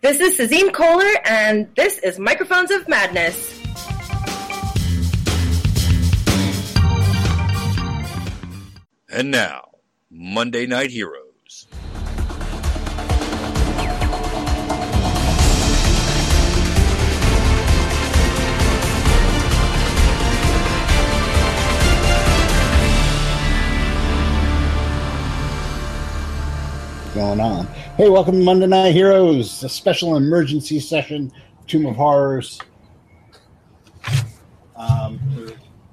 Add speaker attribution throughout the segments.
Speaker 1: This is Sazim Kohler, and this is Microphones of Madness.
Speaker 2: And now, Monday Night Heroes.
Speaker 3: going on. Hey, welcome to Monday Night Heroes, a special emergency session, Tomb of Horrors. Um,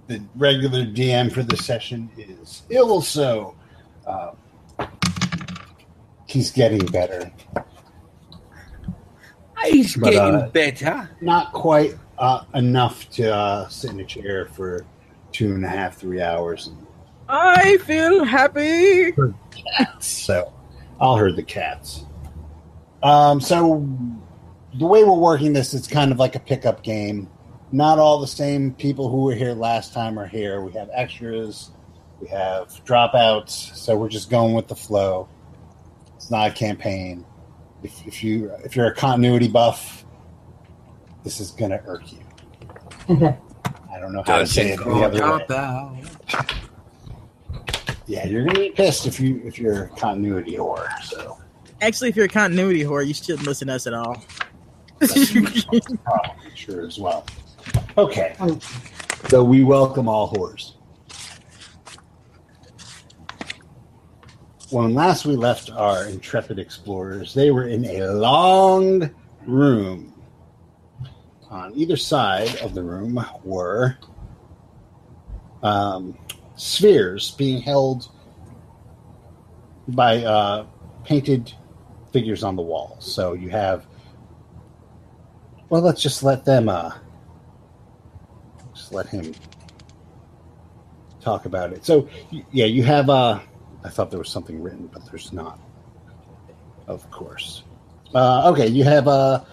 Speaker 3: the regular DM for this session is Ilso. Uh, he's getting better.
Speaker 4: He's
Speaker 3: But,
Speaker 4: getting
Speaker 3: uh,
Speaker 4: better.
Speaker 3: Not quite uh, enough to uh, sit in a chair for two and a half, three hours.
Speaker 4: I feel happy.
Speaker 3: So I'll herd the cats. Um, so the way we're working this, it's kind of like a pickup game. Not all the same people who were here last time are here. We have extras, we have dropouts, so we're just going with the flow. It's not a campaign. If, if you if you're a continuity buff, this is gonna irk you. I don't know how to say it the other way. Yeah, you're gonna be pissed if you if you're a continuity whore. So
Speaker 5: Actually, if you're a continuity whore, you shouldn't listen to us at all.
Speaker 3: probably true as well. Okay. So we welcome all whores. When last we left our intrepid explorers, they were in a long room. On either side of the room were um, spheres being held by uh, painted figures on the wall. So you have well, let's just let them, uh, just let him talk about it. So, y- yeah, you have, uh, I thought there was something written, but there's not, of course. Uh, okay, you have, uh,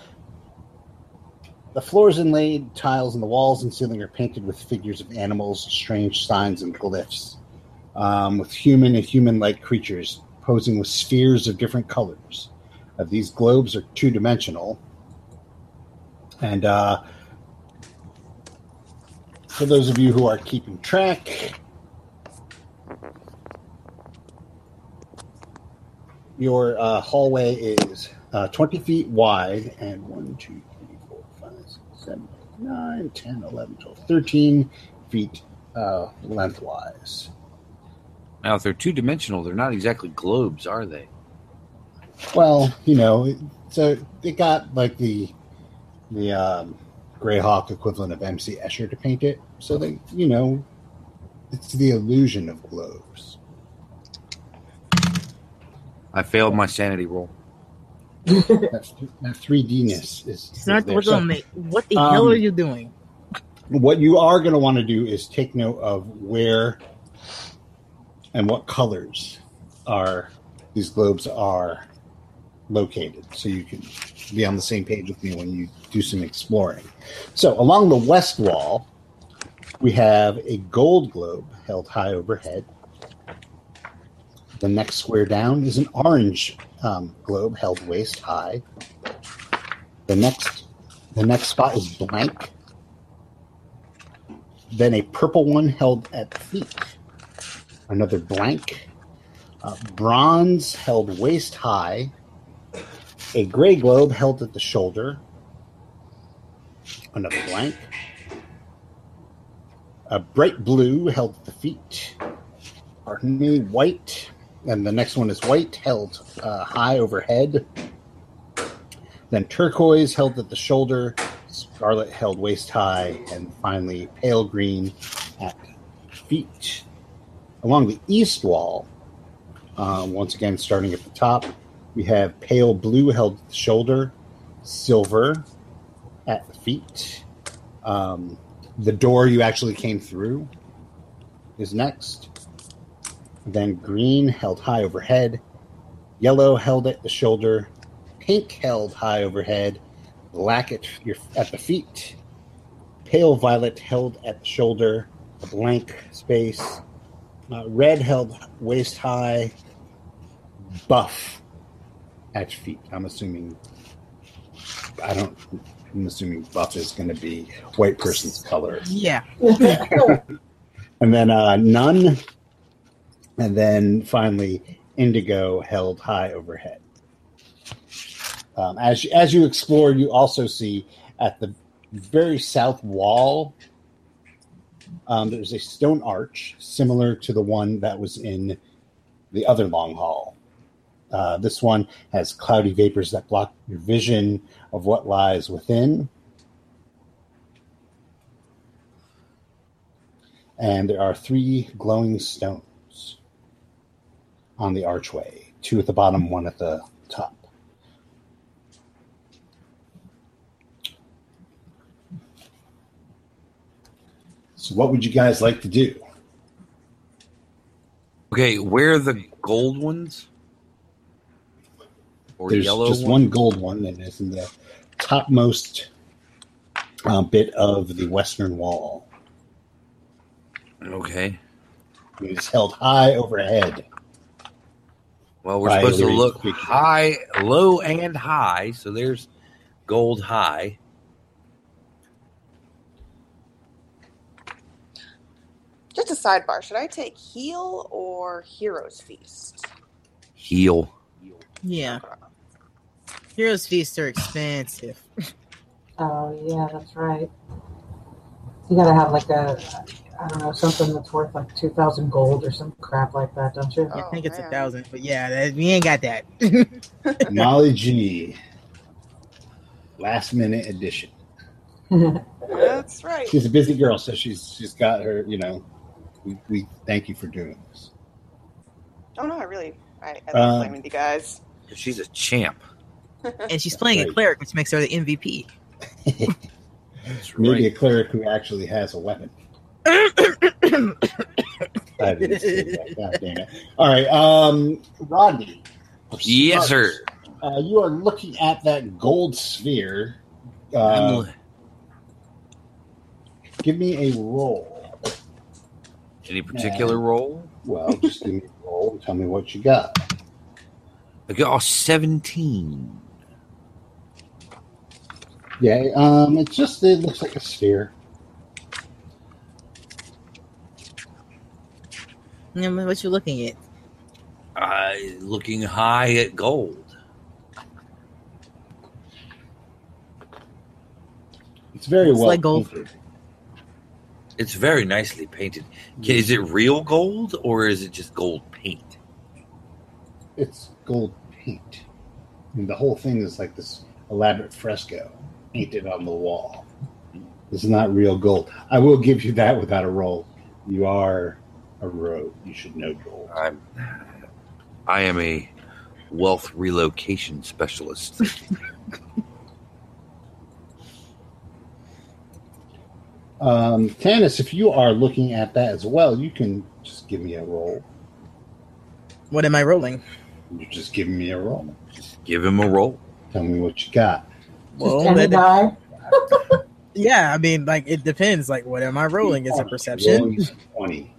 Speaker 3: the floors inlaid, tiles and the walls and ceiling are painted with figures of animals, strange signs, and glyphs, um, with human and human like creatures posing with spheres of different colors. Uh, these globes are two dimensional. And uh, for those of you who are keeping track, your uh, hallway is uh, 20 feet wide and 1, 2, 3, 4, 5, 6, 7, 8, 9, 10, 11, 12, 13 feet uh, lengthwise.
Speaker 4: Now, if they're two dimensional, they're not exactly globes, are they?
Speaker 3: Well, you know, so they got like the the um, Greyhawk equivalent of MC Escher to paint it. So they, you know, it's the illusion of globes.
Speaker 4: I failed my sanity roll.
Speaker 3: That three Dness is
Speaker 5: It's not
Speaker 3: is there.
Speaker 5: we're
Speaker 3: So
Speaker 5: gonna make. What the
Speaker 3: Um,
Speaker 5: hell are you doing?
Speaker 3: what you are going to want to do is take note of where and what colors are these globes are located so you can be on the same page with me when you do some exploring so along the west wall we have a gold globe held high overhead the next square down is an orange um, globe held waist high the next the next spot is blank then a purple one held at the feet, another blank, uh, bronze held waist high, a gray globe held at the shoulder, another blank, a bright blue held at the feet, pardon me, white, and the next one is white held uh, high overhead, then turquoise held at the shoulder, scarlet held waist high, and finally pale green at feet. Along the east wall, uh, once again starting at the top, we have pale blue held at the shoulder, silver at the feet. Um, the door you actually came through is next. Then green held high overhead, yellow held at the shoulder, pink held high overhead, black at your at the feet, pale violet held at the shoulder, a blank space, uh, red held waist high, buff at feet. I'm assuming I don't. I'm assuming buff is going to be white person's color,
Speaker 5: Yeah.
Speaker 3: and then uh, none, and then finally indigo held high overhead. Um, as as you explore, you also see at the very south wall. Um, there's a stone arch similar to the one that was in the other long hall. Uh, this one has cloudy vapors that block your vision of what lies within. And there are three glowing stones on the archway two at the bottom, one at the top. So, what would you guys like to do?
Speaker 4: Okay, where are the gold ones? Or
Speaker 3: There's
Speaker 4: yellow
Speaker 3: just
Speaker 4: ones?
Speaker 3: one gold one that is in the topmost uh, bit of the western wall.
Speaker 4: Okay.
Speaker 3: It is held high overhead.
Speaker 4: Well, we're
Speaker 3: Right,
Speaker 4: supposed to
Speaker 3: we're
Speaker 4: look
Speaker 3: speaking.
Speaker 4: high, low, and high. So there's gold high.
Speaker 6: Just a sidebar. Should I take heal or hero's feast?
Speaker 4: Heal.
Speaker 5: Yeah. Heroes feasts are expensive.
Speaker 7: Oh yeah, that's right. You gotta have like a, I don't know, something that's worth like two thousand gold or some crap like that, don't you?
Speaker 5: I think it's a
Speaker 6: man.
Speaker 5: thousand, but yeah, that, we ain't got that.
Speaker 3: Molly G. Last minute edition.
Speaker 6: That's right.
Speaker 3: She's a busy girl, so she's she's got her. You know, we, we thank you for doing this.
Speaker 6: Oh no, I really, I, I
Speaker 3: Uh,
Speaker 6: love playing with you guys.
Speaker 4: She's a champ.
Speaker 5: and she's playing a
Speaker 3: Right.
Speaker 5: cleric, which makes her the MVP.
Speaker 4: That's
Speaker 3: Maybe a
Speaker 4: right.
Speaker 3: cleric who actually has a weapon. I didn't say that. God damn it! All right, um, Rodney.
Speaker 4: Yes, sir.
Speaker 3: Uh, you are looking at that gold sphere.
Speaker 4: I'm
Speaker 3: Uh,
Speaker 4: li-
Speaker 3: give me a roll.
Speaker 4: Any particular role?
Speaker 3: Well, just give me a roll and tell me what you got.
Speaker 4: I got a 17.
Speaker 3: Yeah, um, it's just it looks like a sphere.
Speaker 5: Yeah, man, what you looking at?
Speaker 4: Uh, looking high at gold.
Speaker 3: It's very
Speaker 5: It's
Speaker 3: well
Speaker 5: like gold.
Speaker 3: painted.
Speaker 4: It's very nicely painted. Can- Is it real gold or is it just gold paint?
Speaker 3: It's gold paint. And the whole thing is like this elaborate fresco painted on the wall. It's not real gold. I will give you that without a roll. You are a rogue. You should know gold.
Speaker 4: I'm, I am a wealth relocation specialist.
Speaker 3: Um, Tannis, if you are looking at that as well, you can just give me a roll.
Speaker 5: What am I rolling?
Speaker 3: You're just giving me a roll.
Speaker 4: Give him a roll.
Speaker 3: Tell me what you got.
Speaker 4: Oh,
Speaker 5: Well,
Speaker 7: Just any
Speaker 5: that-
Speaker 7: die?
Speaker 5: yeah, I mean, like it depends. Like, what am I rolling? Is it perception?
Speaker 3: Rolling is 20.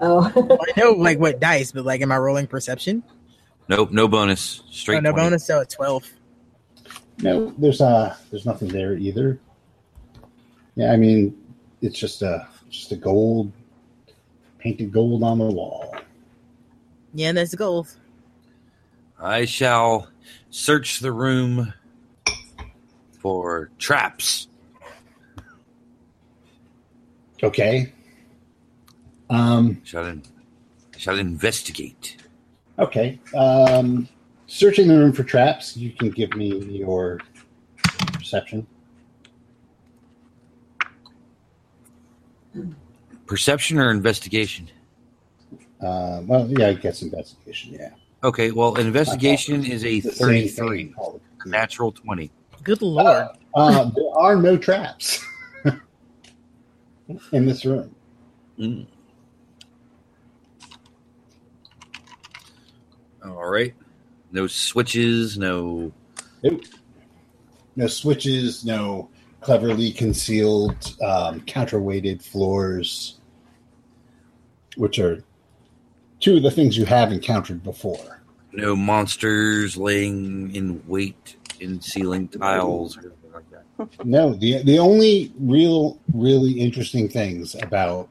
Speaker 7: Oh,
Speaker 5: I know, like what dice, but like, am I rolling perception?
Speaker 4: Nope, no bonus. Straight
Speaker 5: Oh, no
Speaker 4: 20.
Speaker 5: bonus, so it's twelve.
Speaker 3: No, there's uh there's nothing there either. Yeah, I mean it's just a just a gold painted gold on the wall.
Speaker 5: Yeah, that's the goal.
Speaker 4: I shall search the room for traps.
Speaker 3: Okay. Um
Speaker 4: Shall in, shall investigate.
Speaker 3: okay. Um searching the room for traps, you can give me your perception.
Speaker 4: Perception or investigation?
Speaker 3: Uh, well yeah, I guess investigation, yeah.
Speaker 4: Okay, well, investigation is a
Speaker 3: The same
Speaker 4: 33,
Speaker 3: thing. Oh,
Speaker 4: natural 20.
Speaker 5: Good lord.
Speaker 3: Uh, there are no traps in this room.
Speaker 4: Mm. All right. No switches, no.
Speaker 3: no switches, no cleverly concealed um, counterweighted floors, which are two of the things you have encountered before.
Speaker 4: no monsters laying in wait in ceiling tiles or anything like that.
Speaker 3: No, the the only real really interesting things about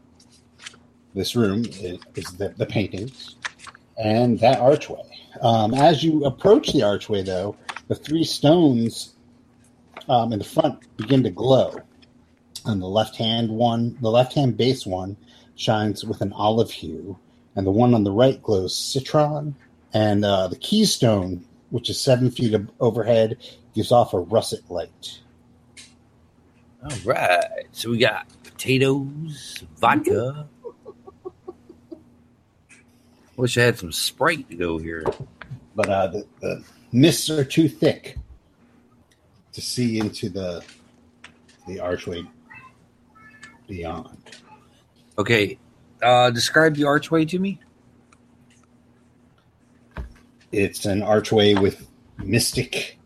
Speaker 3: this room is, is the, the paintings and that archway. Um, as you approach the archway, though, the three stones um, in the front begin to glow. On the left hand one, the left hand base one shines with an olive hue, and the one on the right glows citron. And uh, the keystone, which is seven feet ab- overhead, gives off a russet light.
Speaker 4: All right. So we got potatoes, vodka. Wish I had some Sprite to go here.
Speaker 3: but uh, the, the mists are too thick to see into the the archway beyond.
Speaker 4: Okay. Uh, describe the archway to me.
Speaker 3: It's an archway with mystic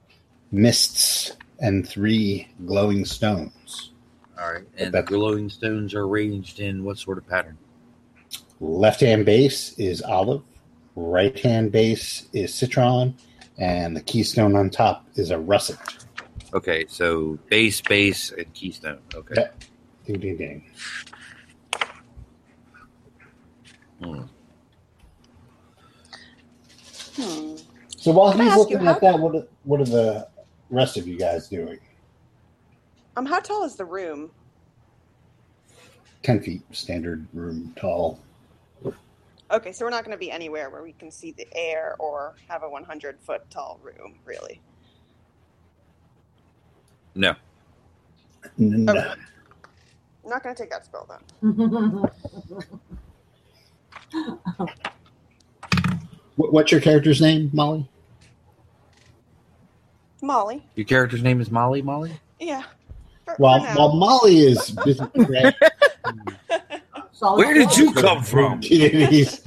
Speaker 3: mists and three glowing stones.
Speaker 4: All right. And the glowing stones are arranged in what sort of pattern?
Speaker 3: Left hand base is olive, right hand base is citron, and the keystone on top is a russet.
Speaker 4: Okay. So base, base, and keystone. Okay.
Speaker 3: Yeah. Ding ding ding.
Speaker 4: Hmm.
Speaker 6: Hmm.
Speaker 3: So while
Speaker 6: Can I
Speaker 3: he's
Speaker 6: ask you
Speaker 3: looking
Speaker 6: how-
Speaker 3: at that, what are, what are the rest of you guys doing?
Speaker 6: Um, how tall is the room?
Speaker 3: Ten feet, standard room tall.
Speaker 6: Okay, so we're not going to be anywhere where we can see the air or have a 100 foot tall room, really.
Speaker 4: No.
Speaker 3: No.
Speaker 6: Okay. I'm not going to take that spell then.
Speaker 3: Wh- What's your character's name, Molly?
Speaker 6: Molly.
Speaker 4: Your character's name is Molly. Molly.
Speaker 6: Yeah. For, for
Speaker 3: While
Speaker 6: now.
Speaker 3: while Molly is busy
Speaker 7: Solid
Speaker 4: Where did
Speaker 7: rock.
Speaker 4: you come from?
Speaker 3: Deities.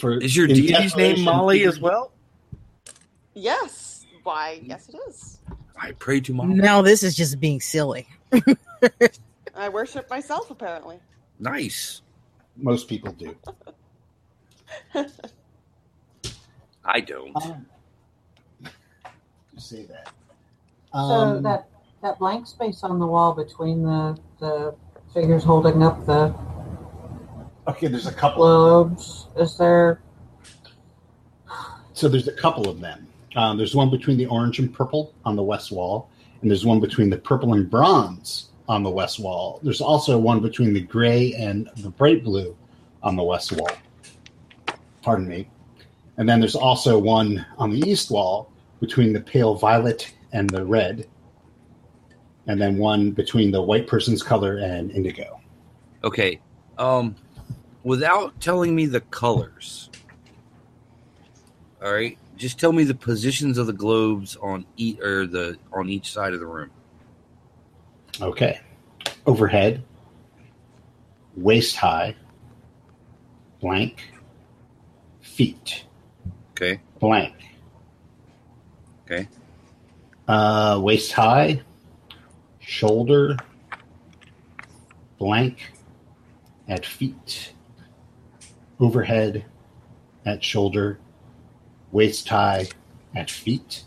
Speaker 3: For
Speaker 4: Is your
Speaker 3: in
Speaker 4: deity's name
Speaker 3: declaration-
Speaker 4: Molly as well?
Speaker 6: Yes. Why? Yes, it is.
Speaker 4: I pray to Molly.
Speaker 5: Now this is just being silly.
Speaker 6: I worship myself, apparently.
Speaker 4: Nice.
Speaker 3: Most people do.
Speaker 4: I don't.
Speaker 3: Um, You say that.
Speaker 7: So
Speaker 3: Um,
Speaker 7: that that blank space on the wall between the the figures holding up the
Speaker 3: okay, there's a couple.
Speaker 7: globes is there?
Speaker 3: So there's a couple of them. Um, there's one between the orange and purple on the west wall, and there's one between the purple and bronze on the west wall. There's also one between the gray and the bright blue on the west wall. Pardon me. And then there's also one on the east wall between the pale violet and the red, and then one between the white person's color and indigo.
Speaker 4: Okay. Um, without telling me the colors. All right. Just tell me the positions of the globes on each or the on each side of the room.
Speaker 3: Okay. Overhead, waist high, blank, feet,
Speaker 4: Okay.
Speaker 3: blank.
Speaker 4: Okay.
Speaker 3: Uh, waist high, shoulder, blank, at feet, overhead, at shoulder, waist high, at feet.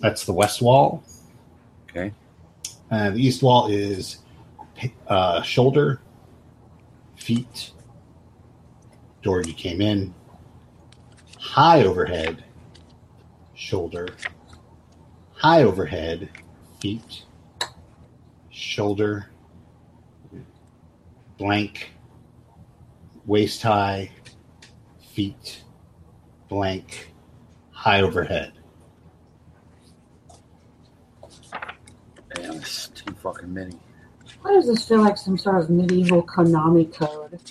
Speaker 3: That's the west wall.
Speaker 4: Okay.
Speaker 3: Uh, the east wall is uh, shoulder, feet, door you came in, high overhead, shoulder, high overhead, feet, shoulder, blank, waist high, feet, blank, high overhead.
Speaker 4: Damn, that's too fucking many.
Speaker 7: Why does this feel like some sort of medieval Konami code?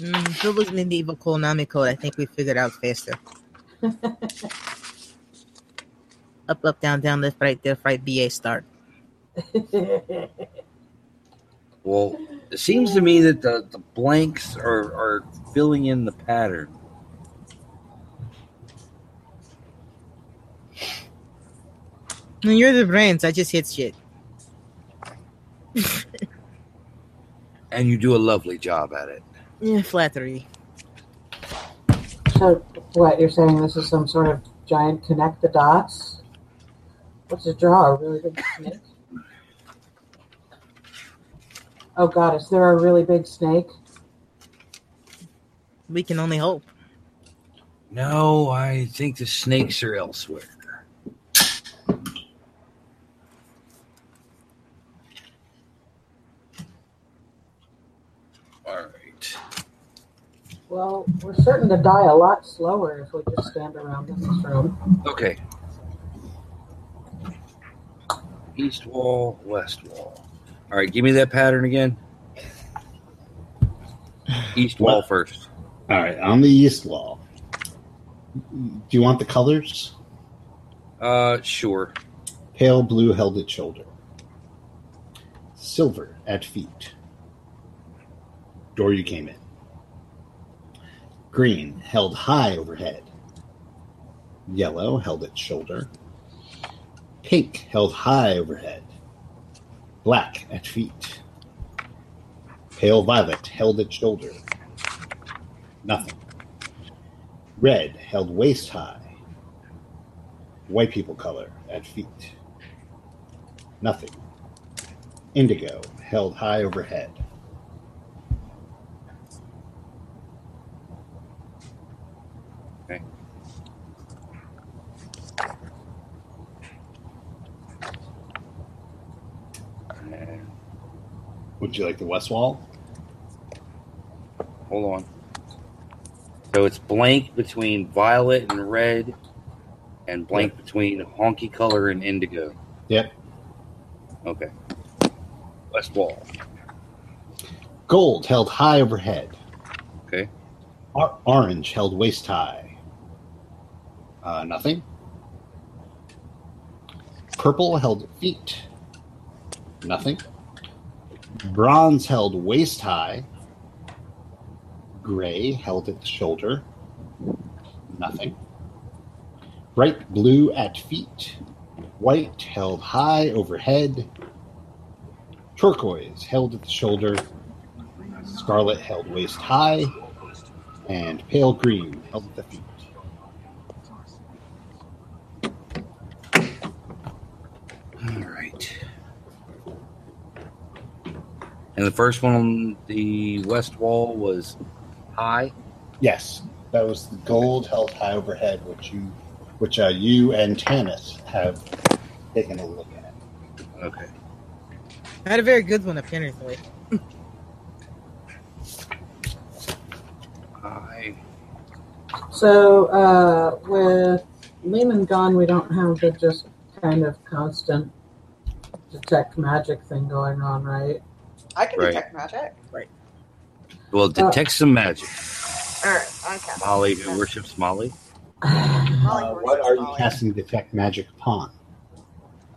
Speaker 5: Mm, if it was medieval Konami code, I think we figured out faster. up, up, down, down, left, right, left, right, BA start.
Speaker 4: Well, it seems to me that the, the blanks are, are filling in the pattern.
Speaker 5: No, you're the brains. I just hit shit.
Speaker 4: And you do a lovely job at it.
Speaker 5: Eh, Yeah, flattery.
Speaker 7: So, what you're saying? This is some sort of giant connect the dots. What's his draw? A really big snake. Oh God, is there a really big snake?
Speaker 5: We can only hope.
Speaker 4: No, I think the snakes are elsewhere. All right.
Speaker 7: Well, we're certain to die a lot slower if we just stand around in this room.
Speaker 4: Okay. East wall, west wall. All right, give me that pattern again. East wall first.
Speaker 3: All right, on the east wall. Do you want the colors?
Speaker 4: Uh, sure.
Speaker 3: Pale blue held at shoulder, silver at feet. Door you came in. Green held high overhead. Yellow held at shoulder. Pink held high overhead. Black at feet. Pale violet held at shoulder. Nothing. Red held waist high. White people color at feet. Nothing. Indigo held high overhead. Would you like the west wall?
Speaker 4: Hold on. So it's blank between violet and red, and blank between honky color and indigo.
Speaker 3: Yep.
Speaker 4: Okay. West wall.
Speaker 3: Gold held high overhead.
Speaker 4: Okay.
Speaker 3: Or- orange held waist high. Uh, nothing. Purple held at feet. Nothing. Bronze held waist high. Gray held at the shoulder. Nothing. Bright blue at feet. White held high overhead. Turquoise held at the shoulder. Scarlet held waist high. And pale green held at the feet.
Speaker 4: All right. And the first one on the west wall was high.
Speaker 3: Yes, that was the gold held high overhead, which you, which uh, you and Tanis have taken a look at.
Speaker 4: Okay.
Speaker 5: I had a very good one apparently.
Speaker 4: High.
Speaker 7: So, uh, with Lehman gone, we don't have the just kind of constant detect magic thing going on, right?
Speaker 6: I can
Speaker 4: Right.
Speaker 6: detect magic.
Speaker 4: Well,
Speaker 6: Oh.
Speaker 4: detect some magic.
Speaker 6: All right, I can.
Speaker 4: Molly, who worships Molly.
Speaker 6: Molly
Speaker 3: Uh,
Speaker 6: works
Speaker 3: what
Speaker 6: with
Speaker 3: are you
Speaker 6: Molly.
Speaker 3: casting detect magic upon?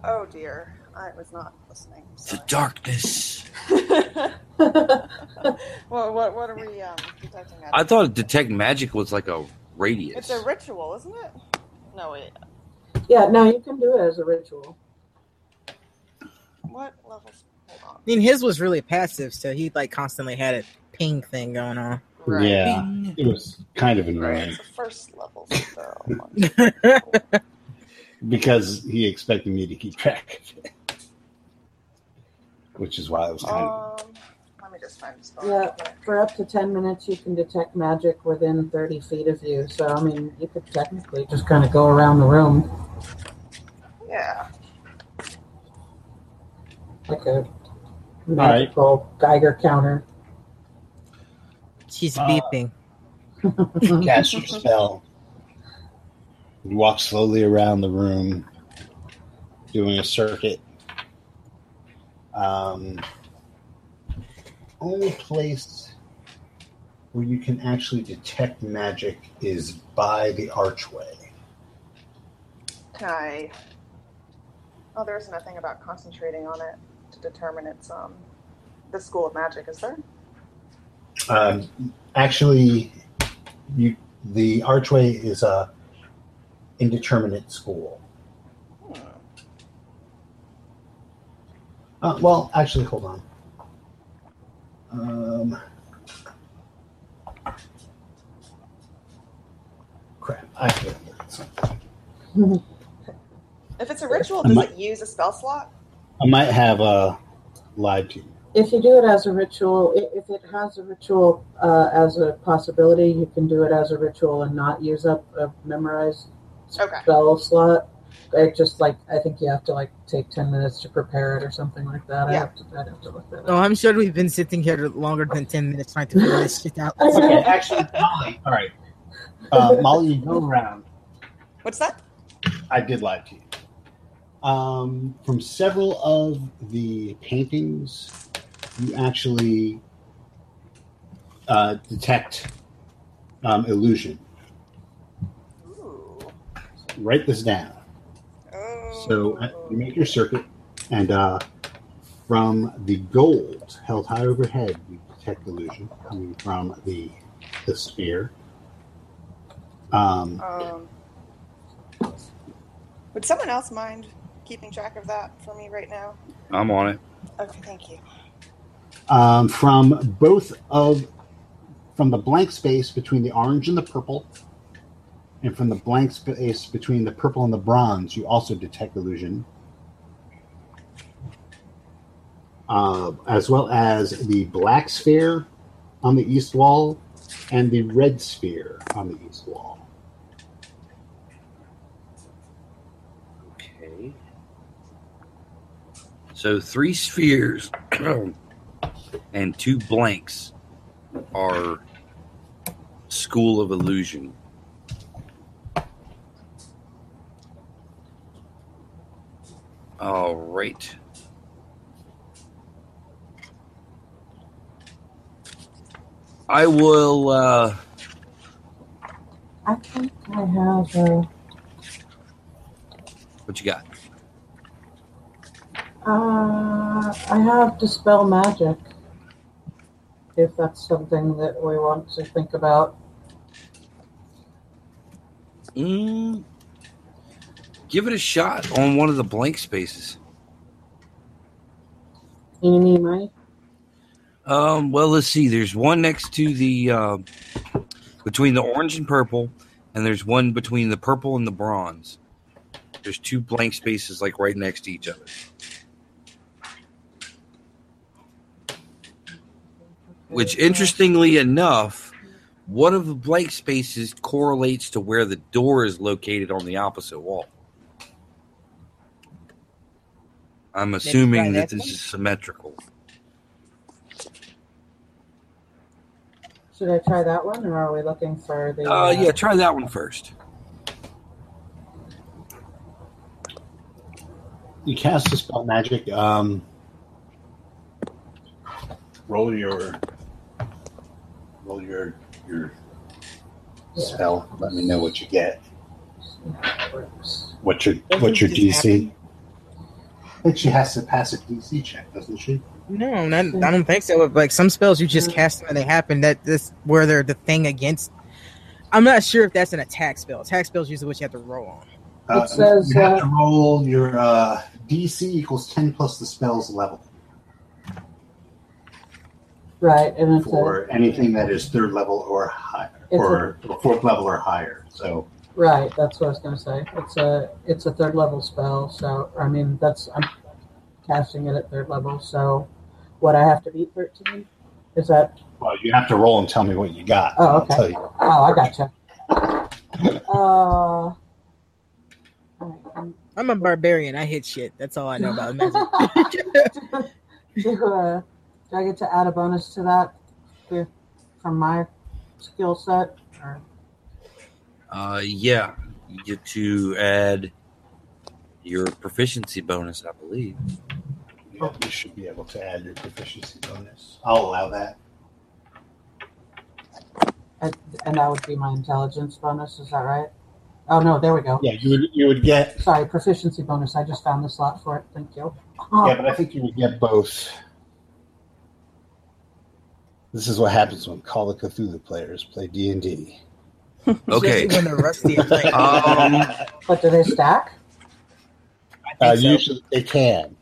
Speaker 6: Oh dear, I was not listening.
Speaker 4: The
Speaker 6: sorry.
Speaker 4: darkness.
Speaker 6: well, what what are we um, detecting? Magic?
Speaker 4: I thought detect magic was like a radius.
Speaker 6: it's a ritual, isn't it? No wait,
Speaker 7: yeah, no, you can do it as a ritual.
Speaker 6: what levels? Hold on.
Speaker 5: I mean, his was really passive, so he like constantly had a ping thing going on.
Speaker 6: Right.
Speaker 3: Yeah, it was kind of annoying
Speaker 6: It's the first level spell.
Speaker 3: because he expected me to keep track of it, which is why I was kind of
Speaker 6: um, let me just find the spell.
Speaker 7: Yeah. For up to 10 minutes, you can detect magic within 30 feet of you. So, I mean, you could technically just kind of go around the room
Speaker 6: Yeah.
Speaker 7: like a magical Geiger counter.
Speaker 5: She's
Speaker 3: Uh,
Speaker 5: beeping.
Speaker 3: cast your spell. You walk slowly around the room, doing a circuit. Um, only place where you can actually detect magic is by the archway.
Speaker 6: Can I? Oh, there's nothing about concentrating on it to determine its um the school of magic, is there?
Speaker 3: Um, actually, you the archway is a indeterminate school. Uh, well, actually, hold on. Um, crap. I have something.
Speaker 6: If it's a ritual,
Speaker 3: I
Speaker 6: does
Speaker 3: might-
Speaker 6: it use a spell slot?
Speaker 3: I might have uh, lied to you.
Speaker 7: If you do it as a ritual, i- if it has a ritual uh, as a possibility, you can do it as a ritual and not use up a memorized
Speaker 6: Okay.
Speaker 7: spell slot. I just like I think you have to like take ten minutes to prepare it or something like that. I
Speaker 6: Yeah.
Speaker 7: have to I have to look that
Speaker 5: Oh,
Speaker 7: up.
Speaker 5: I'm sure we've been sitting here longer than ten minutes trying to figure this shit out.
Speaker 7: I
Speaker 3: Okay,
Speaker 7: said-
Speaker 3: actually, Molly. All right. Uh, Molly, you go around.
Speaker 6: What's that?
Speaker 3: I did lie to you. Um, from several of the paintings, you actually uh, detect um, illusion.
Speaker 6: Ooh.
Speaker 3: Write this down.
Speaker 6: Oh.
Speaker 3: So uh, you make your circuit, and uh, from the gold held high overhead, you detect illusion coming from the the sphere. Um,
Speaker 6: Um, would someone else mind keeping track of that for me right now?
Speaker 4: I'm on it.
Speaker 6: Okay, thank you.
Speaker 3: um, from both of from the blank space between the orange and the purple, and from the blank space between the purple and the bronze, you also detect illusion, uh, as well as the black sphere on the east wall and the red sphere on the east wall.
Speaker 4: Okay. So three spheres and two blanks are school of illusion. All right. I will uh
Speaker 7: I think I have. Uh,
Speaker 4: what you got?
Speaker 7: uh, I have dispel magic. If that's something that we want to think about.
Speaker 4: Mm, give it a shot on one of the blank spaces.
Speaker 7: You mean my
Speaker 4: Um, well, let's see. There's one next to the uh, between the orange and purple, and there's one between the purple and the bronze. There's two blank spaces like right next to each other. Which, interestingly enough, one of the blank spaces correlates to where the door is located on the opposite wall. I'm assuming
Speaker 1: that
Speaker 4: that this
Speaker 1: one.
Speaker 4: is symmetrical.
Speaker 7: Should I try that one, or are we looking for the?
Speaker 4: Uh, yeah, try that one first.
Speaker 3: You cast the spell magic. Um, roll your roll your your spell. Let me know what you get. What's your
Speaker 5: Doesn't
Speaker 3: what's your
Speaker 5: it just
Speaker 3: DC? I think she has to pass a DC check, doesn't she?
Speaker 5: No, not, I don't think so. But like some spells, you just cast them and they happen. That this where they're the thing against. I'm not sure if that's an attack spell. Attack spells usually what you have to roll on.
Speaker 3: Uh,
Speaker 7: It says,
Speaker 3: you have
Speaker 7: uh,
Speaker 3: to roll your uh, DC equals ten plus the spell's level
Speaker 7: Right, and it's a,
Speaker 3: for anything that is third level or higher,
Speaker 7: It's
Speaker 3: or fourth level or higher. So
Speaker 7: right. That's what I was going to say. It's a it's a third level spell. So I mean, that's I'm casting it at third level. So what I have to beat thirteen is that?
Speaker 3: Well, uh, you have to roll and tell me what you got.
Speaker 7: Oh,
Speaker 3: I'll
Speaker 7: okay.
Speaker 3: tell you.
Speaker 7: Oh, I gotcha. Uh, all right, um,
Speaker 5: I'm a barbarian. I hit shit. That's all I know about magic.
Speaker 7: do, uh, do I get to add a bonus to that to- from my skill set? Or
Speaker 4: Uh, yeah, you get to add your proficiency bonus, I believe.
Speaker 3: Yeah, you should be able to add your proficiency bonus. I'll allow that.
Speaker 7: and that would be my intelligence bonus. Is that right? Oh no, there we go.
Speaker 3: Yeah, you would. You would get.
Speaker 7: Sorry, proficiency bonus. I just found the slot for it. Thank you. Oh,
Speaker 3: Yeah, but I think you would get both. This is what happens when Call of Cthulhu players play D and D.
Speaker 4: Okay.
Speaker 5: Especially when they're rusty. I'm like,
Speaker 4: Um,
Speaker 7: but do they stack?
Speaker 3: Uh,
Speaker 5: I think so.
Speaker 3: Usually they can.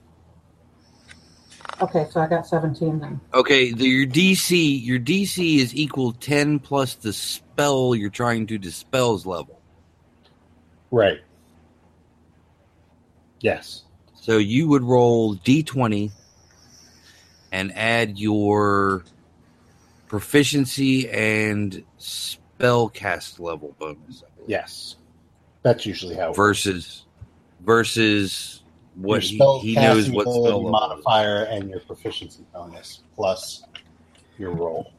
Speaker 7: Okay, so I got 17 then.
Speaker 4: Okay, the, your DC your DC is equal ten plus the spell you're trying to dispel's level.
Speaker 3: Right. Yes.
Speaker 4: So you would roll d20 and add your proficiency and spell cast level bonus. I believe.
Speaker 3: Yes. That's usually how it works.
Speaker 4: Versus versus what he,
Speaker 3: spell
Speaker 4: he knows
Speaker 3: casting
Speaker 4: what
Speaker 3: ability
Speaker 4: spell level it is.
Speaker 3: modifier and your proficiency bonus plus your roll.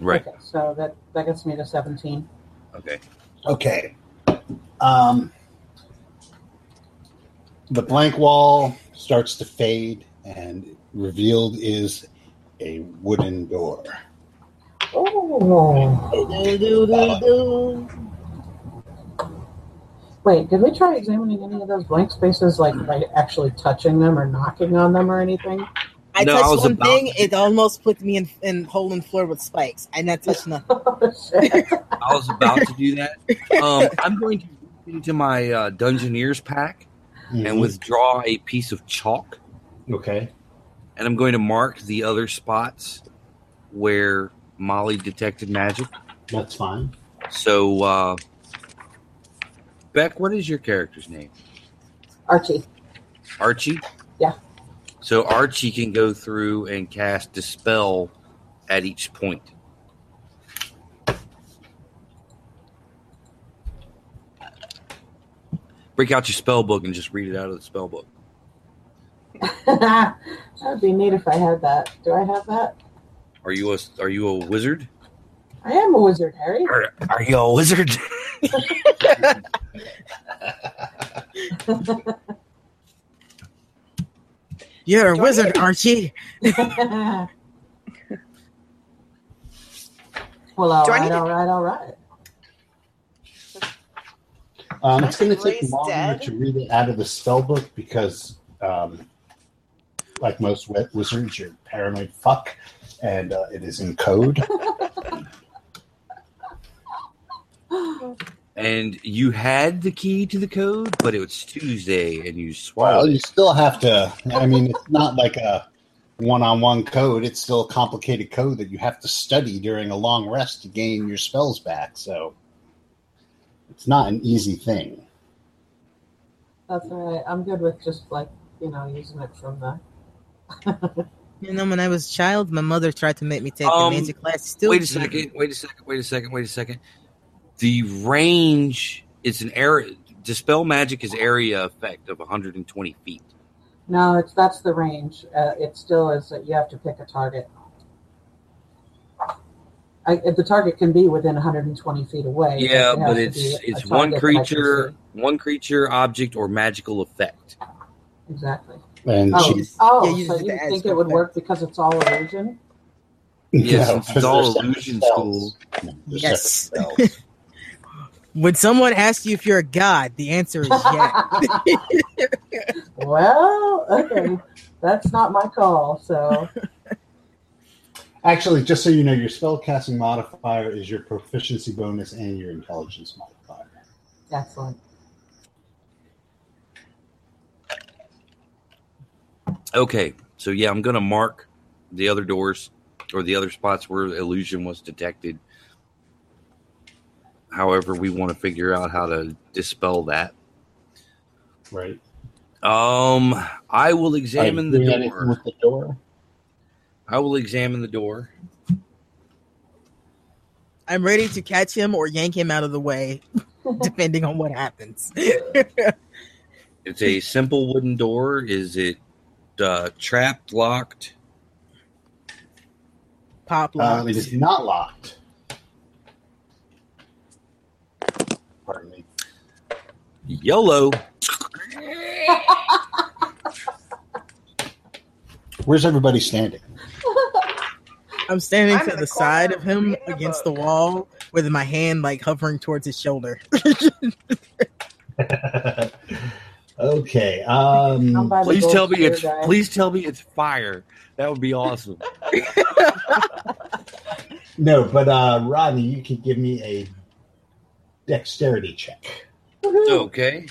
Speaker 4: Right.
Speaker 7: Okay, so that, that gets me to 17.
Speaker 4: Okay.
Speaker 3: Okay. Um, the blank wall starts to fade, and revealed is a wooden door.
Speaker 7: Oh. Wait, did we try examining any of those blank spaces, like by actually touching them or knocking on them or anything?
Speaker 5: I
Speaker 4: No, I
Speaker 5: touched
Speaker 4: was
Speaker 5: one
Speaker 4: about-
Speaker 5: thing; it almost put me in, in hole and floor with spikes. I not touched nothing.
Speaker 7: Oh, Shit.
Speaker 4: I was about to do that. Um, I'm going to reach into my uh, Dungeoneers pack and withdraw a piece of chalk,
Speaker 3: Mm-hmm. okay,
Speaker 4: and I'm going to mark the other spots where Molly detected magic.
Speaker 3: that's fine.
Speaker 4: So, uh, Beck, what is your character's name?
Speaker 7: Archie.
Speaker 4: Archie?
Speaker 7: Yeah.
Speaker 4: So Archie can go through and cast Dispel at each point. Break out your spell book and just read it out of the spell book.
Speaker 7: that would be neat if I had that. Do I have that?
Speaker 4: Are you a are you a wizard?
Speaker 7: I am a wizard, Harry.
Speaker 4: Are, are you a wizard?
Speaker 5: You're a wizard, Archie.
Speaker 7: well, all
Speaker 8: Do I need
Speaker 7: right,
Speaker 8: to-
Speaker 7: all right, all right.
Speaker 3: Um, it's going to take
Speaker 8: Raised
Speaker 3: longer
Speaker 8: dead?
Speaker 3: to read it out of the spell book because, um, like most wi- wizards, you're a paranoid fuck, and uh, it is in code.
Speaker 4: and you had the key to the code, but it was Tuesday and you
Speaker 3: Well,
Speaker 4: swallowed.
Speaker 3: you still have to. I mean, it's not like a one-on-one code. It's still a complicated code that you have to study during a long rest to gain your spells back. So it's not an easy thing.
Speaker 7: That's all right. I'm good with just like, you know, using it from the.
Speaker 5: You know, when I was a child, my mother tried to make me take
Speaker 4: Um,
Speaker 5: a magic class. Still,
Speaker 4: wait a second. Wait a second. Wait a second. Wait a second. The range is an area. Dispel magic is area effect of 120 feet.
Speaker 7: No, it's that's the range. Uh, it still is that you have to pick a target. I, if the target can be within 120 feet away.
Speaker 4: Yeah,
Speaker 7: it has
Speaker 4: but
Speaker 7: to
Speaker 4: it's
Speaker 7: be a
Speaker 4: it's one
Speaker 7: target that I can
Speaker 4: creature, one creature, object, or magical effect.
Speaker 7: see. Exactly.
Speaker 3: And
Speaker 7: Oh,
Speaker 3: she,
Speaker 7: oh
Speaker 5: yeah, you
Speaker 7: so
Speaker 5: just
Speaker 7: you
Speaker 5: have to add
Speaker 7: think it would
Speaker 5: something.
Speaker 7: work because it's all illusion?
Speaker 4: Yes,
Speaker 3: No,
Speaker 4: it's
Speaker 3: because
Speaker 4: all
Speaker 3: they're separate
Speaker 4: illusion
Speaker 3: spells.
Speaker 4: school.
Speaker 3: No, they're
Speaker 5: Yes.
Speaker 3: separate spells.
Speaker 5: When someone asks you if you're a god, the answer is yes.
Speaker 7: well, okay. That's not my call, so.
Speaker 3: Actually, just so you know, your spellcasting modifier is your proficiency bonus and your intelligence modifier.
Speaker 7: Excellent.
Speaker 4: Okay, so yeah, I'm gonna mark the other doors or the other spots where illusion was detected. However, we want to figure out how to dispel that.
Speaker 3: Right?
Speaker 4: Um, I will
Speaker 3: Are
Speaker 4: examine
Speaker 3: you
Speaker 4: the
Speaker 3: doing
Speaker 4: door.
Speaker 3: anything with the door.
Speaker 4: I will examine the door.
Speaker 5: I'm ready to catch him or yank him out of the way, depending on what happens.
Speaker 4: It's a simple wooden door. Is it uh, trapped, locked?
Speaker 5: Pop
Speaker 3: Um,
Speaker 5: lock.
Speaker 3: it is not locked. Pardon me.
Speaker 4: YOLO.
Speaker 3: Where's everybody standing?
Speaker 5: I'm standing
Speaker 6: I'm
Speaker 5: to
Speaker 6: in
Speaker 5: the,
Speaker 6: the corner
Speaker 5: side of him
Speaker 6: reading a
Speaker 5: against
Speaker 6: book.
Speaker 5: the wall with my hand like hovering towards his shoulder.
Speaker 3: okay. Um,
Speaker 7: I'm by the
Speaker 4: Please
Speaker 7: gold
Speaker 4: tell me
Speaker 7: chair
Speaker 4: it's
Speaker 7: guy.
Speaker 4: please tell me it's fire. That would be awesome.
Speaker 3: no, but uh, Rodney, you could give me a dexterity check.
Speaker 7: Woohoo.
Speaker 4: okay.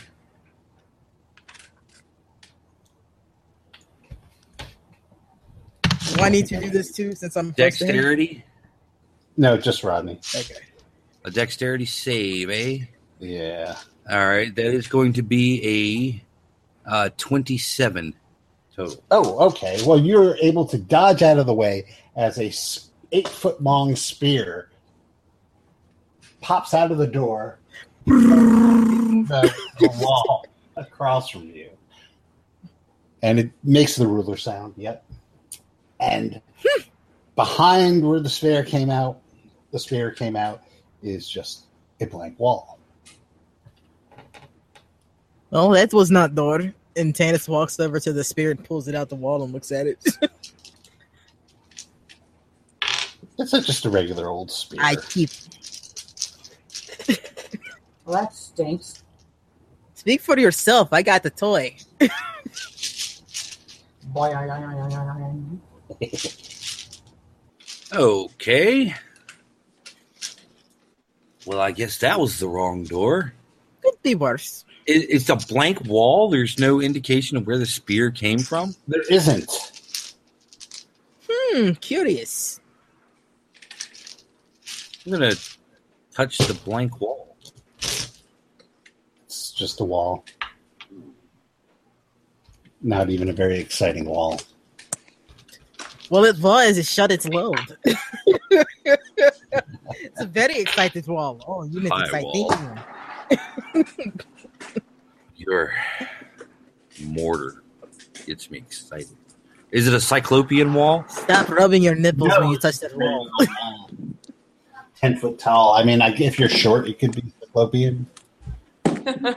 Speaker 5: Do I need to do this too since I'm close to him?
Speaker 4: Dexterity,
Speaker 3: No, just Rodney.
Speaker 5: Okay.
Speaker 4: a dexterity save, eh?
Speaker 3: Yeah.
Speaker 4: All right, that is going to be a uh, twenty-seven total.
Speaker 3: Oh, okay. Well, you're able to dodge out of the way as a s- eight foot long spear pops out of the door, the, the wall across from you, and it makes the ruler sound. Yep. And behind where the spear came out, the spear came out is just a blank wall.
Speaker 5: Well, that was not door. And Tannis walks over to the spear and pulls it out the wall and looks at it.
Speaker 3: It's a- just a regular old spear.
Speaker 5: I keep
Speaker 7: Well, that stinks.
Speaker 5: speak for yourself. I got the toy.
Speaker 7: Boy, I, I, I, I, I,
Speaker 4: Okay. Well, I guess that was the wrong door.
Speaker 5: Could be worse.
Speaker 4: It, it's a blank wall. There's no indication of where the spear came from.
Speaker 3: there isn't.
Speaker 5: Hmm. Curious.
Speaker 4: I'm gonna touch the blank wall.
Speaker 3: It's just a wall. Not even a very exciting wall.
Speaker 5: Well, it was. It shut its load. it's a very excited wall. Oh, you meant
Speaker 4: Hi, wall.
Speaker 5: exciting.
Speaker 4: Your mortar gets me excited. Is it a cyclopean wall?
Speaker 5: Stop rubbing your nipples
Speaker 3: No.
Speaker 5: when you touch that wall.
Speaker 3: Ten foot tall. I mean, I, if you're short, it could be cyclopean.
Speaker 4: I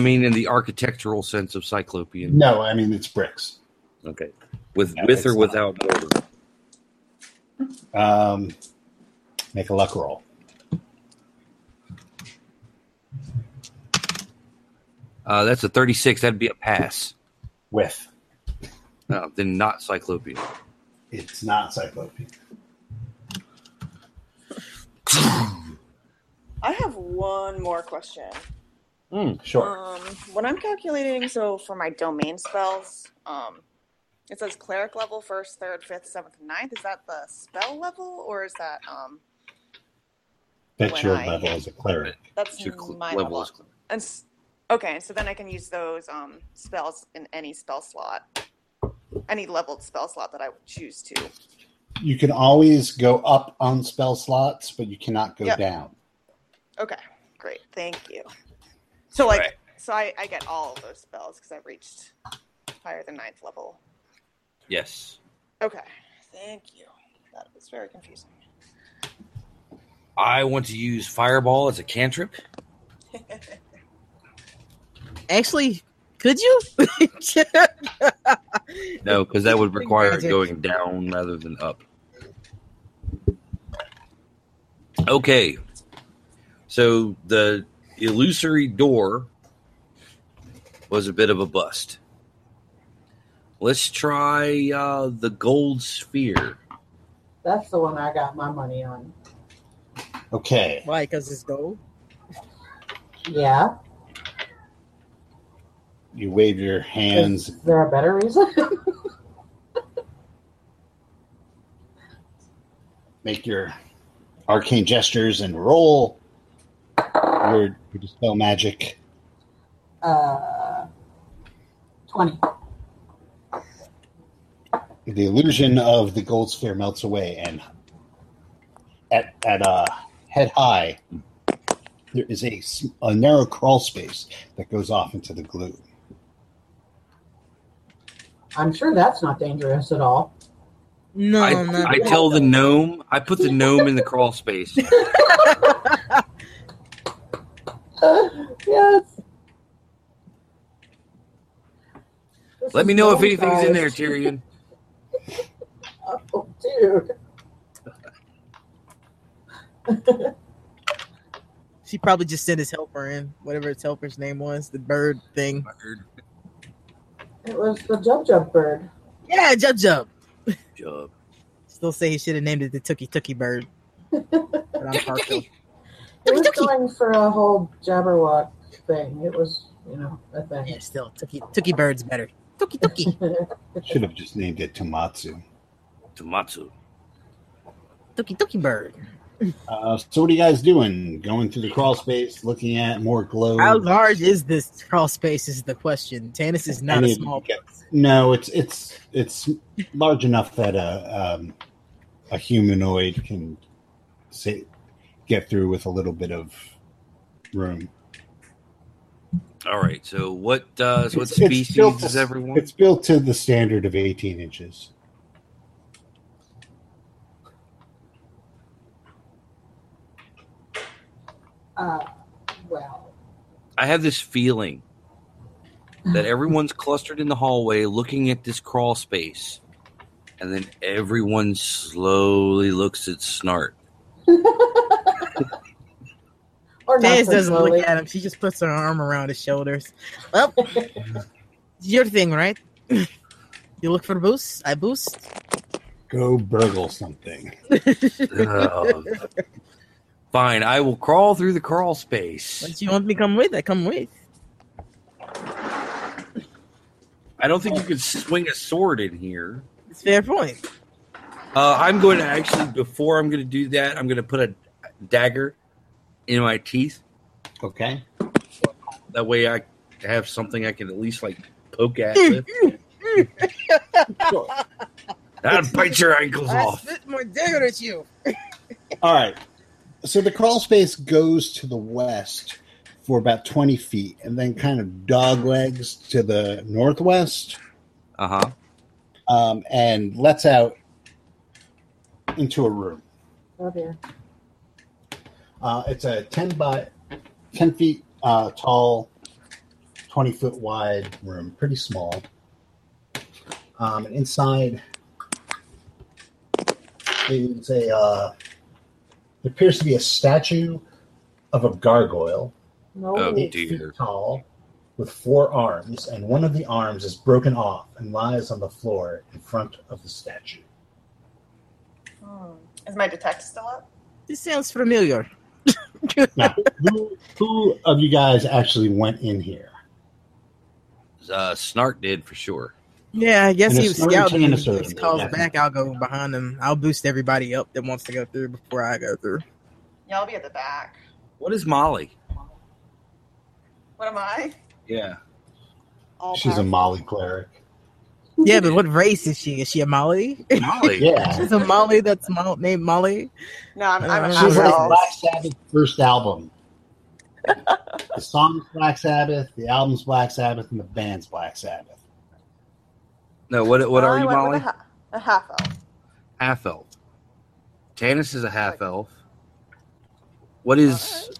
Speaker 4: mean, in the architectural sense of cyclopean.
Speaker 3: No, I mean it's bricks.
Speaker 4: Okay. With
Speaker 3: No,
Speaker 4: with or
Speaker 3: it's
Speaker 4: without mortar.
Speaker 3: Um, make a luck roll.
Speaker 4: Uh, that's a 36. That'd be a pass.
Speaker 3: With
Speaker 4: No, then not cyclopean.
Speaker 3: it's not cyclopean.
Speaker 6: I have one more question.
Speaker 3: Sure.
Speaker 6: Um, when I'm calculating, so for my domain spells, um, it says cleric level first, third, fifth, seventh, ninth. Is that the spell level, or is that um?
Speaker 3: That's
Speaker 6: when
Speaker 3: your
Speaker 6: I-
Speaker 3: level as a cleric.
Speaker 6: That's
Speaker 4: Your cl-
Speaker 6: my
Speaker 4: level
Speaker 6: level.
Speaker 4: is cl-
Speaker 6: And s- okay, so then I can use those um spells in any spell slot, any leveled spell slot that I choose to.
Speaker 3: You can always go up on spell slots, but you cannot go
Speaker 6: Yep.
Speaker 3: down.
Speaker 6: Okay, great, thank you. So like, so I, I get all of those spells because I've reached higher than ninth level.
Speaker 4: Yes.
Speaker 6: Okay, thank you. That was very confusing.
Speaker 4: I want to use fireball as a cantrip.
Speaker 5: Actually, could you?
Speaker 4: No, because that would require it
Speaker 5: Magic.
Speaker 4: going down rather than up. Okay. So the illusory door was a bit of a bust. Let's try uh, the gold sphere.
Speaker 7: That's the one I got my money on.
Speaker 3: Okay.
Speaker 5: Why? Because it's gold.
Speaker 7: Yeah.
Speaker 3: You wave your hands.
Speaker 7: Is there a better reason?
Speaker 3: make your arcane gestures and roll your, your dispel magic.
Speaker 7: uh, 20.
Speaker 3: The illusion of the gold sphere melts away, and at at uh, head high, there is a, s- a narrow crawl space that goes off into the gloom.
Speaker 7: I'm sure that's not dangerous at all.
Speaker 5: No,
Speaker 4: I,
Speaker 5: no.
Speaker 4: I tell the gnome, I put the gnome in the crawl space.
Speaker 7: yes. This
Speaker 4: Let
Speaker 7: is
Speaker 4: me know if
Speaker 7: gold
Speaker 4: anything's in there,
Speaker 7: prize.
Speaker 4: Tyrion.
Speaker 7: Oh, dude.
Speaker 5: She probably just sent his helper in, whatever his helper's name was, the bird thing.
Speaker 7: It was the Jub Jub bird.
Speaker 5: Yeah, Jub Jub.
Speaker 4: Job.
Speaker 5: Still say he should have named it the Tookie Tookie Bird. But I'm partial.
Speaker 7: It was
Speaker 5: Okey-dokey.
Speaker 7: going for a whole Jabberwock thing. It was, you know, a thing.
Speaker 5: Yeah, still Tookie Tookie Bird's better. Tuki tuki.
Speaker 3: Should have just named it Tomatsu.
Speaker 4: Tomatsu.
Speaker 5: Tuki tuki bird.
Speaker 3: Uh, so what are you guys doing? Going through the crawl space, looking at more globes.
Speaker 5: How large is this crawl space? Is the question. Tanis is not
Speaker 3: I
Speaker 5: a
Speaker 3: mean,
Speaker 5: small
Speaker 3: yeah. No, it's it's it's large enough that a um, a humanoid can say, get through with a little bit of room.
Speaker 4: All right. So what does what
Speaker 3: It's- it's
Speaker 4: species
Speaker 3: built to-
Speaker 4: is everyone?
Speaker 3: It's built to the standard of eighteen inches.
Speaker 7: Uh, well,
Speaker 4: I have this feeling that everyone's clustered in the hallway looking at this crawl space, and then everyone slowly looks at Snart.
Speaker 7: or not
Speaker 5: Tanis
Speaker 7: so
Speaker 5: doesn't
Speaker 7: slowly.
Speaker 5: look at him. She just puts her arm around his shoulders. Well, it's your thing, right? You look for boost. I boost.
Speaker 3: Go burgle something.
Speaker 4: Ugh. Fine, I will crawl through the crawl space.
Speaker 5: Once you want me to come with, I come with.
Speaker 4: I don't think you could swing a sword in here.
Speaker 5: It's fair point.
Speaker 4: Uh, I'm going to actually, before I'm going to do that, I'm going to put a dagger in my teeth.
Speaker 3: Okay.
Speaker 4: That way I have something I can at least like poke at. with. That'll bite your ankles
Speaker 5: I
Speaker 4: off.
Speaker 5: spit my dagger at you.
Speaker 3: All right. So the crawl space goes to the west for about twenty feet, and then kind of dog legs to the northwest.
Speaker 4: Uh huh.
Speaker 3: um, and lets out into a room.
Speaker 7: Oh dear.
Speaker 3: Uh, it's a 10 by 10 feet uh, tall, 20 foot wide room, pretty small. Um, and inside is a, uh, it appears to be a statue of a gargoyle,
Speaker 7: No.
Speaker 4: Oh,
Speaker 3: eight
Speaker 4: dear.
Speaker 3: feet tall, with four arms, and one of the arms is broken off and lies on the floor in front of the statue.
Speaker 6: Hmm. Is my detect still up?
Speaker 5: This sounds familiar.
Speaker 3: Now, who, who of you guys actually went in here?
Speaker 4: Uh, Snart did for sure.
Speaker 5: Yeah, I guess
Speaker 3: And
Speaker 5: he
Speaker 3: a
Speaker 5: was
Speaker 3: certain
Speaker 5: scouting.
Speaker 3: tennis
Speaker 5: If
Speaker 3: server,
Speaker 5: he calls
Speaker 3: yeah.
Speaker 5: back, I'll go behind him. I'll boost everybody up that wants to go through before I go through.
Speaker 6: Yeah, I'll be at the back.
Speaker 4: What is Molly?
Speaker 6: What am I?
Speaker 4: Yeah.
Speaker 6: All
Speaker 3: She's a
Speaker 6: powerful.
Speaker 3: Molly cleric.
Speaker 5: Yeah, but what race is she? Is she a Molly?
Speaker 4: Molly.
Speaker 3: Yeah.
Speaker 5: She's a Molly that's Mo- named Molly.
Speaker 6: No, I'm, I'm a
Speaker 5: She's
Speaker 6: half
Speaker 3: She's like
Speaker 6: elf.
Speaker 3: Black Sabbath first album. the song's Black Sabbath, the album's Black Sabbath, and the band's Black Sabbath.
Speaker 4: No, what what
Speaker 6: No,
Speaker 4: are
Speaker 6: I
Speaker 4: you,
Speaker 6: went with
Speaker 4: Molly?
Speaker 6: A, ha- a half elf.
Speaker 4: half elf. Tanis is a half elf. What is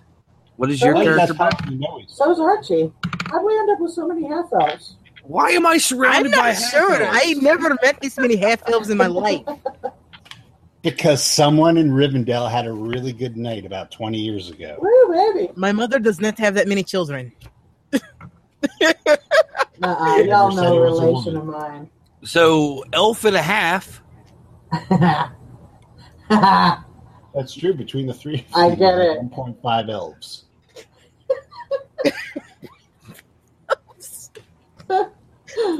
Speaker 4: what is your
Speaker 3: Why do you guys
Speaker 4: character? Why,
Speaker 3: probably know each
Speaker 7: So is Archie. How'd we end up with so many half elves?
Speaker 4: am I
Speaker 5: I'm
Speaker 4: surrounded by
Speaker 5: not
Speaker 4: half
Speaker 5: sure.
Speaker 4: elves?
Speaker 5: I never met this many half elves in my life.
Speaker 3: Because someone in Rivendell had a really good night about 20 years ago.
Speaker 7: Woo, baby.
Speaker 5: My mother does not have that many children.
Speaker 7: Nuh-uh,
Speaker 3: Never
Speaker 7: y'all
Speaker 3: said it
Speaker 7: know a
Speaker 3: was a
Speaker 7: relation of mine.
Speaker 4: So elf and a half.
Speaker 7: I
Speaker 3: That's true. Between the three, of
Speaker 7: I
Speaker 3: you,
Speaker 7: get it.
Speaker 3: 1.5 elves.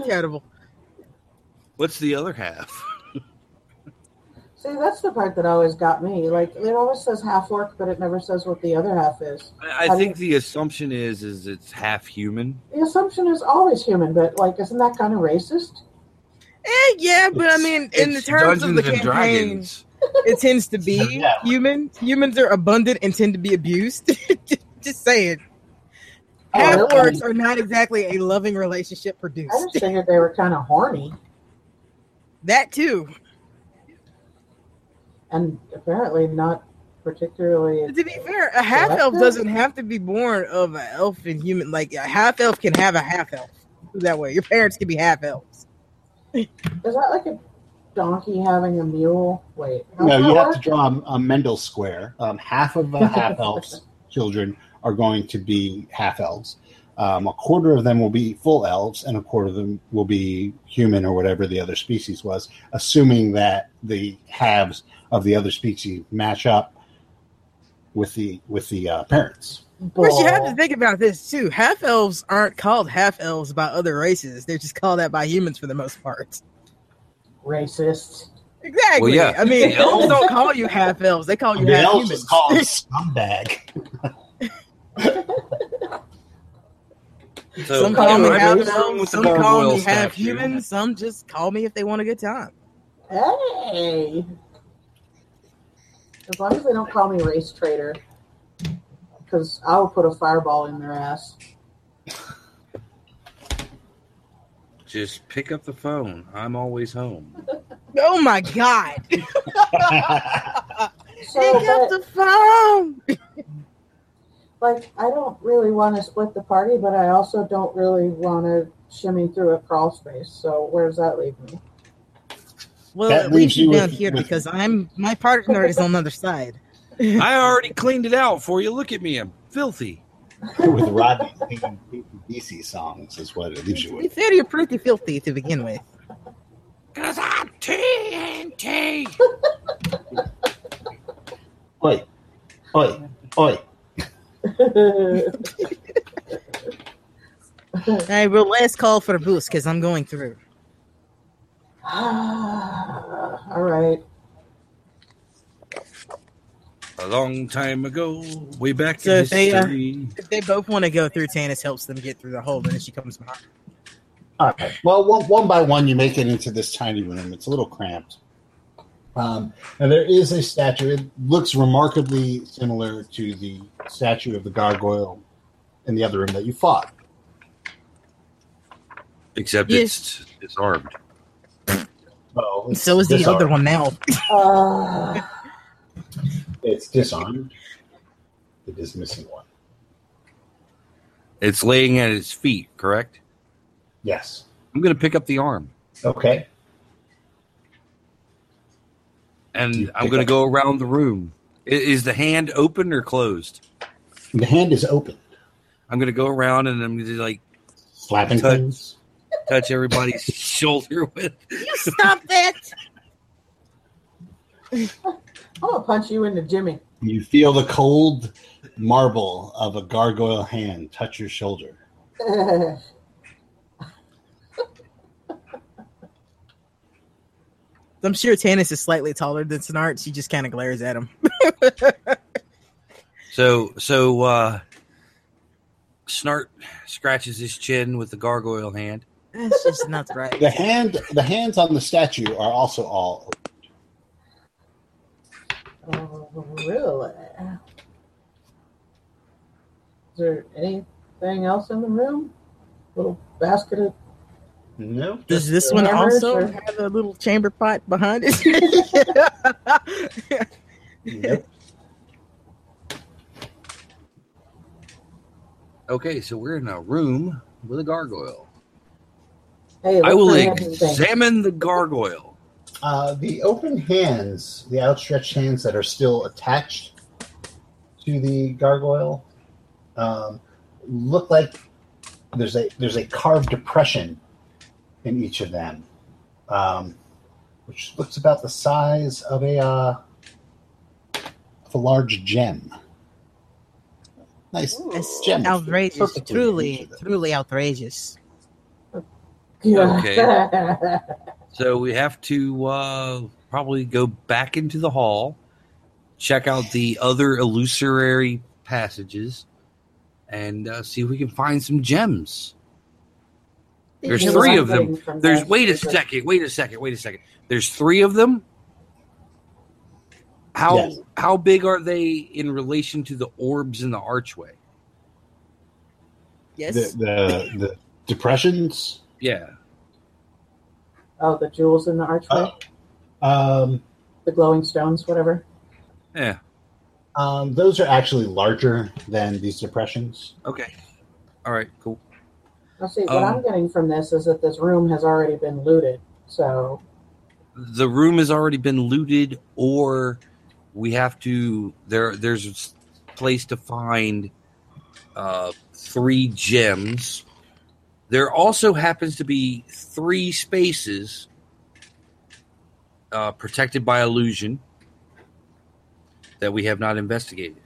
Speaker 5: Terrible.
Speaker 4: What's the other half?
Speaker 7: See, that's the part that always got me. Like it always says half orc, but it never says what the other half is.
Speaker 4: I, I think the assumption is is it's half human.
Speaker 7: The assumption is always human, but like, isn't that kind of racist?
Speaker 5: Eh, yeah, but I mean, in the
Speaker 4: It's
Speaker 5: terms of the
Speaker 4: Dungeons and
Speaker 5: campaign, it tends to be
Speaker 3: Yeah.
Speaker 5: human. Humans are abundant and tend to be abused. Just saying.
Speaker 7: Oh,
Speaker 5: Half
Speaker 7: really?
Speaker 5: orcs are not exactly a loving relationship
Speaker 7: I
Speaker 5: produced.
Speaker 7: just figured they were kind of horny,
Speaker 5: That too.
Speaker 7: and apparently not particularly.
Speaker 5: But to be fair, a half elf
Speaker 7: Selective?
Speaker 5: doesn't have to be born of an elf and human. Like a half elf can have a half elf. That way, your parents can be half elves.
Speaker 7: Is that like a donkey having a mule? Wait, how's
Speaker 3: No,
Speaker 7: that
Speaker 3: you have
Speaker 7: work?
Speaker 3: to draw a, a Mendel square. Um, half of the half elves children are going to be half elves. Um, a quarter of them will be full elves, and a quarter of them will be human or whatever the other species was, assuming that the halves of the other species match up with the with the uh, parents.
Speaker 5: Of course, you have to think about this too. Half elves aren't called half elves by other races; they're just called that by humans for the most part.
Speaker 7: Racists.
Speaker 5: Exactly.
Speaker 4: Well, yeah.
Speaker 5: I mean,
Speaker 8: The
Speaker 5: elves
Speaker 8: elves-
Speaker 5: don't call you half elves; they call you
Speaker 8: The
Speaker 5: half
Speaker 8: elves
Speaker 5: Oh, humans.
Speaker 8: is called scumbag.
Speaker 4: So,
Speaker 5: some call
Speaker 4: am
Speaker 5: me
Speaker 4: I
Speaker 5: half
Speaker 4: wrong
Speaker 5: elves,
Speaker 4: with the
Speaker 5: some call
Speaker 4: gargoyle
Speaker 5: me half
Speaker 4: statue?
Speaker 5: human, some just call me if they want a good time.
Speaker 7: Hey. As long as they don't call me race traitor, because I will put a fireball in their ass.
Speaker 4: Just pick up the phone. I'm always home.
Speaker 5: Oh my god!
Speaker 7: So,
Speaker 5: Pick up
Speaker 7: but,
Speaker 5: the phone.
Speaker 7: like, I don't really want to split the party, but I also don't really want to shimmy through a crawl space. So, where does that leave me?
Speaker 5: Well,
Speaker 3: That
Speaker 5: it
Speaker 3: leaves
Speaker 5: leaves you
Speaker 3: you
Speaker 5: down
Speaker 3: with-
Speaker 5: here
Speaker 3: with-
Speaker 5: because I'm my partner is on the other side.
Speaker 4: I already cleaned it out for you. Look at me. I'm filthy.
Speaker 8: With Rodney singing DC songs is what it leaves you
Speaker 5: You
Speaker 8: with.
Speaker 5: said you're pretty filthy to begin with.
Speaker 4: Cause I'm TNT.
Speaker 8: Oi, oi, oi.
Speaker 5: All right, well, last call for a boost because I'm going through.
Speaker 7: All right.
Speaker 4: A long time ago, way back
Speaker 5: So
Speaker 4: in
Speaker 5: if they, uh,
Speaker 4: history.
Speaker 5: If they both want to go through, Tanis helps them get through the hole, and then she comes behind.
Speaker 3: All right. Well, one, one by one, you make it into this tiny room. It's a little cramped. Um, and there is a statue. It looks remarkably similar to the statue of the gargoyle in the other room that you fought.
Speaker 4: Except
Speaker 5: Yes.
Speaker 4: it's disarmed.
Speaker 3: Well, it's
Speaker 5: So is the
Speaker 3: disarmed.
Speaker 5: other one now.
Speaker 7: Uh,
Speaker 3: It's disarmed. It is missing one.
Speaker 4: It's laying at its feet, correct?
Speaker 3: Yes.
Speaker 4: I'm gonna pick up the arm.
Speaker 3: Okay.
Speaker 4: And
Speaker 3: You
Speaker 4: I'm
Speaker 3: pick
Speaker 4: gonna
Speaker 3: up-
Speaker 4: go around the room. I- Is the hand open or closed?
Speaker 3: The hand is open,
Speaker 4: I'm gonna go around and I'm gonna like
Speaker 3: slapping
Speaker 4: Touch.
Speaker 3: things.
Speaker 4: touch everybody's shoulder with
Speaker 5: you stop that!
Speaker 7: I'm going to punch you into Jimmy.
Speaker 3: You feel the cold marble of a gargoyle hand touch your shoulder.
Speaker 5: I'm sure Tanis is slightly taller than Snart. She just kind of glares at him.
Speaker 4: So so uh Snart scratches his chin with the gargoyle hand.
Speaker 5: That's just not right.
Speaker 3: The hand, the hands on the statue are also all open.
Speaker 7: Oh, really? Is there anything else in the room? Little basket of.
Speaker 3: No.
Speaker 5: Does this one
Speaker 7: Hammers
Speaker 5: also
Speaker 7: or-
Speaker 5: have a little chamber pot behind it?
Speaker 4: Okay, so we're in a room with a gargoyle.
Speaker 7: Hey,
Speaker 4: I will
Speaker 7: look for anything.
Speaker 4: examine the gargoyle.
Speaker 3: Uh, the open hands, the outstretched hands that are still attached to the gargoyle, um, look like there's a there's a carved depression in each of them, um, which looks about the size of a uh, of a large gem. Nice
Speaker 5: It's
Speaker 3: gem,
Speaker 5: outrageous,
Speaker 3: Perfectly in
Speaker 5: truly,
Speaker 3: each of them.
Speaker 5: truly outrageous.
Speaker 7: Yeah.
Speaker 4: So we have to uh probably go back into the hall, check out the other illusory passages, and uh, see if we can find some gems. There's
Speaker 7: Here's
Speaker 4: three
Speaker 7: what
Speaker 4: of
Speaker 7: I'm
Speaker 4: them.
Speaker 7: getting from
Speaker 4: There's
Speaker 7: this.
Speaker 4: wait a
Speaker 7: Is that-
Speaker 4: second, wait a second, wait a second. There's three of them. How
Speaker 3: Yes.
Speaker 4: how big are they in relation to the orbs in the archway?
Speaker 5: Yes.
Speaker 3: The, the the depressions.
Speaker 4: Yeah.
Speaker 7: Oh, the jewels in the archway,
Speaker 3: Oh. Um,
Speaker 7: the glowing stones, whatever.
Speaker 4: Yeah.
Speaker 3: Um, those are actually larger than these depressions.
Speaker 4: Okay. All right, cool.
Speaker 7: Now, see, what
Speaker 4: Um,
Speaker 7: I'm getting from this is that this room has already been looted. So,
Speaker 4: The room has already been looted or we have to there there's a s- place to find uh three gems. There also happens to be three spaces uh, protected by illusion that we have not investigated.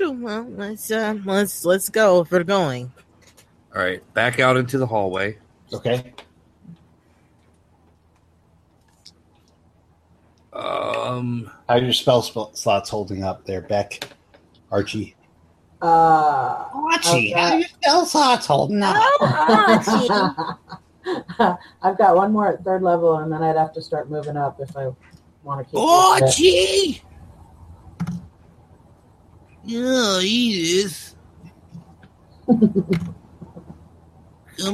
Speaker 5: Well, let's uh, let's let's go if we're going.
Speaker 4: All right, back out into the hallway.
Speaker 3: Okay.
Speaker 4: Um,
Speaker 3: How are your spell sp- slots holding up there, Beck? Archie.
Speaker 7: Uh,
Speaker 3: Archie,
Speaker 7: how are your
Speaker 3: spell slots holding up?
Speaker 7: I've got one more at third level, and then I'd have to start moving up if I want to keep. doing it.
Speaker 4: gee. Yeah, Edith. Come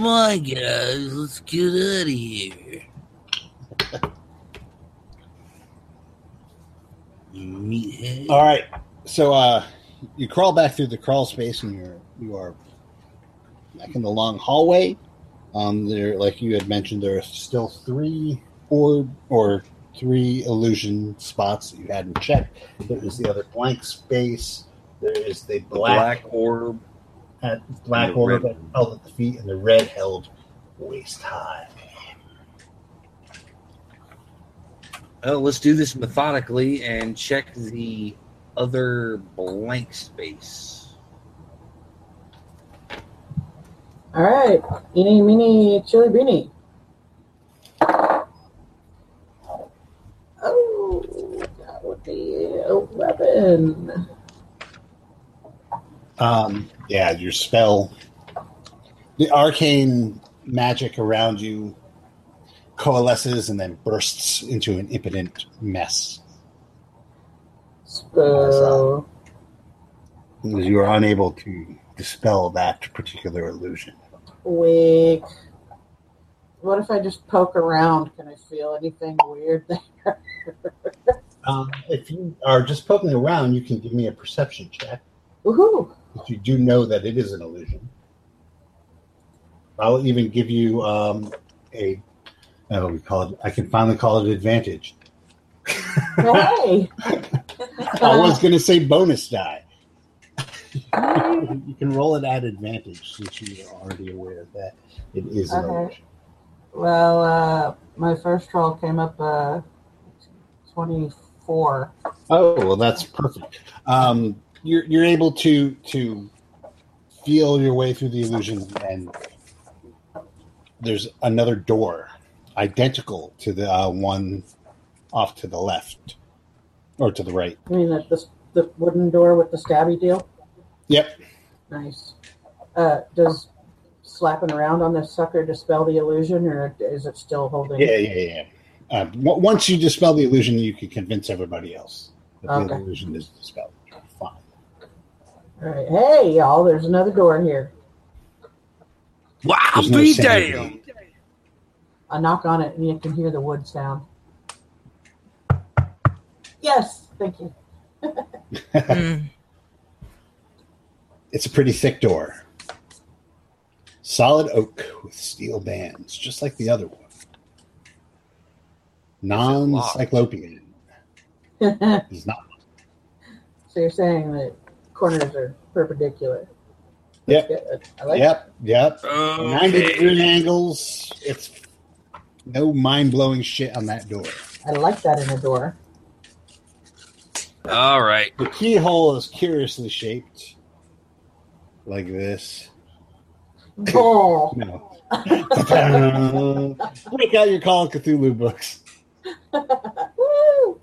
Speaker 4: on, guys, let's get out of here. Meathead.
Speaker 3: All right. So uh, you crawl back through the crawl space, and you're you are back in the long hallway. Um, there, like you had mentioned, there are still three orb or three illusion spots that you hadn't checked. There is the other blank space. There is the
Speaker 4: The
Speaker 3: black
Speaker 4: black orb.
Speaker 3: black, black
Speaker 4: and the
Speaker 3: orb
Speaker 4: red-
Speaker 3: held at the feet, and the red held waist high.
Speaker 4: Oh, let's do this methodically and check the other blank space.
Speaker 7: All right, eeny, meeny, chili beanie. Oh, that would be eleven.
Speaker 3: Um, yeah, your spell, the arcane magic around you coalesces and then bursts into an impotent mess.
Speaker 7: So,
Speaker 3: You are unable to dispel that particular illusion.
Speaker 7: weak. What if I just poke around? Can I feel anything weird there?
Speaker 3: Um, if you are just poking around, you can give me a perception check.
Speaker 7: Woohoo!
Speaker 3: If you do know that it is an illusion, I'll even give you um, a. Oh, we call it. I can finally call it advantage.
Speaker 7: Hey! Uh.
Speaker 3: I was going to say bonus die. you can roll it at advantage since you are already aware that it is an
Speaker 7: Okay.
Speaker 3: illusion.
Speaker 7: Well, uh, my first roll came up uh, 24.
Speaker 3: Oh well, that's perfect. Um, you're you're able to to feel your way through the illusion, and there's another door identical to the uh, one off to the left or to the right.
Speaker 7: I mean, that this, the wooden door with the stabby deal.
Speaker 3: Yep.
Speaker 7: Nice. Uh, does slapping around on this sucker dispel the illusion, or is it still holding?
Speaker 3: Yeah, yeah, yeah. Uh, w- once you dispel the illusion, you can convince everybody else that
Speaker 7: Okay.
Speaker 3: the illusion is dispelled. Fine.
Speaker 7: All right. Hey, y'all, there's another door here.
Speaker 4: Wow,
Speaker 3: There's no sanity.
Speaker 7: I knock on it, and you can hear the wood sound. Yes, thank you.
Speaker 5: Mm.
Speaker 3: It's a pretty thick door. Solid oak with steel bands, just like the other one. Non cyclopean
Speaker 7: so
Speaker 3: is not.
Speaker 7: you're saying that corners are perpendicular.
Speaker 3: Yep.
Speaker 7: I like
Speaker 3: Yep, yep. 90
Speaker 4: Okay.
Speaker 3: degree angles. It's no mind blowing shit on that door.
Speaker 7: I like that in a door.
Speaker 4: All right.
Speaker 3: The keyhole is curiously shaped like this.
Speaker 7: Bull.
Speaker 3: No. Break out your Call of Cthulhu books.
Speaker 7: Woo!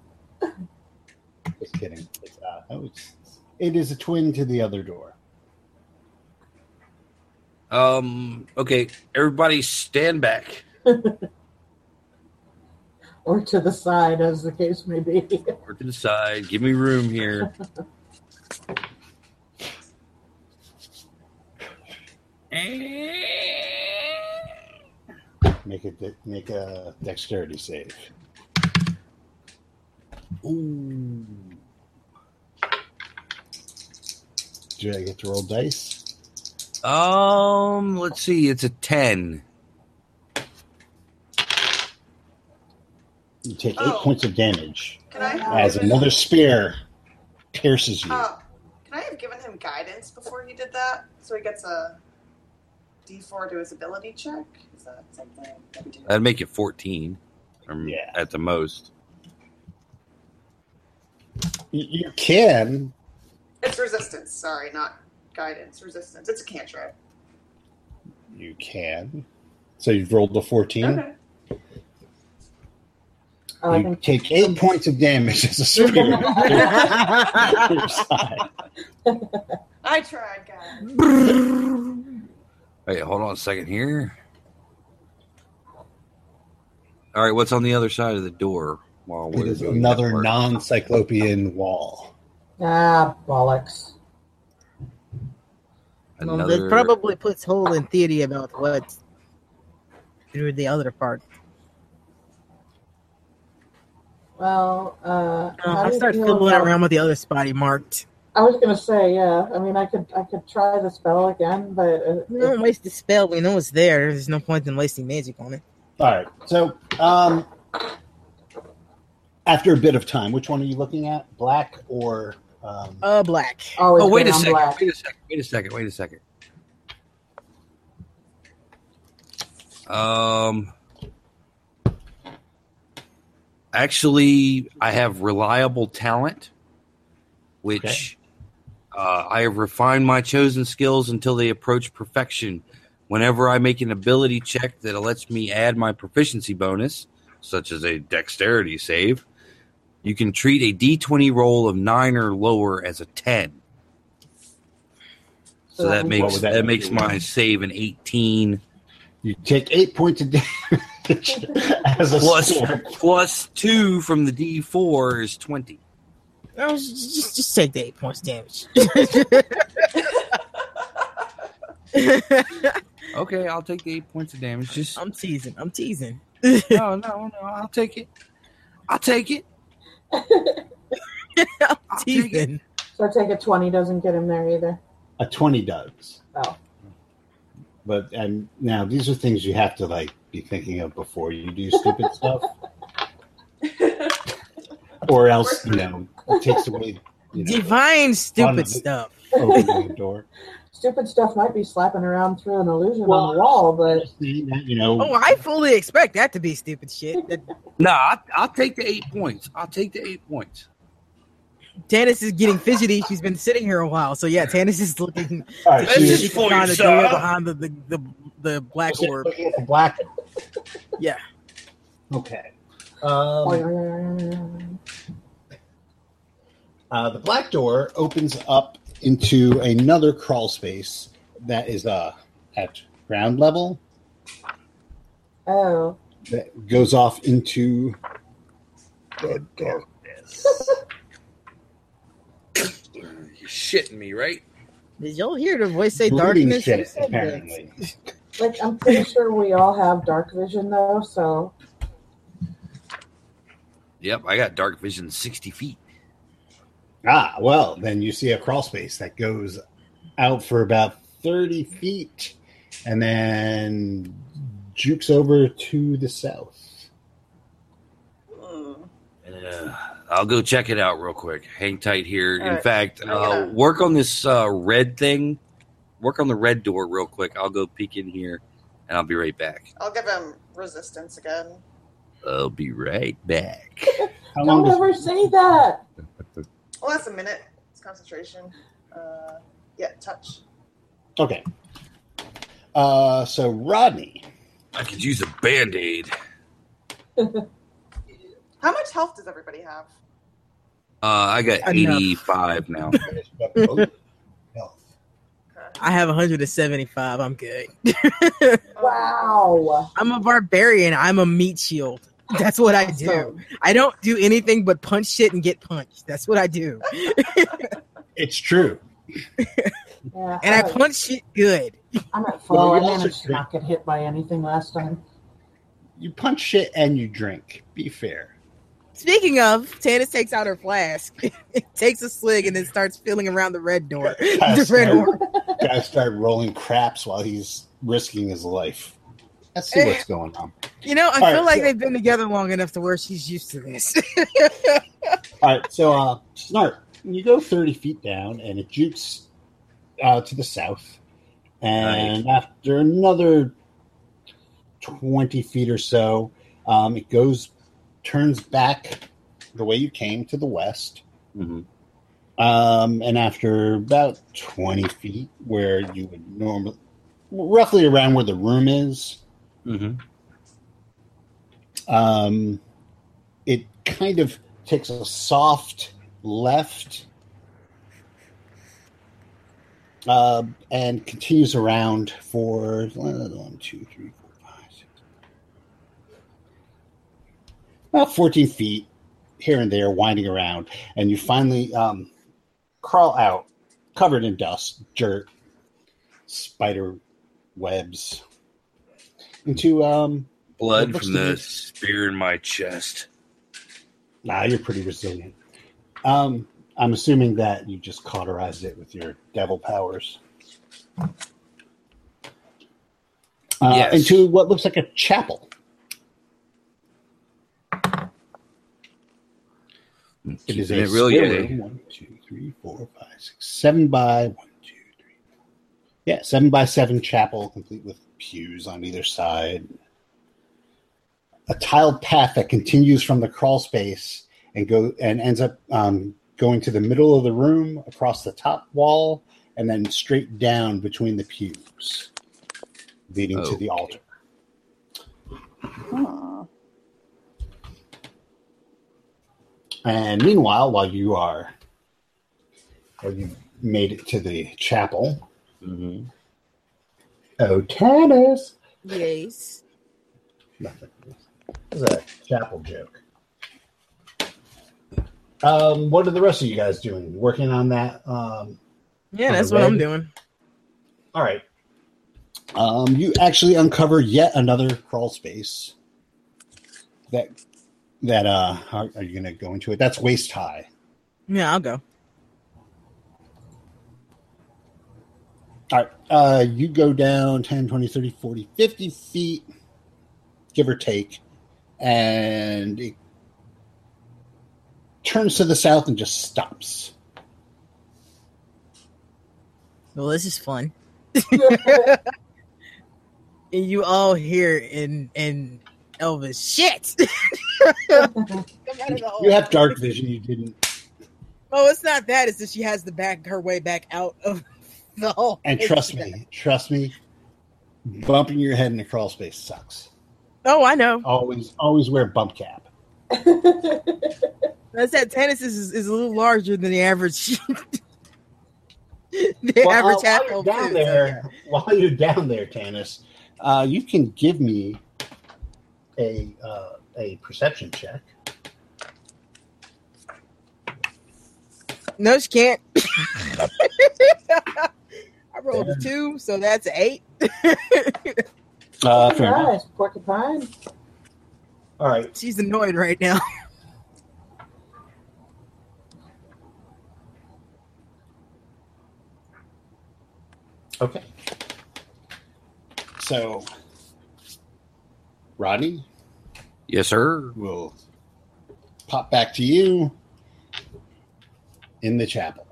Speaker 3: Just kidding. It's, uh, that was- it is a twin to the other door.
Speaker 4: Um. Okay. Everybody, stand back.
Speaker 7: Or to the side, as the case may be.
Speaker 4: Or to the side. Give me room here.
Speaker 3: Make a de- make a dexterity save.
Speaker 4: Ooh.
Speaker 3: Do I get to roll dice?
Speaker 4: Um. Let's see. It's a ten.
Speaker 3: You take eight
Speaker 6: Oh.
Speaker 3: points of damage
Speaker 6: Can I have
Speaker 3: as
Speaker 6: given-
Speaker 3: another spear pierces you.
Speaker 6: Uh, can I have given him guidance before he did that, so he gets a D4 to his ability check? Is that something? that we do?
Speaker 4: That'd make it fourteen. Um,
Speaker 3: Yeah.
Speaker 4: At the most.
Speaker 3: You you can,
Speaker 6: It's resistance. Sorry, not guidance. Resistance. It's a cantrip.
Speaker 3: You can. So you've rolled a 14.
Speaker 6: Okay.
Speaker 7: Oh, I
Speaker 3: you
Speaker 7: think
Speaker 3: take eight points of damage as a spear. Your side.
Speaker 6: I tried, guys.
Speaker 4: Hey, hold on a second here. All right, what's on the other side of the door? While
Speaker 3: it
Speaker 4: we're
Speaker 3: is
Speaker 4: doing that
Speaker 3: another
Speaker 4: work?
Speaker 3: non cyclopean wall.
Speaker 7: ah bollocks.
Speaker 5: Well,
Speaker 4: Another-
Speaker 5: that probably puts hole in theory about what through the other part.
Speaker 7: Well, uh, how
Speaker 5: I
Speaker 7: do you
Speaker 5: start
Speaker 7: feel
Speaker 5: fiddling
Speaker 7: about-
Speaker 5: around with the other spot he marked.
Speaker 7: I was gonna say, yeah. I mean, I could, I could try the spell again, but it,
Speaker 5: We
Speaker 4: Mm.
Speaker 5: don't waste the spell. We know it's there. There's no point in wasting magic on it.
Speaker 3: All right. So um, after a bit of time, which one are you looking at? Black or. Um,
Speaker 5: Uh, black.
Speaker 7: it's always
Speaker 4: Oh, wait
Speaker 7: been
Speaker 4: a
Speaker 7: on
Speaker 4: second.
Speaker 7: black.
Speaker 4: Wait a second. Wait a second. Wait a second. Um, actually, I have reliable talent, which uh, I have refined my chosen skills until they approach perfection. Whenever I make an ability check that lets me add my proficiency bonus, such as a dexterity save, you can treat a d20 roll of nine or lower as a 10. So that
Speaker 3: What
Speaker 4: makes
Speaker 3: would
Speaker 4: that,
Speaker 3: that be?
Speaker 4: makes my save an eighteen
Speaker 3: you take eight points of damage as a
Speaker 4: plus
Speaker 3: sword.
Speaker 4: plus two from the D four is twenty.
Speaker 5: No, just, Oh, just- just take the eight points damage.
Speaker 4: Okay, I'll take the eight points of damage. Just
Speaker 5: I'm teasing. I'm teasing.
Speaker 4: no, no, no. I'll take it. I'll take it.
Speaker 5: I'm
Speaker 4: I'll take it.
Speaker 5: teasing.
Speaker 7: So I take a twenty doesn't get him there either.
Speaker 3: A 20 does.
Speaker 7: Oh,
Speaker 3: But and now these are things you have to like be thinking of before you do stupid stuff. Or else, you know, it takes away you know,
Speaker 5: Divine stupid
Speaker 3: Fun.
Speaker 5: stuff.
Speaker 3: opening the door.
Speaker 7: stupid stuff might be slapping around through an illusion
Speaker 3: Well-
Speaker 7: on the wall, but
Speaker 3: See that, you know,
Speaker 5: Oh, I fully expect that to be stupid shit. That
Speaker 4: No, I, I'll take the eight points. I'll take the eight points.
Speaker 5: Tannis is getting fidgety. She's been sitting here a while, so yeah, Tannis is looking.
Speaker 3: all right, so
Speaker 2: This
Speaker 3: you're
Speaker 2: is
Speaker 5: she's
Speaker 2: for
Speaker 5: behind
Speaker 2: you,
Speaker 5: the door
Speaker 2: sir.
Speaker 5: behind the, the, the, the black
Speaker 3: looking
Speaker 5: orb.
Speaker 3: at the black.
Speaker 5: Yeah.
Speaker 3: Okay. Um, uh, the black door opens up into another crawl space that is uh, at ground level
Speaker 7: oh,
Speaker 3: that goes off into the darkness.
Speaker 4: You're shitting me, right?
Speaker 5: Did y'all hear the voice say
Speaker 3: Bleeding
Speaker 5: darkness? Who
Speaker 3: shit,
Speaker 5: said that?
Speaker 3: apparently.
Speaker 7: like I'm pretty sure we all have dark vision though, so
Speaker 4: Yep, I got dark vision sixty feet.
Speaker 3: Ah, well, then you see a crawl space that goes out for about 30 feet and then jukes over to the south.
Speaker 6: Mm.
Speaker 4: Uh, I'll go check it out real quick. Hang tight here.
Speaker 6: All
Speaker 4: In
Speaker 6: right.
Speaker 4: fact, uh,
Speaker 6: Yeah.
Speaker 4: work on this uh, red thing. Work on the red door real quick. I'll go peek in here, and I'll be right back.
Speaker 6: I'll give him resistance again.
Speaker 4: I'll be right back.
Speaker 3: How long
Speaker 7: don't
Speaker 3: does
Speaker 7: ever say that.
Speaker 6: Well, that's a minute. It's concentration. Uh, yeah, touch.
Speaker 3: Okay. Uh, so Rodney,
Speaker 4: I could use a band aid.
Speaker 6: How much health does everybody have?
Speaker 4: Uh, I got
Speaker 5: Enough.
Speaker 4: 85 now.
Speaker 3: finished up both health.
Speaker 6: Okay.
Speaker 5: I have 175. I'm good.
Speaker 6: Um,
Speaker 7: Wow.
Speaker 5: I'm a barbarian. I'm a meat shield. That's what I do. I don't do anything but punch shit and get punched. That's what I do.
Speaker 3: It's true.
Speaker 7: Yeah,
Speaker 5: And I
Speaker 7: I'm at-
Speaker 5: punch shit good.
Speaker 7: I'm at
Speaker 3: Well,
Speaker 7: full.
Speaker 3: you
Speaker 7: I
Speaker 3: also
Speaker 7: managed to
Speaker 3: drink.
Speaker 7: not get hit by anything last time.
Speaker 3: You punch shit and you drink. Be fair.
Speaker 5: Speaking of, Tannis takes out her flask, takes a swig, and then starts feeling around the red door. The red door.
Speaker 3: Guys start rolling craps while he's risking his life. Let's see what's going on.
Speaker 5: You know, I
Speaker 3: All
Speaker 5: feel
Speaker 3: right,
Speaker 5: like
Speaker 3: so-
Speaker 5: they've been together long enough to where she's used to this.
Speaker 3: All right, so uh, Snart, you go thirty feet down, and it jukes uh, to the south, and after another twenty feet or so, um, it goes turns back the way you came to the west,
Speaker 4: Mhm.
Speaker 3: Um, and after about 20 feet, where you would normally, roughly around where the room is,
Speaker 4: Mm-hmm.
Speaker 3: um, it kind of takes a soft left uh, and continues around for one, two, three, four, five, six, about 14 feet here and there, winding around, and you finally um, crawl out, covered in dust, dirt, spider webs, into um,
Speaker 4: Blood
Speaker 3: It looks
Speaker 4: from
Speaker 3: to
Speaker 4: the
Speaker 3: be-
Speaker 4: spear in my chest.
Speaker 3: Nah, you're pretty resilient. Um, I'm assuming that you just cauterized it with your devil powers. Uh,
Speaker 4: Yes.
Speaker 3: Into what looks like a chapel. It is a
Speaker 4: Keeping it real,
Speaker 3: square
Speaker 4: yeah.
Speaker 3: room. One, two, three, four, five, six, seven by one, two, three. Four. Yeah, seven by seven chapel, complete with pews on either side. A tiled path that continues from the crawl space and go and ends up um, going to the middle of the room, across the top wall, and then straight down between the pews, leading to
Speaker 4: Okay.
Speaker 3: the altar.
Speaker 6: Huh.
Speaker 3: And meanwhile, while you are, or you made it to the chapel,
Speaker 4: Mm-hmm.
Speaker 3: oh, Tannis!
Speaker 9: Yes.
Speaker 3: Nothing. This is a chapel joke. Um, what are the rest of you guys doing? Working on that? Um,
Speaker 5: Yeah,
Speaker 3: On
Speaker 5: that's
Speaker 3: the
Speaker 5: what
Speaker 3: red?
Speaker 5: I'm doing.
Speaker 3: all right. Um, you actually uncover yet another crawl space. That that uh, how, are you going to go into it? That's waist high.
Speaker 5: Yeah, I'll go.
Speaker 3: All right. Uh, you go down 10, 20, 30, 40, 50 feet, give or take, and it turns to the south and just stops.
Speaker 5: Well, this is fun. And you all hear in in Elvis shit. Come out of the
Speaker 6: Oh,
Speaker 5: hole.
Speaker 3: You have dark vision. You didn't.
Speaker 5: Oh, it's not that. It's that she has the back her way back out of the hole.
Speaker 3: And trust me, trust me, bumping your head in a crawl space sucks.
Speaker 5: Oh, I know.
Speaker 3: Always, always wear bump cap.
Speaker 5: That's that. Tennis is is a little larger than the average. the
Speaker 3: Well, uh,
Speaker 5: average half
Speaker 3: while you're down there, while you're down there, Tannis, uh, you can give me a uh, a perception check.
Speaker 5: No, she can't. I rolled a two, so that's an eight.
Speaker 3: Uh, fair enough.
Speaker 7: Nice, porcupine.
Speaker 3: All right.
Speaker 5: She's annoyed right now.
Speaker 3: Okay. So, Rodney,
Speaker 4: Yes, sir.
Speaker 3: we'll pop back to you in the chapel.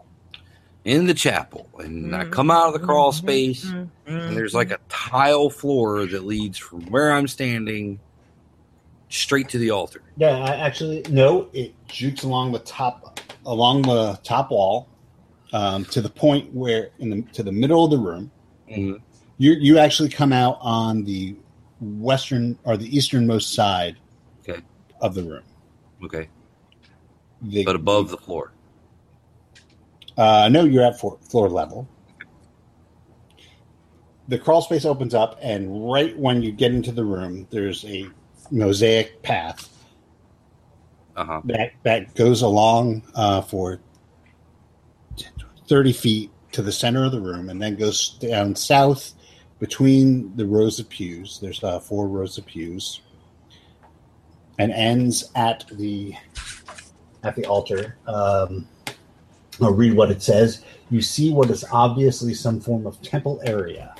Speaker 4: In the chapel, and I come out of the crawl space,
Speaker 5: Mm-hmm.
Speaker 4: and there's like a tile floor that leads from where I'm standing straight to the altar.
Speaker 3: Yeah, I actually no. It shoots along the top, along the top wall, um, to the point where in the to the middle of the room.
Speaker 4: Mhm.
Speaker 3: You you actually come out on the western or the easternmost side
Speaker 4: Okay.
Speaker 3: of the room.
Speaker 4: Okay,
Speaker 3: The,
Speaker 4: but above the floor.
Speaker 3: Uh, no, you're at floor, floor level. The crawl space opens up, and right when you get into the room, there's a mosaic path
Speaker 4: Uh huh.
Speaker 3: that, that goes along uh, for 30 feet to the center of the room and then goes down south between the rows of pews. There's uh, four rows of pews and ends at the at the altar. Um, I'll read what it says. You see what is obviously some form of temple area.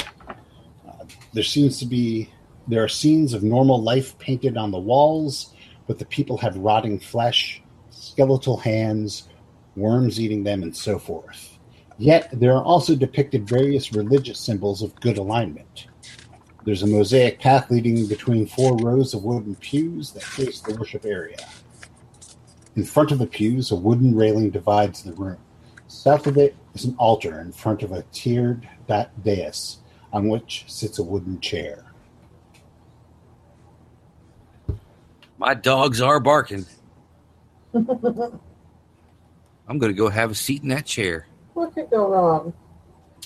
Speaker 3: Uh, there seems to be there are scenes of normal life painted on the walls but the people have rotting flesh, skeletal hands, worms eating them, and so forth. Yet there are also depicted various religious symbols of good alignment. There's a mosaic path leading between four rows of wooden pews that face the worship area. In front of the pews, a wooden railing divides the room. South of it is an altar in front of a tiered da- dais on which sits a wooden chair.
Speaker 4: My dogs are barking. I'm going to go have a seat in that chair.
Speaker 7: What could go wrong?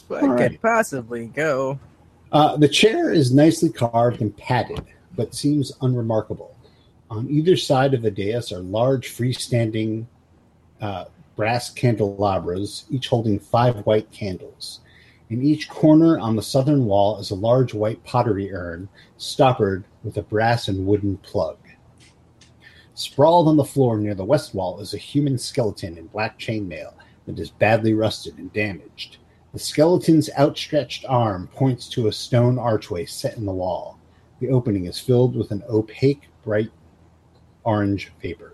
Speaker 5: What
Speaker 3: All
Speaker 5: could
Speaker 3: right.
Speaker 5: possibly go?
Speaker 3: Uh, the chair is nicely carved and padded, but seems unremarkable. On either side of the dais are large freestanding uh, brass candelabras, each holding five white candles. In each corner on the southern wall is a large white pottery urn, stoppered with a brass and wooden plug. Sprawled on the floor near the west wall is a human skeleton in black chainmail that is badly rusted and damaged. The skeleton's outstretched arm points to a stone archway set in the wall. The opening is filled with an opaque, bright orange vapor,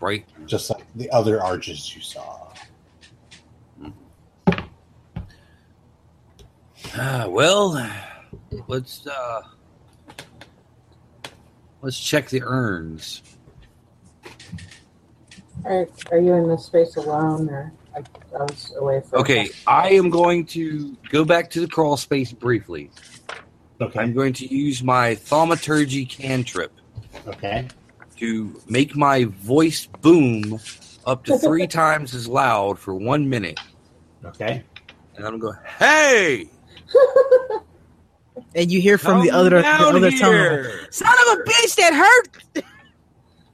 Speaker 4: Right?
Speaker 3: just like the other arches you saw.
Speaker 4: Uh, well, let's uh, let's check the urns.
Speaker 7: Are, are you in this space alone, or I, I was away from?
Speaker 4: Okay, I am going to go back to the crawl space briefly. I'm
Speaker 3: Okay.
Speaker 4: going to use my thaumaturgy cantrip
Speaker 3: Okay.
Speaker 4: to make my voice boom up to three times as loud for one minute,
Speaker 3: Okay.
Speaker 4: and I'm going, "Hey,
Speaker 5: And you hear from the
Speaker 4: come
Speaker 5: other the
Speaker 4: down
Speaker 5: other tunnel.
Speaker 4: here."
Speaker 5: Son of a bitch, that hurt.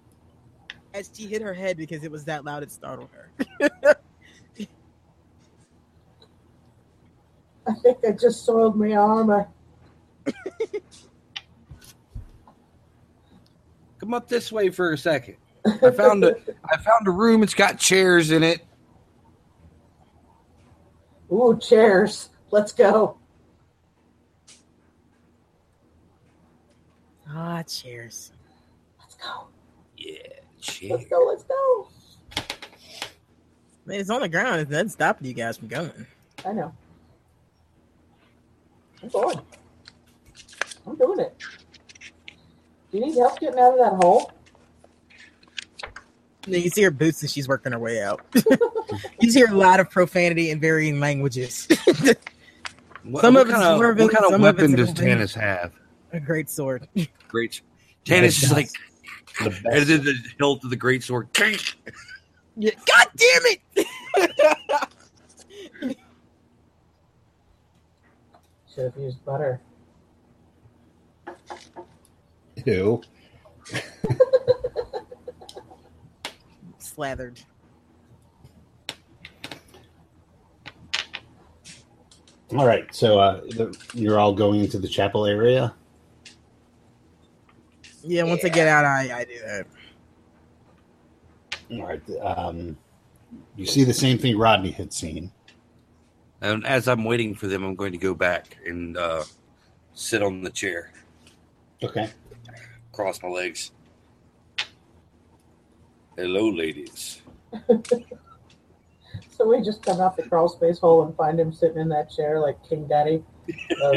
Speaker 5: As she hit her head because it was that loud, it startled her.
Speaker 7: I think I just soiled my armor.
Speaker 4: Come up this way for a second. I found a I found a room. It's got chairs in it.
Speaker 7: Ooh, chairs. Let's go.
Speaker 5: Ah, cheers.
Speaker 7: Let's go.
Speaker 4: Yeah,
Speaker 7: Let's
Speaker 4: chairs.
Speaker 7: go. Let's go.
Speaker 5: Man, it's on the ground. It doesn't stop you guys from going.
Speaker 7: I know. I'm going. I'm doing it. Do you need help getting out of that hole?
Speaker 5: And then you see her boots and she's working her way out. you hear a lot of profanity in varying languages.
Speaker 4: What,
Speaker 5: Some
Speaker 4: what
Speaker 5: of it's
Speaker 4: kind of,
Speaker 5: swerving,
Speaker 4: what kind of
Speaker 5: some of
Speaker 4: weapon
Speaker 5: it's
Speaker 4: does
Speaker 5: moving.
Speaker 4: Tannis have?
Speaker 5: a great sword.
Speaker 4: Great. Tannis is like
Speaker 3: The
Speaker 4: and
Speaker 3: best.
Speaker 4: then the hilt of the great sword.
Speaker 5: Yeah. God damn it!
Speaker 7: Should have used butter.
Speaker 3: Ew.
Speaker 5: Slathered.
Speaker 3: All right. So uh, the, you're all going into the chapel area.
Speaker 5: Yeah, once I get out, I, I do that.
Speaker 3: All right. Um, you see the same thing Rodney had seen.
Speaker 4: And as I'm waiting for them, I'm going to go back and uh, sit on the chair,
Speaker 3: Okay.
Speaker 4: cross my legs. Hello, ladies.
Speaker 7: So we just come out the crawl space hole and find him sitting in that chair like King Daddy of,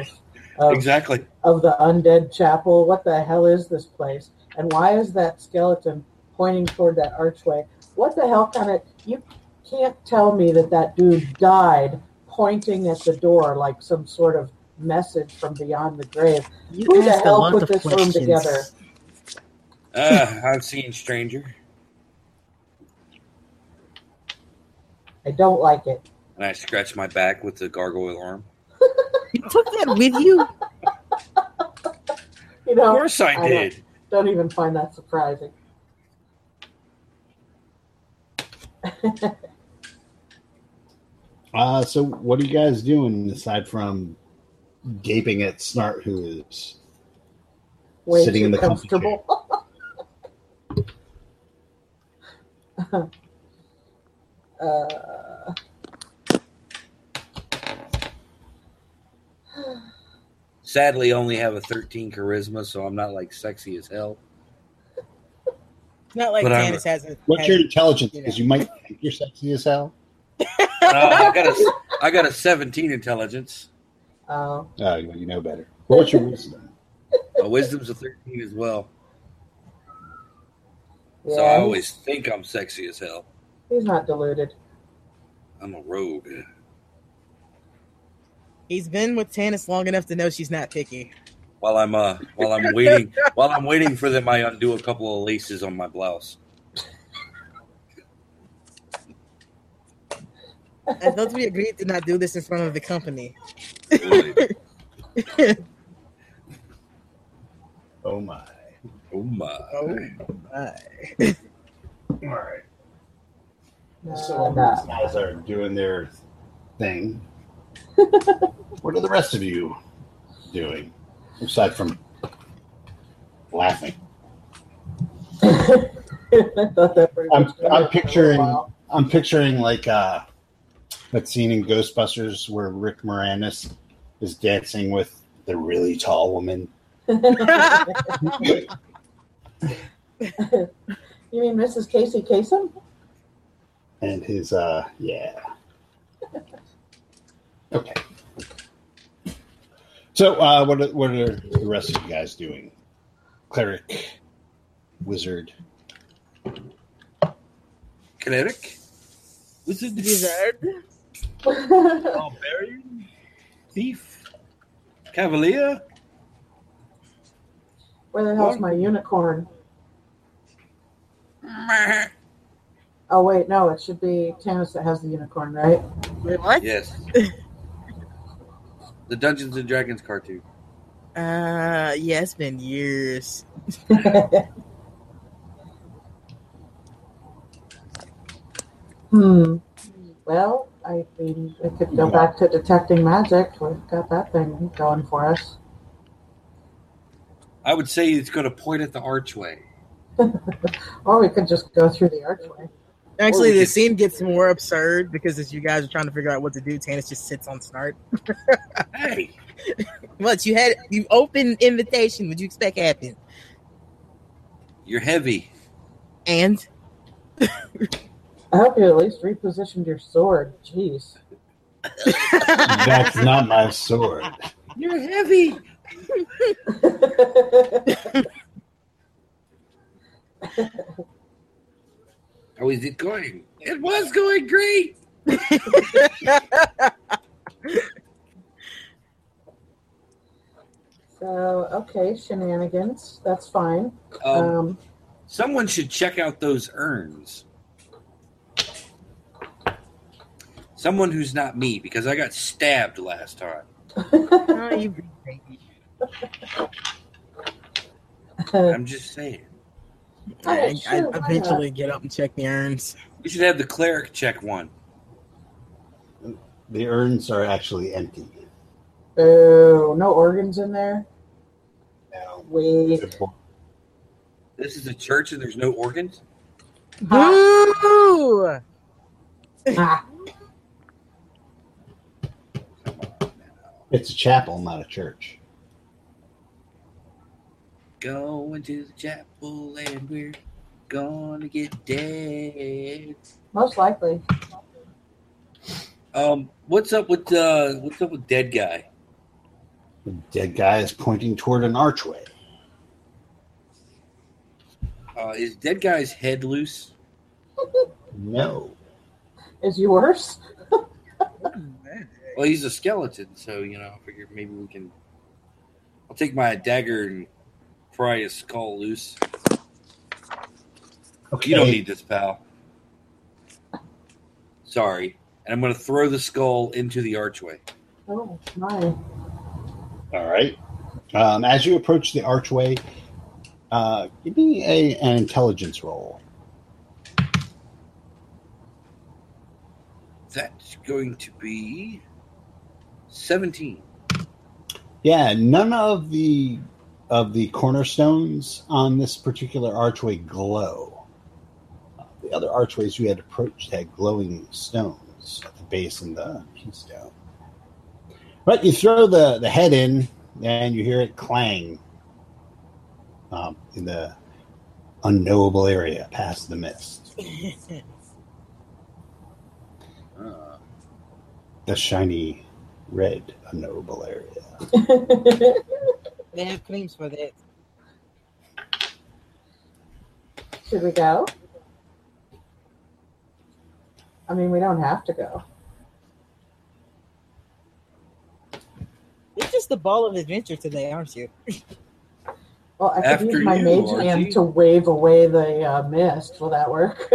Speaker 7: of,
Speaker 4: Exactly.
Speaker 7: of the undead chapel. What the hell is this place? And why is that skeleton pointing toward that archway? What the hell kind of. You can't tell me that that dude died pointing at the door like some sort of message from beyond the grave.
Speaker 5: You
Speaker 7: Who the hell put this room together?
Speaker 4: Uh, I've seen stranger,
Speaker 7: I don't like it.
Speaker 4: and I scratch my back with the gargoyle arm.
Speaker 5: You took that with you?
Speaker 7: You
Speaker 4: Of
Speaker 7: know,
Speaker 4: course, I
Speaker 7: I
Speaker 4: did.
Speaker 7: don't even find that surprising.
Speaker 3: Uh, so what are you guys doing aside from gaping at Snart, who is
Speaker 7: Way
Speaker 3: Sitting
Speaker 7: too
Speaker 3: in the comfy
Speaker 7: comfortable. uh,
Speaker 4: Sadly, I only have a 13 charisma, so I'm not like sexy as hell.
Speaker 5: Not like
Speaker 4: But I'm-
Speaker 5: Tannis has a.
Speaker 3: what's
Speaker 5: has-
Speaker 3: your intelligence?
Speaker 5: you know.
Speaker 3: Because you might think you're sexy as hell.
Speaker 4: Uh, I got a, I got a 17 intelligence.
Speaker 7: oh,
Speaker 3: Oh, well, you know better.
Speaker 4: Uh,
Speaker 3: But what's your wisdom?
Speaker 4: My wisdom's a 13 as well. So I
Speaker 7: he's-
Speaker 4: always think I'm sexy as hell.
Speaker 7: he's not deluded.
Speaker 4: I'm a rogue.
Speaker 5: He's been with Tannis long enough to know she's not picky.
Speaker 4: While I'm uh while I'm waiting while I'm waiting for them, I undo a couple of laces on my blouse.
Speaker 5: I thought we agreed to not do this in front of the company.
Speaker 4: Really.
Speaker 3: Oh my.
Speaker 4: oh my!
Speaker 5: Oh, my.
Speaker 3: All right. So
Speaker 7: No,
Speaker 3: while these
Speaker 7: no.
Speaker 3: guys are doing their thing, what are the rest of you doing aside from laughing?
Speaker 7: I thought that pretty
Speaker 10: I'm-
Speaker 7: much covered
Speaker 10: I'm
Speaker 7: it for a
Speaker 10: picturing-
Speaker 7: while.
Speaker 10: I'm picturing like uh, that scene in Ghostbusters where Rick Moranis is dancing with the really tall woman.
Speaker 7: you mean Mrs. Casey Kasem?
Speaker 10: and his uh yeah okay so uh what are, what are the rest of you guys doing cleric wizard
Speaker 4: Kinetic. Was it
Speaker 5: Wizard.
Speaker 4: barbarian? Thief? Cavalier?
Speaker 7: Where the hell's
Speaker 4: What?
Speaker 7: my unicorn? Oh wait, no, it should be Tannis that has the unicorn, right?
Speaker 5: Wait, what?
Speaker 4: Yes. the Dungeons and Dragons cartoon.
Speaker 5: Uh, yeah, it's been years.
Speaker 7: Hmm. Well, I mean, we could go back to detecting magic. We've got that thing going for us.
Speaker 4: I would say it's going to point at the archway.
Speaker 7: Or we could just go through the archway.
Speaker 5: Actually,
Speaker 4: we
Speaker 5: the
Speaker 4: could-
Speaker 5: scene gets more absurd because as you guys are trying to figure out what to do, Tannis just sits on Snart.
Speaker 4: Hey,
Speaker 5: But you had you open invitation. Would you expect happen?
Speaker 4: you're heavy.
Speaker 5: And
Speaker 7: I hope you at least repositioned your sword. Jeez.
Speaker 3: That's not my sword.
Speaker 4: You're heavy. How is it going? It was going great.
Speaker 7: so, okay, shenanigans. That's fine.
Speaker 4: Um,
Speaker 7: Um,
Speaker 4: someone should check out those urns. Someone who's not me, because I got stabbed last time.
Speaker 7: Um,
Speaker 5: oh, you big baby.
Speaker 4: I'm just saying. Oh,
Speaker 5: I, I
Speaker 7: sure, why not?
Speaker 5: eventually get up and check the urns.
Speaker 4: We should have the cleric check one.
Speaker 3: The urns are actually empty.
Speaker 7: oh, no organs in there?
Speaker 3: Now,
Speaker 7: Wait.
Speaker 4: This is a church and there's no organs?
Speaker 5: Boo!
Speaker 7: Ah,
Speaker 3: it's a chapel, not a church.
Speaker 4: Going to the chapel and we're gonna get dead.
Speaker 7: most likely.
Speaker 4: Um, what's up with uh what's up with dead guy?
Speaker 3: The dead guy is pointing toward an archway.
Speaker 4: Uh is dead guy's head loose?
Speaker 3: No.
Speaker 7: Is yours?
Speaker 4: Well he's a skeleton, so you know, I figure maybe we can I'll take my dagger and pry his skull loose.
Speaker 3: Okay.
Speaker 4: You don't need this, pal. Sorry. And I'm gonna throw the skull into the archway.
Speaker 7: Oh, my.
Speaker 3: All right. Um, as you approach the archway, uh, give me a, an intelligence roll.
Speaker 4: That's going to be seventeen.
Speaker 3: Yeah, none of the of the cornerstones on this particular archway glow. Uh, the other archways you had approached had glowing stones at the base and the keystone. But you throw the, the head in and you hear it clang um, in the unknowable area past the mist.
Speaker 4: Uh,
Speaker 3: The shiny red unknowable area.
Speaker 5: They have creams for that.
Speaker 7: Should we go? I mean, we don't have to go.
Speaker 5: You're just the ball of adventure today, aren't you?
Speaker 7: Well, I could
Speaker 4: After
Speaker 7: use my
Speaker 4: you,
Speaker 7: mage
Speaker 4: Archie.
Speaker 7: hand to wave away the uh, mist. Will that work?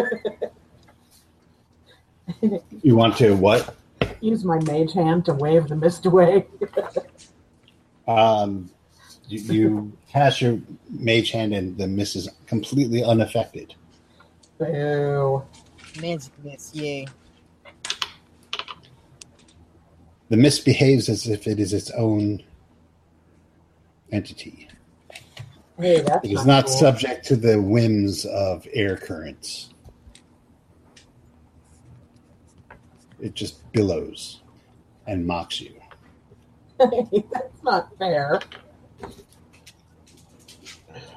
Speaker 3: You want to what?
Speaker 7: use my mage hand to wave the mist away.
Speaker 3: Um, you, you cast your mage hand, and the mist is completely unaffected.
Speaker 7: Boo.
Speaker 5: Magic miss, yay.
Speaker 3: The mist behaves as if it is its own entity.
Speaker 7: Hey, that's
Speaker 3: It is not
Speaker 7: cool.
Speaker 3: subject to the whims of air currents. It just billows and mocks you.
Speaker 7: that's not fair.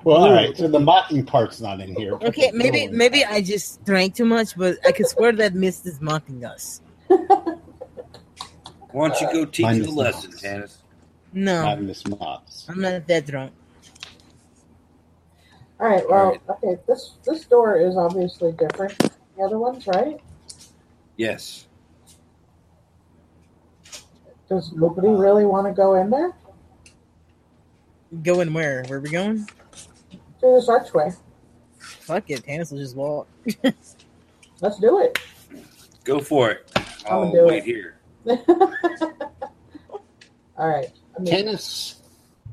Speaker 3: Well, all right. So the mocking part's not in here.
Speaker 5: Okay, maybe maybe I just drank too much, but I could swear that mist is mocking us.
Speaker 4: Why don't you go teach
Speaker 3: Mine
Speaker 4: the
Speaker 3: is
Speaker 4: lesson,
Speaker 3: not.
Speaker 4: Tannis?
Speaker 5: No,
Speaker 3: not
Speaker 5: um,
Speaker 3: Miss Mops.
Speaker 5: I'm not that drunk.
Speaker 7: All right. Well,
Speaker 4: All right.
Speaker 7: okay. This this door is obviously different than the other ones, right?
Speaker 4: Yes.
Speaker 7: Does nobody
Speaker 4: Uh,
Speaker 7: really want to go in there
Speaker 5: Going where? Where we going?
Speaker 7: through this archway?
Speaker 5: Fuck it, Tannis will just walk.
Speaker 7: Let's do it.
Speaker 4: Go for it.
Speaker 7: I'ma
Speaker 4: I'll
Speaker 7: do
Speaker 4: wait
Speaker 7: it.
Speaker 4: here.
Speaker 7: All right. I mean,
Speaker 3: Tennis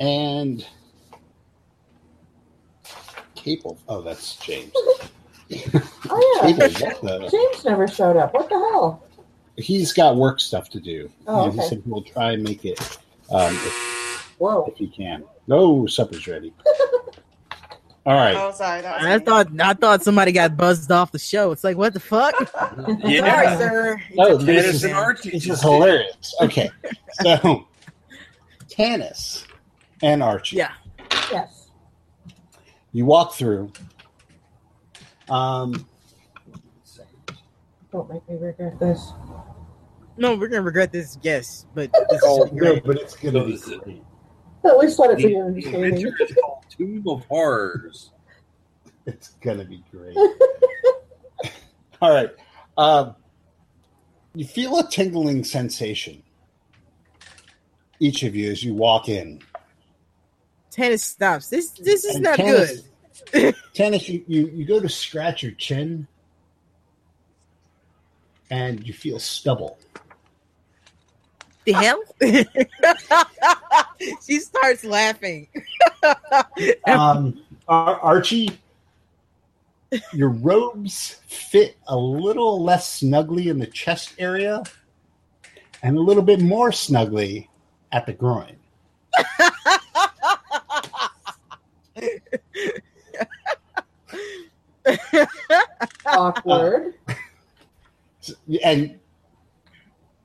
Speaker 3: and Capel. Oh, that's James.
Speaker 7: oh yeah,
Speaker 3: Capel, what the-
Speaker 7: James never showed up. What the hell?
Speaker 3: He's got work stuff to do.
Speaker 7: Oh,
Speaker 3: And He
Speaker 7: okay.
Speaker 3: said we'll try and make it um, if,
Speaker 7: Whoa.
Speaker 3: if he can. No, supper's ready. All right.
Speaker 6: Oh, sorry. That was
Speaker 5: I
Speaker 6: me.
Speaker 5: thought I thought somebody got buzzed off the show. It's like what the fuck? Sorry,
Speaker 4: Yeah.
Speaker 5: sir.
Speaker 3: Oh,
Speaker 5: It's a
Speaker 3: this
Speaker 4: Tannis
Speaker 3: is-
Speaker 4: and
Speaker 5: man.
Speaker 4: Archie.
Speaker 3: This is
Speaker 4: just-
Speaker 3: hilarious. Okay. So, Tannis and Archie.
Speaker 5: Yeah.
Speaker 7: Yes.
Speaker 3: You walk through. Um,
Speaker 7: Don't make me regret this.
Speaker 5: No, we're gonna regret this guess, but this is
Speaker 3: oh,
Speaker 5: gonna be
Speaker 3: no,
Speaker 5: great.
Speaker 3: but it's going to be
Speaker 4: This is-
Speaker 3: great.
Speaker 7: At least let it be
Speaker 4: The adventure
Speaker 7: entertaining.
Speaker 4: is called Tomb of Horrors.
Speaker 3: It's gonna be great. All right. Um, you feel a tingling sensation, each of you, as you walk in.
Speaker 5: Tannis stops. This this is
Speaker 3: And
Speaker 5: not
Speaker 3: Tannis-
Speaker 5: good.
Speaker 3: Tannis, you, you, you go to scratch your chin, and you feel stubble.
Speaker 5: The hell? she starts laughing.
Speaker 3: Um, Ar- Archie, your robes fit a little less snugly in the chest area, and a little bit more snugly at the groin.
Speaker 7: Awkward.
Speaker 3: and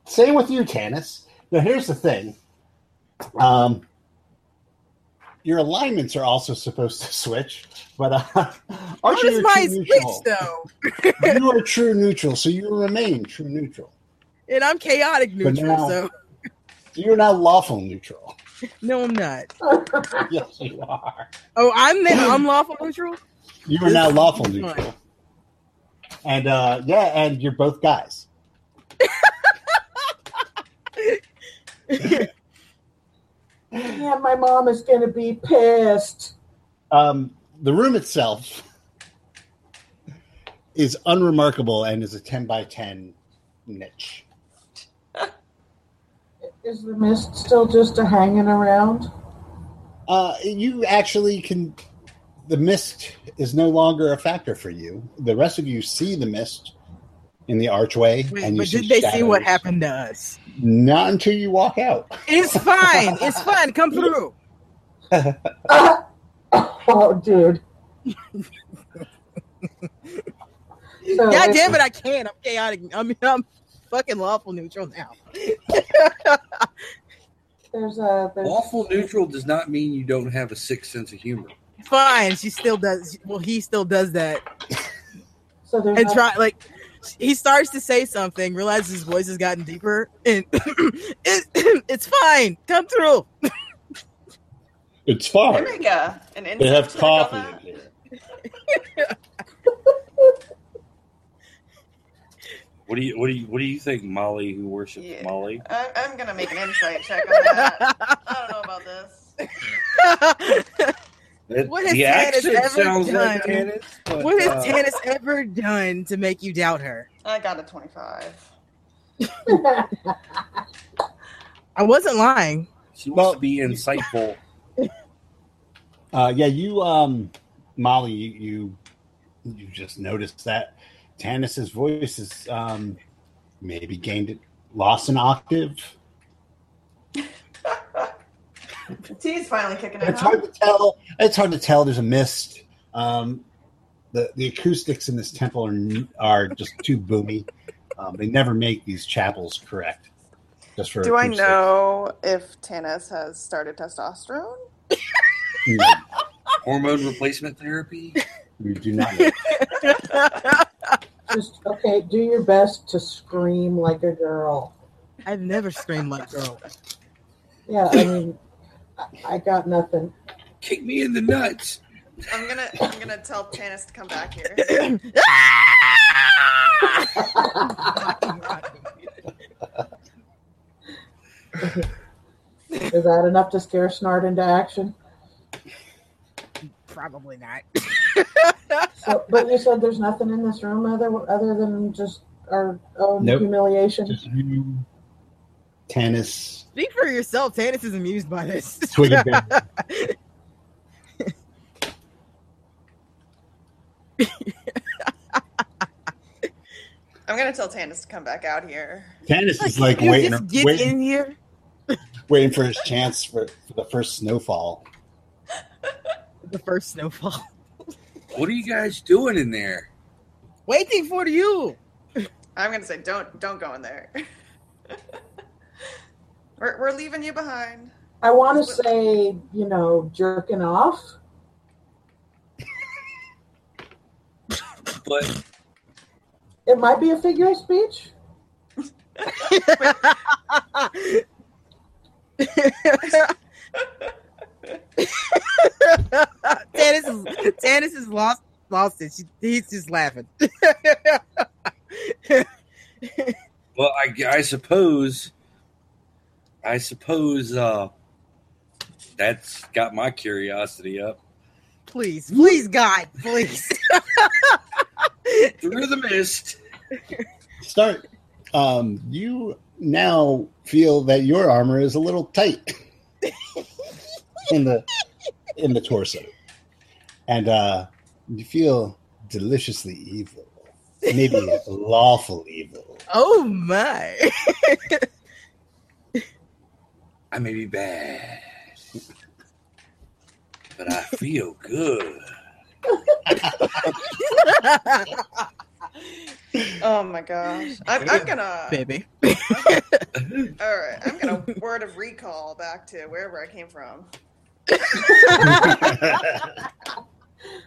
Speaker 3: same with you, Tannis. Now, here's the thing: um, your alignments are also supposed to switch, but uh,
Speaker 5: What
Speaker 3: Archer,
Speaker 5: is
Speaker 3: you're
Speaker 5: my
Speaker 3: true
Speaker 5: switch
Speaker 3: neutral.
Speaker 5: though?
Speaker 3: you are true neutral, so you remain true neutral.
Speaker 5: And I'm chaotic
Speaker 3: But
Speaker 5: neutral,
Speaker 3: now-
Speaker 5: so
Speaker 3: You're not lawful neutral.
Speaker 5: no, I'm not.
Speaker 3: Yes, you are.
Speaker 5: Oh, I'm in unlawful neutral.
Speaker 3: You are now lawful
Speaker 5: Fine.
Speaker 3: neutral. And uh, yeah, and you're both guys.
Speaker 7: Man, my mom is gonna be pissed.
Speaker 3: Um, the room itself is unremarkable and is a 10 by 10 niche.
Speaker 7: Is the mist still just a hanging around?
Speaker 3: Uh, you actually can, the mist is no longer a factor for you. The rest of you see the mist in the archway.
Speaker 5: Wait,
Speaker 3: and you
Speaker 5: but did they see what
Speaker 3: shadows.
Speaker 5: happened to us?
Speaker 3: Not until you walk out.
Speaker 5: It's fine. It's fine. Come through.
Speaker 7: Oh, dude. so
Speaker 5: God
Speaker 7: it-
Speaker 5: damn it, I can't. I'm chaotic. I mean, I'm fucking lawful neutral now.
Speaker 7: There's a there's
Speaker 4: Lawful neutral does not mean you don't have a sick sense of humor.
Speaker 5: Fine. She still does. Well, he still does that.
Speaker 7: so there's
Speaker 5: and
Speaker 7: a-
Speaker 5: try like he starts to say something, realizes his voice has gotten deeper, and it, it's fine. Come through.
Speaker 3: It's fine.
Speaker 6: There we go. An
Speaker 3: They
Speaker 6: insight
Speaker 3: have
Speaker 5: uh-huh.
Speaker 6: check on
Speaker 3: coffee
Speaker 6: that.
Speaker 3: in here.
Speaker 4: What do you what do you what do you think, Molly? Who worships
Speaker 6: Yeah.
Speaker 4: Molly?
Speaker 6: I, I'm gonna make an insight check on that. I don't know about this.
Speaker 4: That-
Speaker 5: What has
Speaker 4: the
Speaker 5: Tannis
Speaker 4: accent
Speaker 5: ever
Speaker 4: sounds like
Speaker 5: done?
Speaker 4: Tannis, but,
Speaker 5: what
Speaker 4: uh,
Speaker 5: has Tannis ever done to make you doubt her?
Speaker 6: I got a 25.
Speaker 5: I wasn't lying.
Speaker 4: She wants
Speaker 3: Well-
Speaker 4: to be insightful.
Speaker 3: Uh, yeah, you, um, Molly, you, you you just noticed that Tannis's voice is um, maybe gained it, lost an octave.
Speaker 6: T's finally kicking in.
Speaker 3: It's
Speaker 6: Huh?
Speaker 3: hard to tell. It's hard to tell. There's a mist. Um, the the acoustics in this temple are n- are just too boomy. Um, they never make these chapels correct. Just for
Speaker 6: Do I
Speaker 3: acoustics.
Speaker 6: know if Tanis has started testosterone?
Speaker 3: No,
Speaker 4: Hormone replacement therapy.
Speaker 3: you do not. Know.
Speaker 7: Just okay. Do your best to scream like a girl.
Speaker 5: I've never screamed like girl.
Speaker 7: Yeah, I mean, I- I got nothing.
Speaker 4: Kick me in the nuts.
Speaker 6: I'm gonna I'm gonna tell Tanis to come back here.
Speaker 7: Is that enough to scare Snart into action?
Speaker 5: Probably not.
Speaker 7: So, but you said there's nothing in this room other other than just our own
Speaker 3: Nope.
Speaker 7: humiliation.
Speaker 3: Just you, Tannis,
Speaker 5: Speak for yourself. Tannis is amused by this.
Speaker 3: Twig and Bam.
Speaker 6: I'm gonna tell Tanis to come back out here.
Speaker 3: Tannis is like
Speaker 5: you
Speaker 3: waiting,
Speaker 5: just get
Speaker 3: waiting,
Speaker 5: in here.
Speaker 3: waiting for his chance for, for the first snowfall.
Speaker 5: The first snowfall.
Speaker 4: What are you guys doing in there?
Speaker 5: Waiting for you.
Speaker 6: I'm gonna say don't don't go in there. we're we're leaving you behind.
Speaker 7: I want to say, you know, jerking off.
Speaker 4: But
Speaker 7: It might be a figure of speech.
Speaker 5: Tannis is Tannis is lost lost it. She, he's just laughing.
Speaker 4: well, I, I suppose, I suppose uh, that's got my curiosity up.
Speaker 5: please, please, God, please.
Speaker 4: Through the mist,
Speaker 3: Start. Um, you now feel that your armor is a little tight in the in the torso, and uh, you feel deliciously evil, maybe lawful evil.
Speaker 5: Oh my.
Speaker 4: I may be bad, but I feel good.
Speaker 6: Oh my gosh. I'm, I'm gonna
Speaker 5: Baby.
Speaker 6: all right. I'm gonna word of recall back to wherever I came from.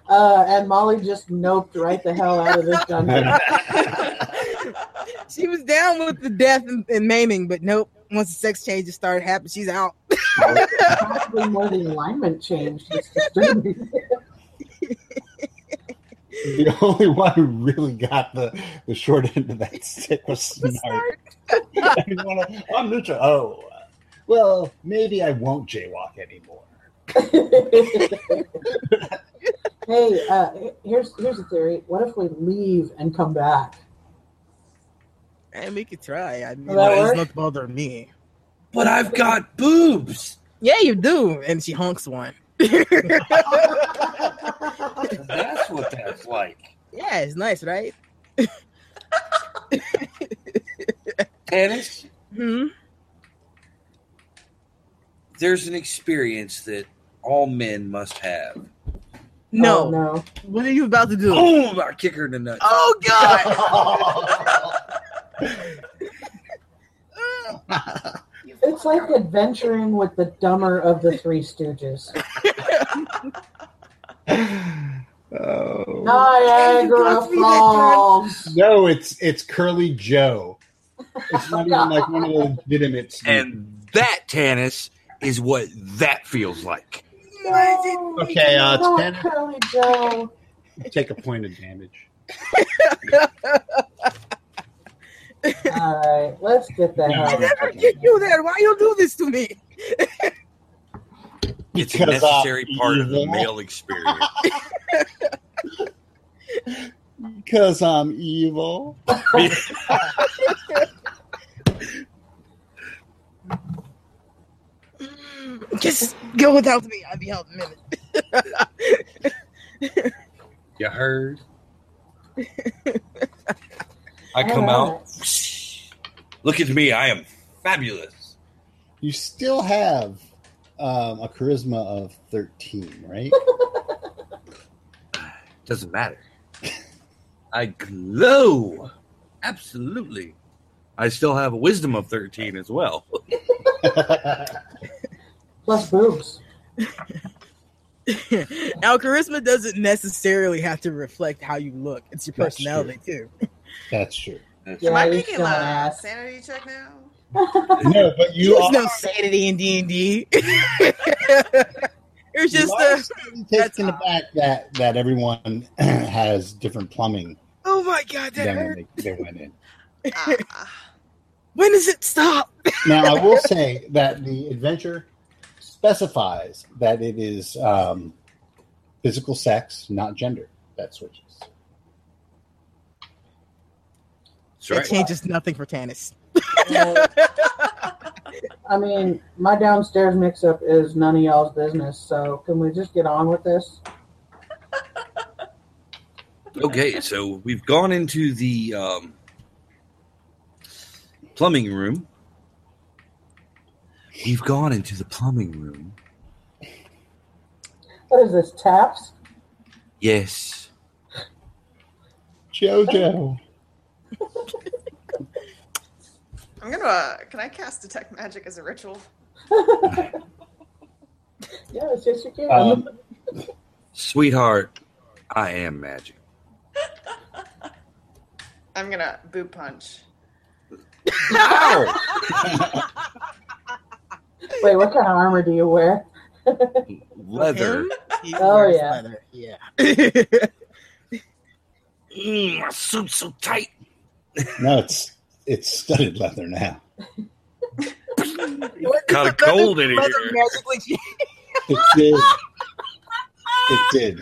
Speaker 7: Uh, and Molly just noped right the hell out of this dungeon.
Speaker 5: she was down with the death and, and maiming, but nope. Once the sex changes started happening, she's out.
Speaker 7: Probably more the alignment changed. It's disturbing.
Speaker 3: the only one who really got the, the short end of that stick was Snart. Everyone else, I'm neutral. Oh, well, maybe I won't jaywalk anymore.
Speaker 7: hey, uh, here's here's a theory. What if we leave and come back?
Speaker 5: And we could try. I mean,
Speaker 7: Will that
Speaker 5: it's
Speaker 7: work?
Speaker 5: not bothering me.
Speaker 4: But I've got boobs.
Speaker 5: Yeah, you do. And she honks one.
Speaker 4: That's what that's like.
Speaker 5: Yeah, it's nice, right?
Speaker 4: Tannis,
Speaker 5: Hmm.
Speaker 4: there's an experience that all men must have.
Speaker 5: No.
Speaker 7: Oh, no.
Speaker 5: What are you about to do? Oh,
Speaker 4: Boom! I kick her in the nuts.
Speaker 5: God!
Speaker 7: It's like adventuring with the dumber of the three Stooges.
Speaker 3: oh.
Speaker 7: Niagara
Speaker 5: You got
Speaker 7: Falls.
Speaker 3: No, it's it's Curly Joe. It's not even like one of the legitimate. Stooges.
Speaker 4: And that, Tannis, is what that feels like.
Speaker 7: No,
Speaker 3: Okay, uh,
Speaker 7: not
Speaker 3: Tanner-
Speaker 7: Curly Joe.
Speaker 3: Take a point of damage.
Speaker 7: All right, let's get the
Speaker 3: Oh,
Speaker 7: hell.
Speaker 5: I never get you there. Why you do this to me?
Speaker 4: It's a
Speaker 3: Because, uh,
Speaker 4: necessary part of the
Speaker 3: evil.
Speaker 4: male experience.
Speaker 3: Because I'm evil.
Speaker 5: Mm, Just go without me. I'll be out in a minute.
Speaker 4: You heard? I come out. Look at me. I am fabulous.
Speaker 3: You still have um, a charisma of 13, right?
Speaker 4: Doesn't matter. I glow. Absolutely. I still have a wisdom of 13 as well.
Speaker 7: Plus boobs.
Speaker 5: now, charisma doesn't necessarily have to reflect how you look. It's your
Speaker 3: That's true.
Speaker 5: personality too.
Speaker 3: That's true.
Speaker 7: Yeah,
Speaker 6: Am I
Speaker 7: you
Speaker 6: making
Speaker 7: still
Speaker 6: a
Speaker 7: ass.
Speaker 6: sanity check now?
Speaker 3: No, but you
Speaker 5: There's
Speaker 3: are.
Speaker 5: no sanity in D and D. There's
Speaker 3: you
Speaker 5: just
Speaker 3: are
Speaker 5: a
Speaker 3: slightly
Speaker 5: that's
Speaker 3: taken aback that that everyone has different plumbing
Speaker 5: oh my god, that
Speaker 3: than
Speaker 5: hurt.
Speaker 3: when they, they went in.
Speaker 6: Ah,
Speaker 5: When does it stop?
Speaker 3: Now, I will say that the adventure specifies that it is um, physical sex, not gender. That switches.
Speaker 4: That's
Speaker 5: That
Speaker 4: right.
Speaker 5: changes nothing for Tannis.
Speaker 7: Uh, I mean, my downstairs mix up is none of y'all's business, so can we just get on with this?
Speaker 4: Okay, so we've gone into the um, plumbing room. We've gone into the plumbing room.
Speaker 7: What is this, taps?
Speaker 4: Yes.
Speaker 3: JoJo.
Speaker 6: I'm gonna. Uh, can I cast detect magic as a ritual?
Speaker 7: Yes, yes, you can.
Speaker 3: Um,
Speaker 4: Sweetheart, I am magic.
Speaker 6: I'm gonna boob punch.
Speaker 4: Ow!
Speaker 7: Wait, what kind of armor do you wear?
Speaker 4: Leather.
Speaker 5: Him? He
Speaker 7: Oh,
Speaker 5: wears
Speaker 7: yeah.
Speaker 5: leather. Yeah.
Speaker 4: Mm, my suit's so tight.
Speaker 3: no, it's it's studded leather now.
Speaker 4: Kinda cold in
Speaker 5: Leather
Speaker 4: here.
Speaker 5: magically
Speaker 3: It
Speaker 5: changes.
Speaker 3: did. it did.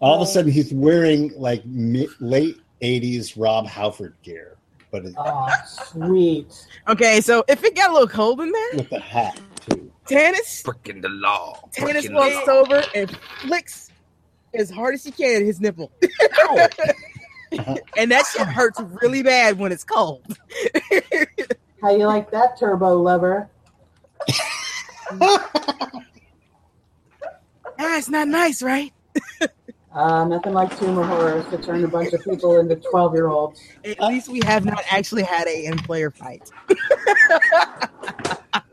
Speaker 3: All of a sudden, he's wearing like mi- late '80s Rob Halford gear, but it,
Speaker 7: Oh, sweet.
Speaker 5: Okay, so if it got a little cold in there,
Speaker 3: with a hat too.
Speaker 5: Tannis
Speaker 4: Breaking the law.
Speaker 5: Tannis
Speaker 4: Breaking the
Speaker 5: walks
Speaker 4: law.
Speaker 5: over and flicks as hard as he can his nipple. and that shit hurts really bad when it's cold.
Speaker 7: How you like that turbo lever?
Speaker 5: Ah, it's not nice, right?
Speaker 7: Uh, nothing like Tomb of Horrors to turn a bunch of people into 12 year olds.
Speaker 5: At least we have not actually had a in player fight.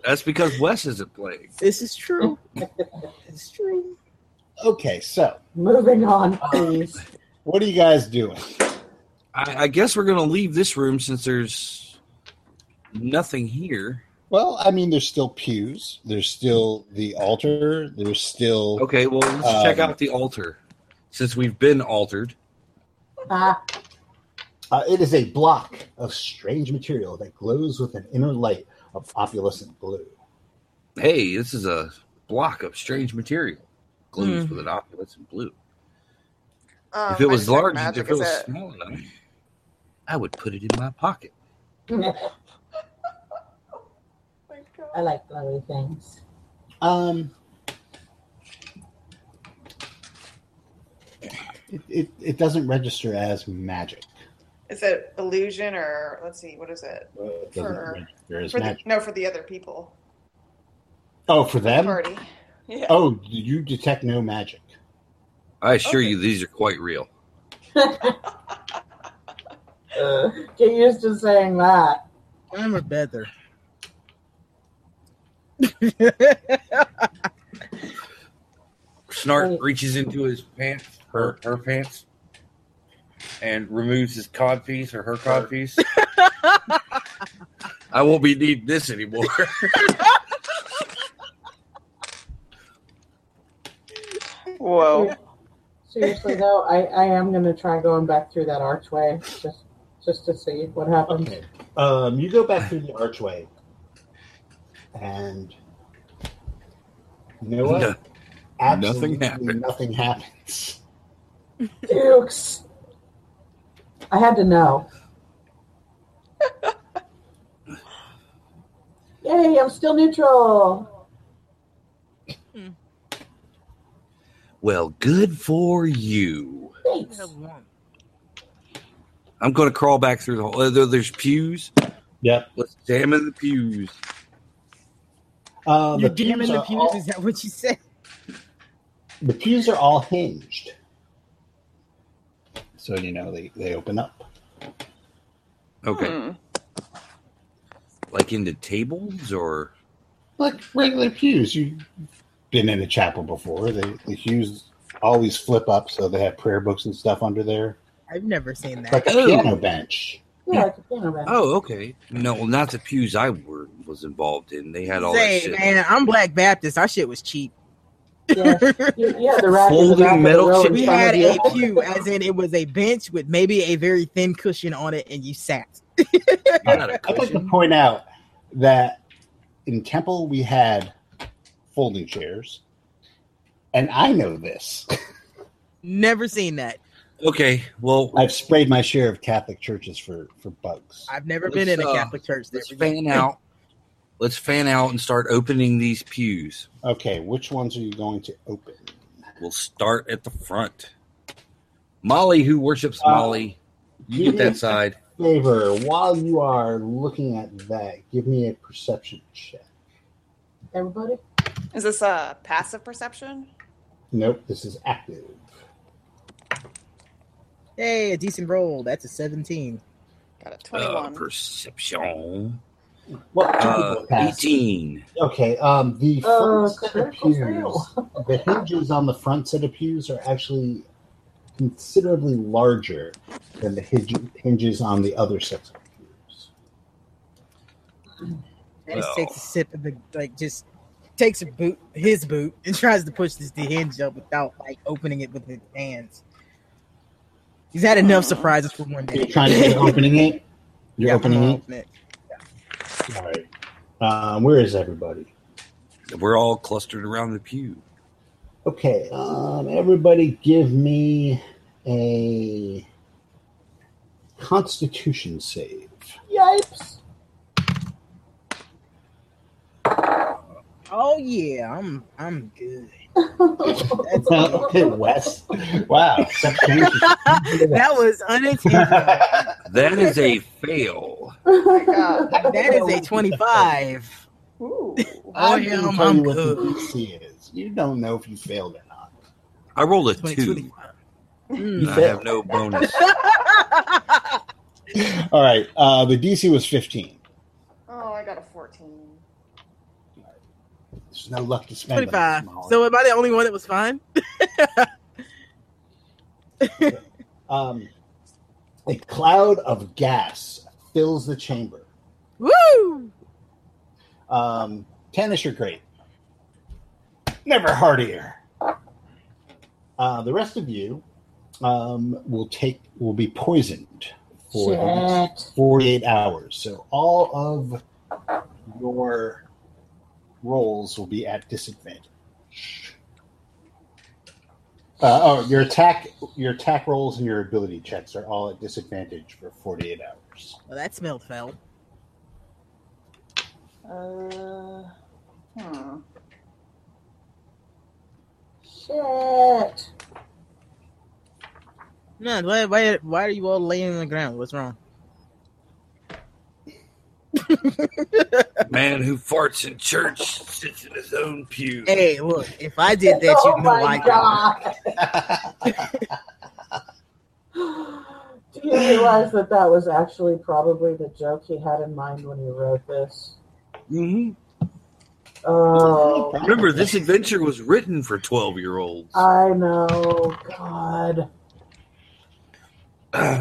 Speaker 4: That's because Wes isn't playing.
Speaker 5: This is true. it's true.
Speaker 3: Okay, so
Speaker 7: Moving on, please.
Speaker 3: what are you guys doing?
Speaker 4: I, I guess we're gonna leave this room since there's nothing here.
Speaker 3: Well, I mean, there's still pews. There's still the altar. There's still
Speaker 4: Okay, well let's check
Speaker 3: Um,
Speaker 4: out the altar. Since we've been altered.
Speaker 7: Ah,
Speaker 3: Uh, it is a block of strange material that glows with an inner light of opalescent blue.
Speaker 4: Hey, this is a block of strange material. Glues
Speaker 5: Mhm.
Speaker 4: with an opulence and blue.
Speaker 6: Um,
Speaker 4: if it
Speaker 6: my
Speaker 4: was
Speaker 6: detect
Speaker 4: large, if
Speaker 6: magic
Speaker 4: it
Speaker 6: is
Speaker 4: was
Speaker 6: at-
Speaker 4: small enough, I would put it in my pocket.
Speaker 6: Oh my God.
Speaker 7: I like glowy things.
Speaker 3: Um, it, it, it doesn't register as magic.
Speaker 6: Is it illusion or let's see, what is it?
Speaker 3: Uh, It doesn't
Speaker 6: For-
Speaker 3: register as
Speaker 6: For the,
Speaker 3: magic.
Speaker 6: no, for the other people
Speaker 3: Oh, for them?
Speaker 6: party. Yeah.
Speaker 3: Oh, you detect no magic.
Speaker 4: I assure
Speaker 6: Okay.
Speaker 4: you these are quite real.
Speaker 7: Uh, get used to saying that.
Speaker 5: I'm a better.
Speaker 4: Snart
Speaker 7: Wait.
Speaker 4: reaches into his pants, her her pants, and removes his cod piece or her cod piece. I won't be needing this anymore.
Speaker 6: Whoa. Oh.
Speaker 7: Seriously though, I, I am gonna try going back through that archway. Just just to see what happens.
Speaker 3: Okay. Um, you go back through the archway, and you know what?
Speaker 4: No-
Speaker 3: Absolutely
Speaker 4: nothing happened.
Speaker 3: Nothing happens.
Speaker 7: Dukes. I had to know. Yay, I'm still neutral.
Speaker 4: Well, good for you.
Speaker 7: Thanks.
Speaker 4: I'm going to crawl back through the hole. Uh, there- there's pews.
Speaker 3: Yep.
Speaker 4: Let's examine the pews.
Speaker 3: Uh,
Speaker 5: You're
Speaker 3: the,
Speaker 5: jamming
Speaker 3: pews
Speaker 5: the
Speaker 3: are
Speaker 5: pews?
Speaker 3: all,
Speaker 5: Is that what you said?
Speaker 3: the pews are all hinged, so you know they, they open up.
Speaker 4: Okay,
Speaker 6: Hmm.
Speaker 4: like into tables or
Speaker 3: like regular pews. You've been in a chapel before. They, the pews always flip up, so they have prayer books and stuff under there,
Speaker 5: I've never seen that.
Speaker 3: like a
Speaker 4: Oh.
Speaker 3: piano bench.
Speaker 7: Yeah, like a piano man.
Speaker 4: oh, okay. No, well, not the pews I were, was involved in. They had all
Speaker 5: Say,
Speaker 4: that shit.
Speaker 5: man, I'm Black Baptist. Our shit was cheap.
Speaker 7: Yeah, you, you had the rack in the
Speaker 4: Folding
Speaker 7: back of the
Speaker 4: metal
Speaker 7: row in
Speaker 4: chips.
Speaker 5: we
Speaker 7: front of
Speaker 5: had
Speaker 7: you.
Speaker 5: a pew, as in it was a bench with maybe a very thin cushion on it, and you sat.
Speaker 4: You had a
Speaker 3: I'd like to
Speaker 4: cushion?
Speaker 3: point out that in temple we had folding chairs, and I know this.
Speaker 5: Never seen that.
Speaker 4: Okay, well,
Speaker 3: I've sprayed my share of Catholic churches for for bugs.
Speaker 5: I've never
Speaker 4: Let's,
Speaker 5: been in
Speaker 4: uh,
Speaker 5: a Catholic church. There.
Speaker 4: let's fan out. Let's fan out and start opening these pews.
Speaker 3: Okay, which ones are you going to open?
Speaker 4: We'll start at the front. Molly, who worships
Speaker 3: Uh,
Speaker 4: Molly, you get that side.
Speaker 3: Favor, while you are looking at that, give me a perception check.
Speaker 7: Everybody?
Speaker 6: Is this a passive perception?
Speaker 3: Nope, this is active.
Speaker 5: Hey, a decent roll. That's a 17.
Speaker 6: Got a
Speaker 4: Uh,
Speaker 6: 21.
Speaker 4: perception.
Speaker 3: Well,
Speaker 4: Uh,
Speaker 3: pass.
Speaker 4: 18.
Speaker 3: Okay, um, the
Speaker 7: Oh,
Speaker 3: front set of
Speaker 7: critical
Speaker 3: pews,
Speaker 7: fail.
Speaker 3: the hinges on the front set of pews are actually considerably larger than the hinge, hinges on the other sets of pews.
Speaker 5: That just
Speaker 4: Well.
Speaker 5: takes a sip of the like just takes a boot his boot and tries to push this the hinge up without like opening it with his hands. He's had enough surprises for one day.
Speaker 3: You're trying to get opening it. You're
Speaker 5: Yeah, I'm
Speaker 3: opening
Speaker 5: gonna
Speaker 3: it.
Speaker 5: open it.
Speaker 3: All right. Um, where is everybody?
Speaker 4: We're all clustered around the pew.
Speaker 3: Okay, um, everybody, give me a Constitution save.
Speaker 7: Yipes.
Speaker 5: Oh yeah, I'm I'm good. That's
Speaker 3: okay, Wes. Wow.
Speaker 5: that was unintentional.
Speaker 4: That is a fail.
Speaker 6: my God.
Speaker 5: that is a twenty-five.
Speaker 6: Ooh.
Speaker 5: Oh
Speaker 3: I'm
Speaker 5: yeah,
Speaker 3: gonna
Speaker 5: I'm,
Speaker 3: tell you
Speaker 5: I'm
Speaker 3: what the
Speaker 5: good.
Speaker 3: DC is. You don't know if you failed or not.
Speaker 4: I rolled a
Speaker 5: 20.
Speaker 4: two.
Speaker 5: Mm.
Speaker 4: and I have no bonus.
Speaker 3: All right. Uh, the DC was 15.
Speaker 6: Oh, I got a 14.
Speaker 3: There's no luck to spend. on this,
Speaker 5: Twenty-five.
Speaker 3: Molly.
Speaker 5: So am I the only one that was fine?
Speaker 3: um, a cloud of gas fills the chamber.
Speaker 5: Woo!
Speaker 3: Um, tennis, you're great. Never hardier. Uh, the rest of you um, will take will be poisoned for the next
Speaker 7: Shit.
Speaker 3: 48 hours. So all of your rolls will be at disadvantage. Uh, oh, your attack, your attack rolls, and your ability checks are all at disadvantage for 48 hours.
Speaker 5: Well, that smelled foul.
Speaker 6: Uh, hmm.
Speaker 7: Shit.
Speaker 5: Man, why, why, why are you all laying on the ground? What's wrong?
Speaker 4: Man who farts in church sits in his own pew.
Speaker 5: Hey, look, if I did that,
Speaker 7: oh
Speaker 5: you know
Speaker 7: my
Speaker 5: I got
Speaker 7: god. Do you realize that that was actually probably the joke he had in mind when he wrote this?
Speaker 4: Mhm.
Speaker 7: Oh,
Speaker 4: Remember, this adventure was written for 12 year olds.
Speaker 7: I know. God.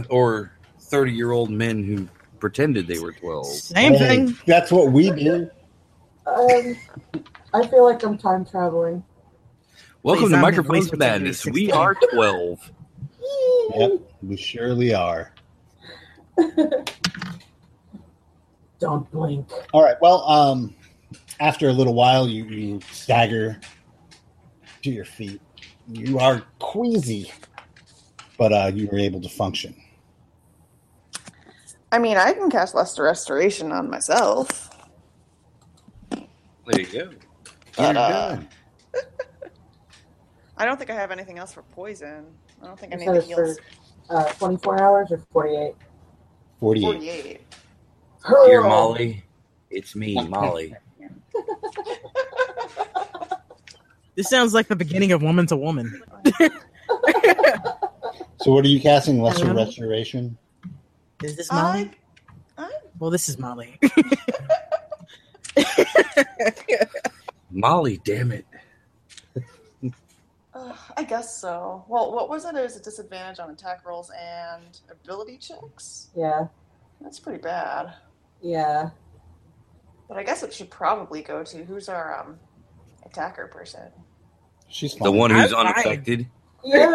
Speaker 4: or 30 year old men who pretended they were 12.
Speaker 5: Same
Speaker 3: Hey,
Speaker 5: thing.
Speaker 3: That's what we do.
Speaker 7: Um, I feel like I'm time traveling.
Speaker 4: Welcome
Speaker 5: Please,
Speaker 4: to
Speaker 5: I'm
Speaker 4: Microphones
Speaker 5: grateful to
Speaker 4: Madness.
Speaker 5: you,
Speaker 4: We
Speaker 5: 16.
Speaker 4: are 12.
Speaker 3: Yep, we surely are.
Speaker 7: Don't blink.
Speaker 3: All right. Well, um, after a little while, you, you stagger to your feet. You are queasy, but uh, you are able to function.
Speaker 6: I mean, I can cast Lesser Restoration on myself.
Speaker 4: There you go.
Speaker 6: But,
Speaker 8: You're
Speaker 6: uh,
Speaker 8: good.
Speaker 6: I don't think I have anything else for poison. I don't think I
Speaker 7: You
Speaker 6: need
Speaker 7: said
Speaker 6: the
Speaker 7: it's for
Speaker 6: heals.
Speaker 7: uh, 24 hours or 48?
Speaker 3: 48.
Speaker 6: 48.
Speaker 4: Dear Molly, it's me, Molly.
Speaker 5: This sounds like the beginning of Woman to Woman.
Speaker 3: So, what are you casting? Lesser
Speaker 5: Hello?
Speaker 3: Restoration?
Speaker 5: Is this Molly?
Speaker 6: I, I,
Speaker 5: well, this is Molly.
Speaker 4: Molly, damn it.
Speaker 6: uh, I guess so. Well, what was it? It was a disadvantage on attack rolls and ability checks.
Speaker 7: Yeah,
Speaker 6: That's pretty bad.
Speaker 7: yeah.
Speaker 6: But I guess it should probably go to who's our um, attacker person.
Speaker 3: She's
Speaker 4: The
Speaker 3: fine.
Speaker 4: one who's
Speaker 5: I'm fine.
Speaker 4: unaffected.
Speaker 7: Yeah,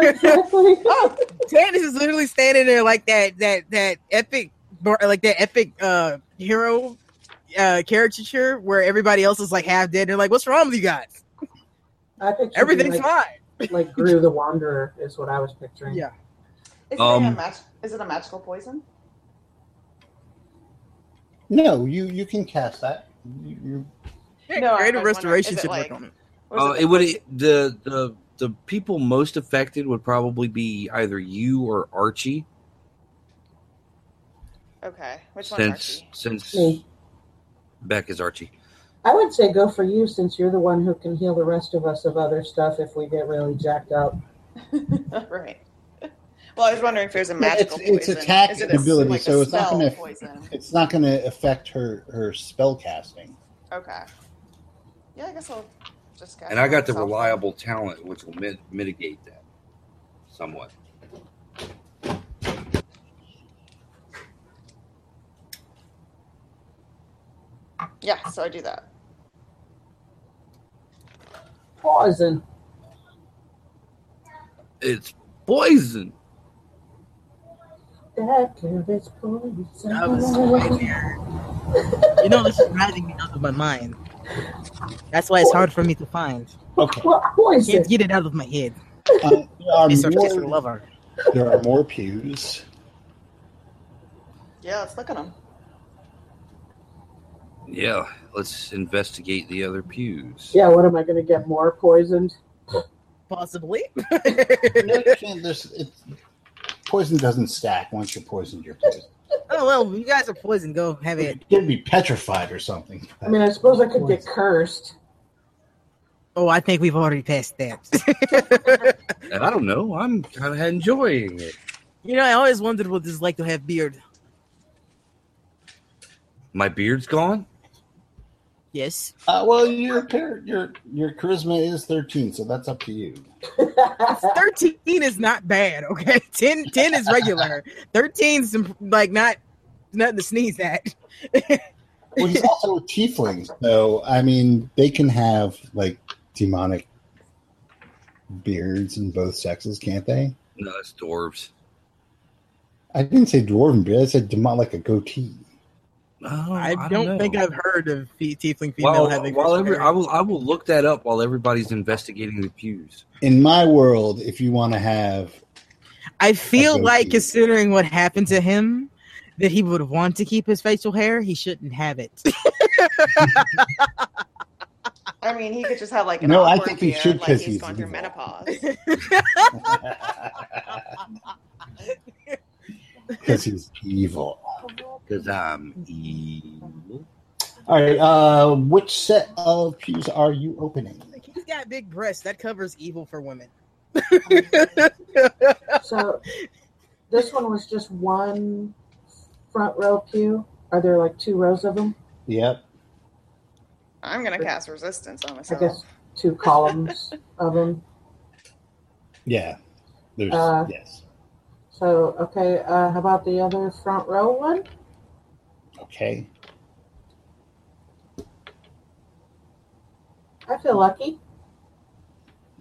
Speaker 7: exactly.
Speaker 5: Ah!
Speaker 6: Oh,
Speaker 5: Tannis is literally standing there like that that that epic bar- like that epic uh hero uh caricature where everybody else is like half dead. They're like, "What's wrong with you guys?
Speaker 7: I pictured
Speaker 5: Everything's
Speaker 7: like,
Speaker 5: fine."
Speaker 7: like Gru the Wanderer is what I was picturing.
Speaker 5: Yeah.
Speaker 6: is, it a
Speaker 4: Um,
Speaker 6: mag- is it a magical poison?
Speaker 3: No, you, you can cast that. You, you,
Speaker 6: No,
Speaker 5: Creative
Speaker 6: I was wondering,
Speaker 5: restoration
Speaker 6: is it
Speaker 5: should
Speaker 6: like-
Speaker 5: work on it.
Speaker 6: Or is
Speaker 4: Uh,
Speaker 6: it-
Speaker 4: it would the the the people most affected would probably be either you or Archie,
Speaker 6: okay. Which one's
Speaker 4: since
Speaker 6: Archie?
Speaker 4: since
Speaker 7: Me.
Speaker 4: Beck is Archie.
Speaker 7: I would say go for you since you're the one who can heal the rest of us of other stuff if we get really jacked up.
Speaker 6: right. Well, I was wondering if there's a
Speaker 3: Yeah, it's-
Speaker 6: magical
Speaker 3: it's
Speaker 6: poison.
Speaker 3: attack
Speaker 6: Is it
Speaker 3: and ability,
Speaker 6: like a
Speaker 3: so it's not
Speaker 6: spell
Speaker 3: gonna-
Speaker 6: poison.
Speaker 3: it's not going to affect her, her spell casting.
Speaker 6: Okay. Yeah, I guess I'll just
Speaker 4: And I got the
Speaker 6: myself.
Speaker 4: reliable talent, which will mit- mitigate that somewhat.
Speaker 6: Yeah, so I do that.
Speaker 7: Poison.
Speaker 4: It's poison.
Speaker 7: Decker, it's poison.
Speaker 5: I was right there. you know, this is driving me out of my mind. That's why it's hard for me to find.
Speaker 3: Okay.
Speaker 7: Well, poison.
Speaker 5: Can't get it out of my head.
Speaker 3: Uh, there, are
Speaker 5: It's our sister
Speaker 3: more,
Speaker 5: lover.
Speaker 3: there are more pews.
Speaker 6: Yeah, let's look at them.
Speaker 4: Yeah, let's investigate the other pews.
Speaker 7: Yeah, what am I going to get more poisoned?
Speaker 5: Possibly.
Speaker 3: No, you can't, there's, it's, poison doesn't stack. Once you're poisoned, you're poisoned.
Speaker 5: oh well, you guys are poison. Go have it.
Speaker 3: It could be petrified or something.
Speaker 7: I mean, I suppose I could get cursed.
Speaker 5: Oh, I think we've already passed that.
Speaker 4: And I don't know. I'm kind of enjoying it.
Speaker 5: you know, I always wondered what it's like to have beard.
Speaker 4: My beard's gone.
Speaker 5: Yes.
Speaker 3: Uh, well, your par- your your charisma is thirteen, so that's up to you.
Speaker 5: 13 is not bad, okay? 10, 10 is regular. 13's like not nothing to sneeze at.
Speaker 3: Well, he's also a tiefling, so I mean, they can have like demonic beards in both sexes, can't they?
Speaker 4: No, it's dwarves.
Speaker 3: I didn't say dwarven beard; I said demon like a goatee.
Speaker 4: Oh,
Speaker 5: I don't,
Speaker 4: know.
Speaker 5: think I've heard of fe- tiefling female
Speaker 4: While,
Speaker 5: having
Speaker 4: while
Speaker 5: facial
Speaker 4: every,
Speaker 5: hair.
Speaker 4: I will I will look that up while everybody's investigating the pews.
Speaker 3: In my world, if you want to have,
Speaker 5: I feel
Speaker 3: goatee.
Speaker 5: like considering what happened to him that he would want to keep his facial hair, he shouldn't have it.
Speaker 6: I mean, he could just have like an
Speaker 3: No, I
Speaker 6: awkward
Speaker 3: think he
Speaker 6: beard,
Speaker 3: should
Speaker 6: like
Speaker 3: 'cause
Speaker 6: he's,
Speaker 3: he's
Speaker 6: gone through
Speaker 3: evil.
Speaker 6: menopause.
Speaker 3: because he's evil.
Speaker 4: Because
Speaker 3: um,
Speaker 4: I'm evil.
Speaker 3: All right, uh, which set of pews are you opening?
Speaker 5: Like, he's got big breasts. That covers evil for women.
Speaker 7: So this one was just one front row pew. Are there like two rows of them?
Speaker 3: Yep.
Speaker 6: I'm gonna cast resistance on
Speaker 7: I
Speaker 6: myself.
Speaker 7: guess two columns of them.
Speaker 3: Yeah. There's
Speaker 7: Uh,
Speaker 3: yes.
Speaker 7: So okay, uh, how about the other front row one?
Speaker 3: Okay.
Speaker 7: I feel lucky.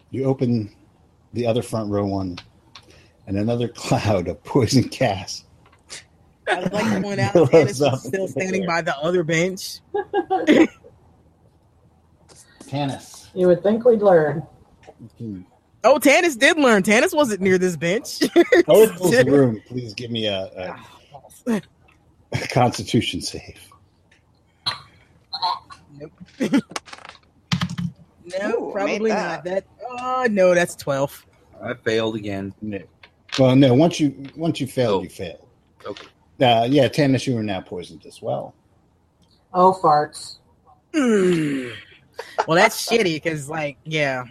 Speaker 3: You open the other front row one, and another cloud of poison gas
Speaker 5: I'd like to point out
Speaker 3: Blows
Speaker 5: Tannis
Speaker 3: up
Speaker 5: is still
Speaker 3: in the
Speaker 5: standing
Speaker 3: air.
Speaker 5: by the other bench.
Speaker 3: Tannis.
Speaker 7: You would think we'd learn.
Speaker 5: Oh, Tannis did learn. Tannis wasn't near this bench.
Speaker 3: Oatmeal's room, please give me a, a, a constitution save.
Speaker 5: no,
Speaker 6: Ooh,
Speaker 5: probably
Speaker 6: made
Speaker 5: not.
Speaker 6: that.
Speaker 5: That. Oh no, that's twelve.
Speaker 4: I failed again.
Speaker 3: No. Well, no. Once you once you failed,
Speaker 4: Oh.
Speaker 3: you failed.
Speaker 4: Okay.
Speaker 3: Uh, yeah, Tannis, you are now poisoned as well.
Speaker 7: Oh, farts.
Speaker 5: Mm. well, that's shitty because, like, yeah.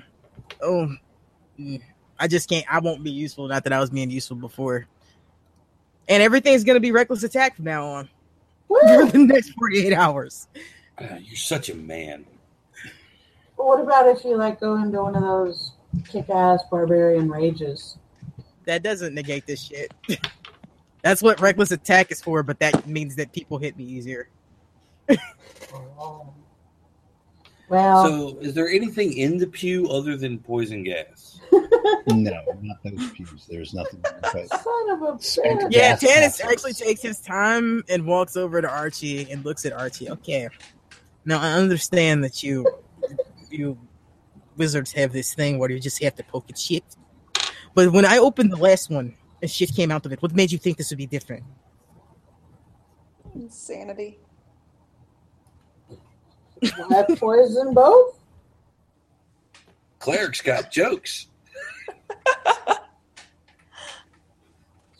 Speaker 5: Oh, mm. I just can't. I won't be useful. Not that I was being useful before. And everything's gonna be reckless attack from now on for
Speaker 7: Woo!
Speaker 5: the next forty-eight hours.
Speaker 4: Ah, You're such a man.
Speaker 7: But what about if you like go into one of those kick-ass barbarian rages?
Speaker 5: That doesn't negate this shit. that's what reckless attack is for. But that means that people hit me easier.
Speaker 7: Well,
Speaker 4: So, is there anything in the pew other than poison gas?
Speaker 3: No, not those pews. There's nothing. But
Speaker 7: son of a
Speaker 3: Spank-
Speaker 7: bitch.
Speaker 5: Yeah,
Speaker 3: Yes,
Speaker 5: Tannis
Speaker 3: yes.
Speaker 5: actually takes his time and walks over to Archie and looks at Archie. Okay, now I understand that you you wizards have this thing where you just have to poke at shit. But when I opened the last one and shit came out of it, what made you think this would be different?
Speaker 6: Insanity.
Speaker 7: Why poison both?
Speaker 4: Cleric's got jokes.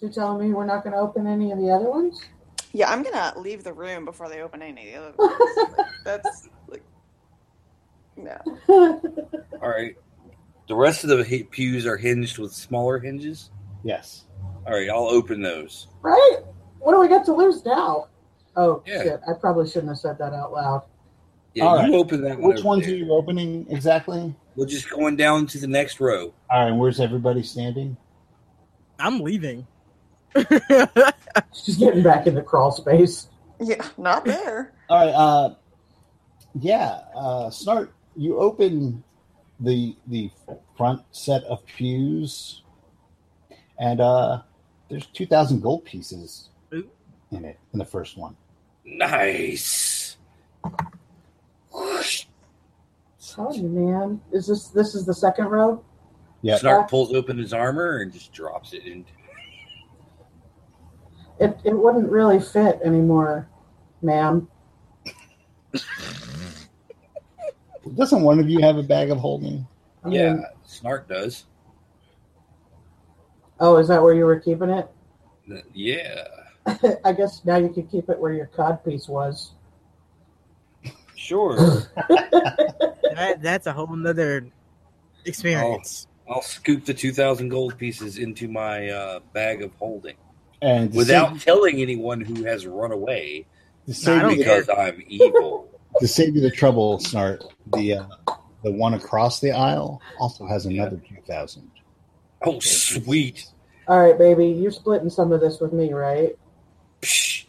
Speaker 7: You're telling me we're not going to open any of the other ones?
Speaker 6: Yeah, I'm gonna leave the room before they open any of the other ones. Like, that's like, no.
Speaker 4: All right. The rest of the hi- pews are hinged with smaller hinges.
Speaker 3: yes,
Speaker 4: All right, I'll open those.
Speaker 7: Right? What do we got to lose now? Oh,
Speaker 4: Yeah.
Speaker 7: shit. I probably shouldn't have said that out loud.
Speaker 4: Yeah,
Speaker 3: All
Speaker 4: you
Speaker 3: right.
Speaker 4: open that one.
Speaker 3: which
Speaker 4: over
Speaker 3: ones
Speaker 4: there.
Speaker 3: are you opening exactly?
Speaker 4: We're just going down to the next row.
Speaker 3: All right, where's everybody standing?
Speaker 5: I'm leaving.
Speaker 7: She's getting back in the crawl space.
Speaker 6: Yeah, not there.
Speaker 3: All right. Uh, yeah, uh, Snart, you open the the front set of pews, and uh, there's two thousand gold pieces
Speaker 5: Ooh.
Speaker 3: in it in the first one.
Speaker 4: Nice.
Speaker 7: Sorry, man. Is this this is the second row?
Speaker 3: Yeah.
Speaker 4: Snark pulls open his armor and just drops it in.
Speaker 7: It it wouldn't really fit anymore, ma'am.
Speaker 3: Doesn't one of you have a bag of holding?
Speaker 7: I mean-
Speaker 4: Yeah, Snark does.
Speaker 7: oh, is that where you were keeping it?
Speaker 4: Yeah,
Speaker 7: I guess now you could keep it where your codpiece was.
Speaker 4: sure.
Speaker 5: That, that's a whole nother experience.
Speaker 4: I'll scoop the 2,000 gold pieces into my uh, bag of holding
Speaker 3: And to
Speaker 4: without
Speaker 3: save,
Speaker 4: telling anyone who has run away
Speaker 3: to save
Speaker 5: I don't
Speaker 3: you the-
Speaker 5: care.
Speaker 4: because I'm evil.
Speaker 3: to save you the trouble, Snart, the uh, the one across the aisle also has another two thousand.
Speaker 4: Oh, sweet.
Speaker 7: All right, baby, you're splitting some of this with me, right?
Speaker 4: Psh.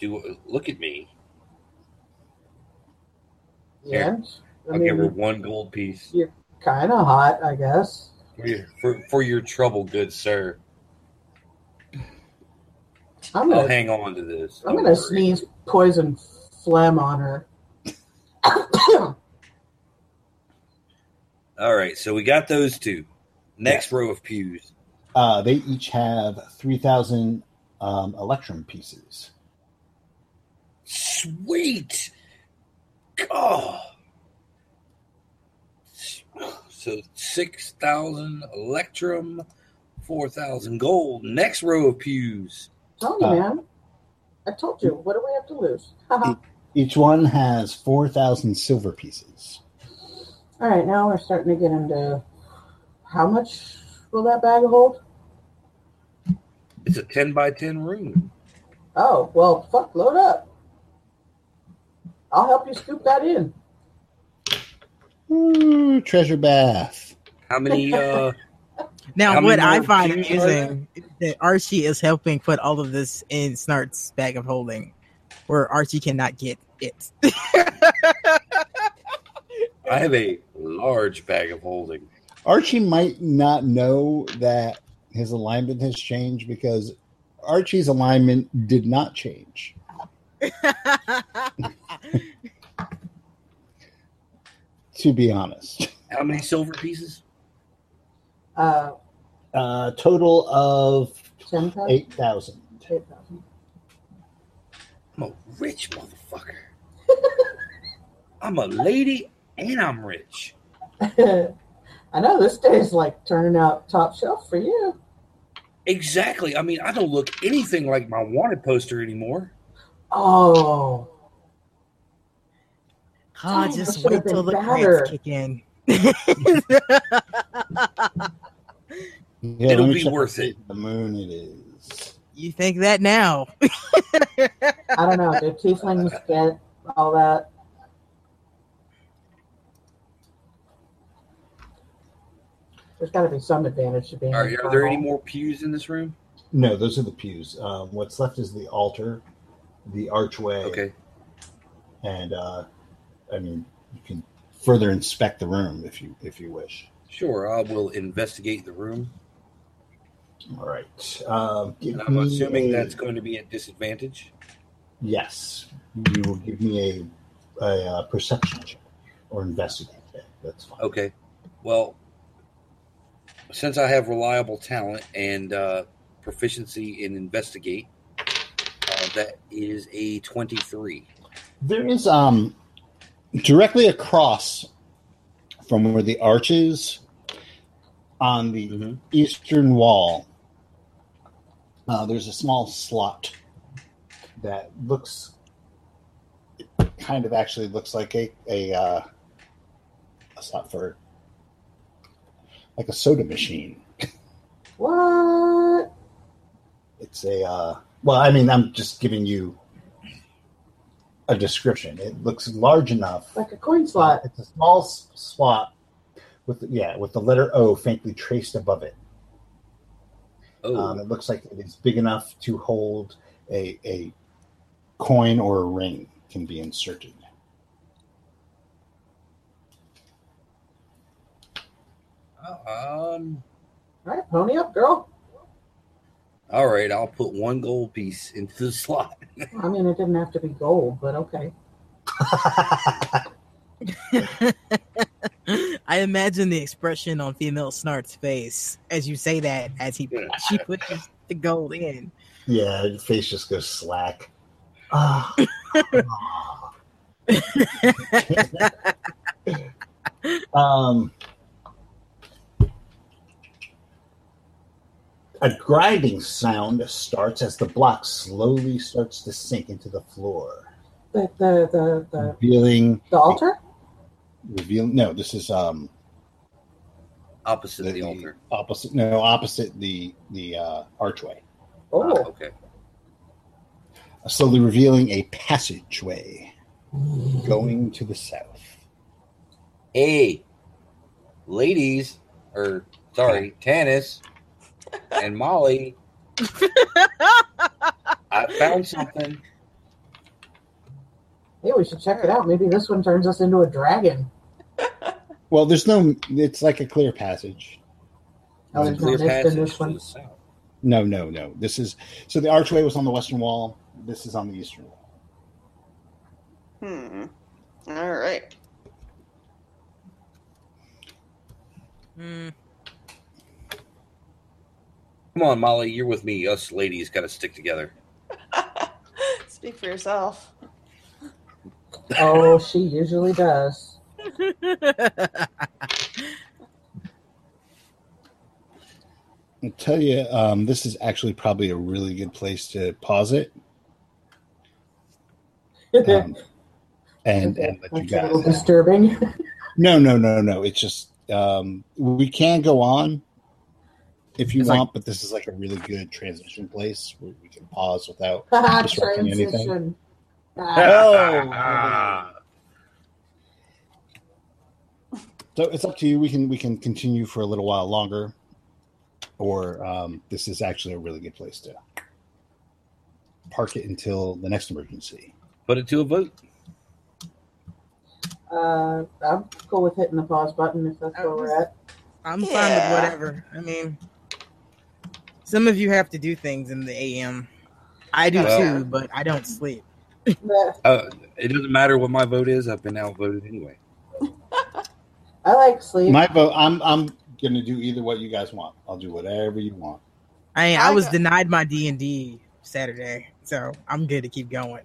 Speaker 4: Do Look at me.
Speaker 7: Yeah. I
Speaker 4: I'll give her
Speaker 7: mean,
Speaker 4: one gold piece.
Speaker 7: kind of hot, I guess.
Speaker 4: For your, for, for your trouble, good sir.
Speaker 7: I'm
Speaker 4: I'll
Speaker 7: gonna
Speaker 4: hang on to this.
Speaker 7: I'm
Speaker 4: Don't
Speaker 7: gonna
Speaker 4: worry.
Speaker 7: sneeze poison phlegm on her.
Speaker 4: All right, so we got those two. Next row of pews.
Speaker 3: Uh, they each have three thousand um, electrum pieces.
Speaker 4: Sweet. Oh. So 6,000 electrum, 4,000 gold. Next row of pews.
Speaker 7: Tell you,
Speaker 3: Uh,
Speaker 7: man. I told you. What do we have to lose? Haha.
Speaker 3: Each one has four thousand silver pieces.
Speaker 7: All right, now we're starting to get into how much will that bag hold?
Speaker 4: It's a 10 by 10 room.
Speaker 7: Oh, well, fuck, load up. I'll help you scoop that in.
Speaker 3: Ooh, treasure bath.
Speaker 4: How many uh
Speaker 5: Now,
Speaker 4: How
Speaker 5: what
Speaker 4: many
Speaker 5: I
Speaker 4: more
Speaker 5: find
Speaker 4: shoes are there?
Speaker 5: amusing is that Archie is helping put all of this in Snart's bag of holding, where Archie cannot get it.
Speaker 4: I have a large bag of holding.
Speaker 3: Archie might not know that his alignment has changed because
Speaker 11: Archie's alignment did not change. To be honest,
Speaker 4: How many silver pieces?
Speaker 7: Uh,
Speaker 3: Uh, total of
Speaker 7: ten thousand?
Speaker 3: eight thousand.
Speaker 7: Eight thousand.
Speaker 4: I'm a rich motherfucker. I'm a lady and I'm rich.
Speaker 7: I know this day is like turning out top shelf for you.
Speaker 4: Exactly. I mean, I don't look anything like my wanted poster anymore.
Speaker 7: Oh,
Speaker 5: Ah,
Speaker 7: Dang,
Speaker 5: just
Speaker 7: that
Speaker 5: wait
Speaker 7: should've
Speaker 5: till the
Speaker 7: been
Speaker 5: credits
Speaker 7: better.
Speaker 5: kick in.
Speaker 11: Yeah,
Speaker 4: It'll
Speaker 11: let me
Speaker 4: be
Speaker 11: check
Speaker 4: worth it.
Speaker 3: The moon it is.
Speaker 5: you think that now?
Speaker 7: I don't know. Do tieflings get all that? There's got to be some advantage to being.
Speaker 4: All right, are there any more pews in this room?
Speaker 3: No, those are the pews. Um, what's left is the altar, the archway,
Speaker 4: Okay.
Speaker 3: and uh, I mean you can further inspect the room if you if you wish.
Speaker 4: Sure, I will investigate the room.
Speaker 3: All right. Um, give
Speaker 4: And I'm
Speaker 3: me
Speaker 4: assuming
Speaker 3: a-
Speaker 4: that's going to be at disadvantage.
Speaker 3: yes. You will give me a, a uh, perception check or investigate. Check. That's fine.
Speaker 4: Okay. Well, since I have reliable talent and uh, proficiency in investigate, uh, that is a 23.
Speaker 3: There is um directly across from where the arch is on the
Speaker 4: Mhm.
Speaker 3: eastern wall. Uh, there's a small slot that looks it kind of actually looks like a a, uh, a slot for like a soda machine.
Speaker 7: What?
Speaker 3: It's a uh, well, I mean, I'm just giving you a description. It looks large enough
Speaker 7: Like a coin slot?
Speaker 3: It's a small s- slot with yeah, with the letter O faintly traced above it.
Speaker 4: Oh,
Speaker 3: Um, it looks like it is big enough to hold a a coin or a ring can be inserted.
Speaker 4: um,
Speaker 7: All right, pony up, girl.
Speaker 4: all right, I'll put one gold piece into the slot.
Speaker 7: I mean, it didn't have to be gold, but okay.
Speaker 5: I imagine the expression on female Snart's face as you say that, as he
Speaker 4: Yeah.
Speaker 5: she pushes the gold in.
Speaker 3: yeah, your face just goes slack. Ah. um, a grinding sound starts as the block slowly starts to sink into the floor,
Speaker 7: The the the the,
Speaker 3: revealing
Speaker 7: the altar?
Speaker 3: revealing. No, this is um
Speaker 4: Opposite the altar.
Speaker 3: opposite. No, opposite the the uh, archway, Uh,
Speaker 4: Ah,
Speaker 7: Oh,
Speaker 4: okay.
Speaker 3: slowly revealing a passageway going to the south.
Speaker 4: Hey, ladies, or sorry, Tannis and Molly, I found something.
Speaker 7: hey, we should check it out. Maybe this one turns us into a dragon.
Speaker 3: Well, there's no. It's like a clear passage. Um,
Speaker 7: Oh,
Speaker 4: It's a
Speaker 7: there's no
Speaker 4: clear
Speaker 7: next in
Speaker 4: passage
Speaker 7: this
Speaker 4: to
Speaker 7: one.
Speaker 4: the south.
Speaker 3: No, no, no. This is so the archway was on the western wall. This is on the eastern wall.
Speaker 6: Hmm. All right.
Speaker 5: Hmm.
Speaker 4: Come on, Molly, you're with me. Us ladies got to stick together.
Speaker 6: Speak for yourself.
Speaker 7: Oh, she usually does.
Speaker 3: I'll tell you, um, this is actually probably a really good place to pause it um, and and let you
Speaker 7: That's a little
Speaker 3: guys.
Speaker 7: disturbing.
Speaker 3: No, no, no, no. It's just um, we can go on if you
Speaker 4: It's like-
Speaker 3: want, but this is like a really good transition place where we can pause without. Disrupting anything?
Speaker 7: Transition. Ah,
Speaker 4: Oh,
Speaker 3: So it's up to you. We can we can continue for a little while longer, or um, this is actually a really good place to park it until the next emergency.
Speaker 4: put it to a vote.
Speaker 7: uh, I'm cool with hitting the pause button if that's where we're at.
Speaker 5: I'm fine
Speaker 6: Yeah.
Speaker 5: with whatever. I mean, Some of you have to do things in the AM. I do
Speaker 4: Well-
Speaker 5: too, but I don't sleep.
Speaker 7: But
Speaker 4: Uh, it doesn't matter what my vote is. I've been outvoted anyway.
Speaker 7: I like sleep.
Speaker 3: My vote. I'm I'm gonna do either what you guys want. I'll do whatever you want.
Speaker 5: I I
Speaker 6: I
Speaker 5: was
Speaker 6: got-
Speaker 5: denied my D and D Saturday, so I'm good to keep going.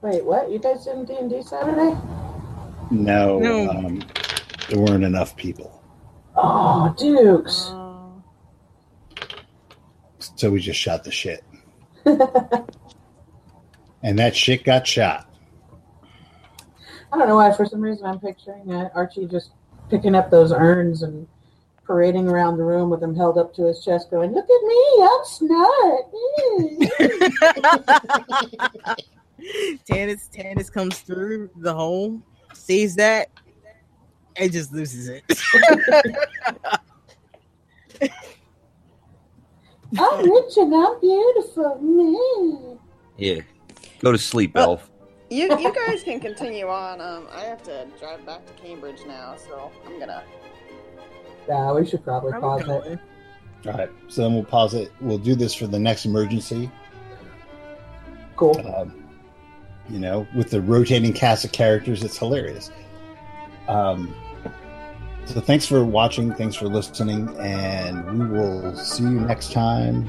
Speaker 7: Wait, what? You guys did D and D Saturday?
Speaker 3: No,
Speaker 5: No.
Speaker 3: Um, there weren't enough people,
Speaker 7: Oh, Dukes.
Speaker 3: so we just shot the shit, and that shit got shot.
Speaker 7: I don't know why. For some reason, I'm picturing uh, Archie just picking up those urns and parading around the room with them held up to his chest, going, "Look at me, I'm smart." Mm."
Speaker 5: Tannis Tannis comes through the hole, sees that, and just loses it.
Speaker 7: I'm rich and I'm beautiful. Mm.
Speaker 4: Yeah. Go to sleep,
Speaker 6: Well-
Speaker 4: Elf.
Speaker 6: You you guys can continue on. Um, I have to drive back to Cambridge now, so I'm gonna.
Speaker 7: Yeah, we should probably
Speaker 5: I'm
Speaker 7: pause it.
Speaker 5: going.
Speaker 3: All right, so then we'll pause it. We'll do this for the next emergency.
Speaker 7: Cool.
Speaker 3: Um, you know, with the rotating cast of characters, it's hilarious. Um, so thanks for watching. Thanks for listening, and we will see you next time.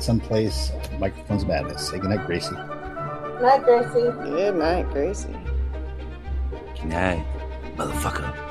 Speaker 3: Someplace, microphones madness. Say goodnight, Gracie.
Speaker 7: Night, Gracie.
Speaker 6: Good night, Gracie.
Speaker 4: Good night, motherfucker.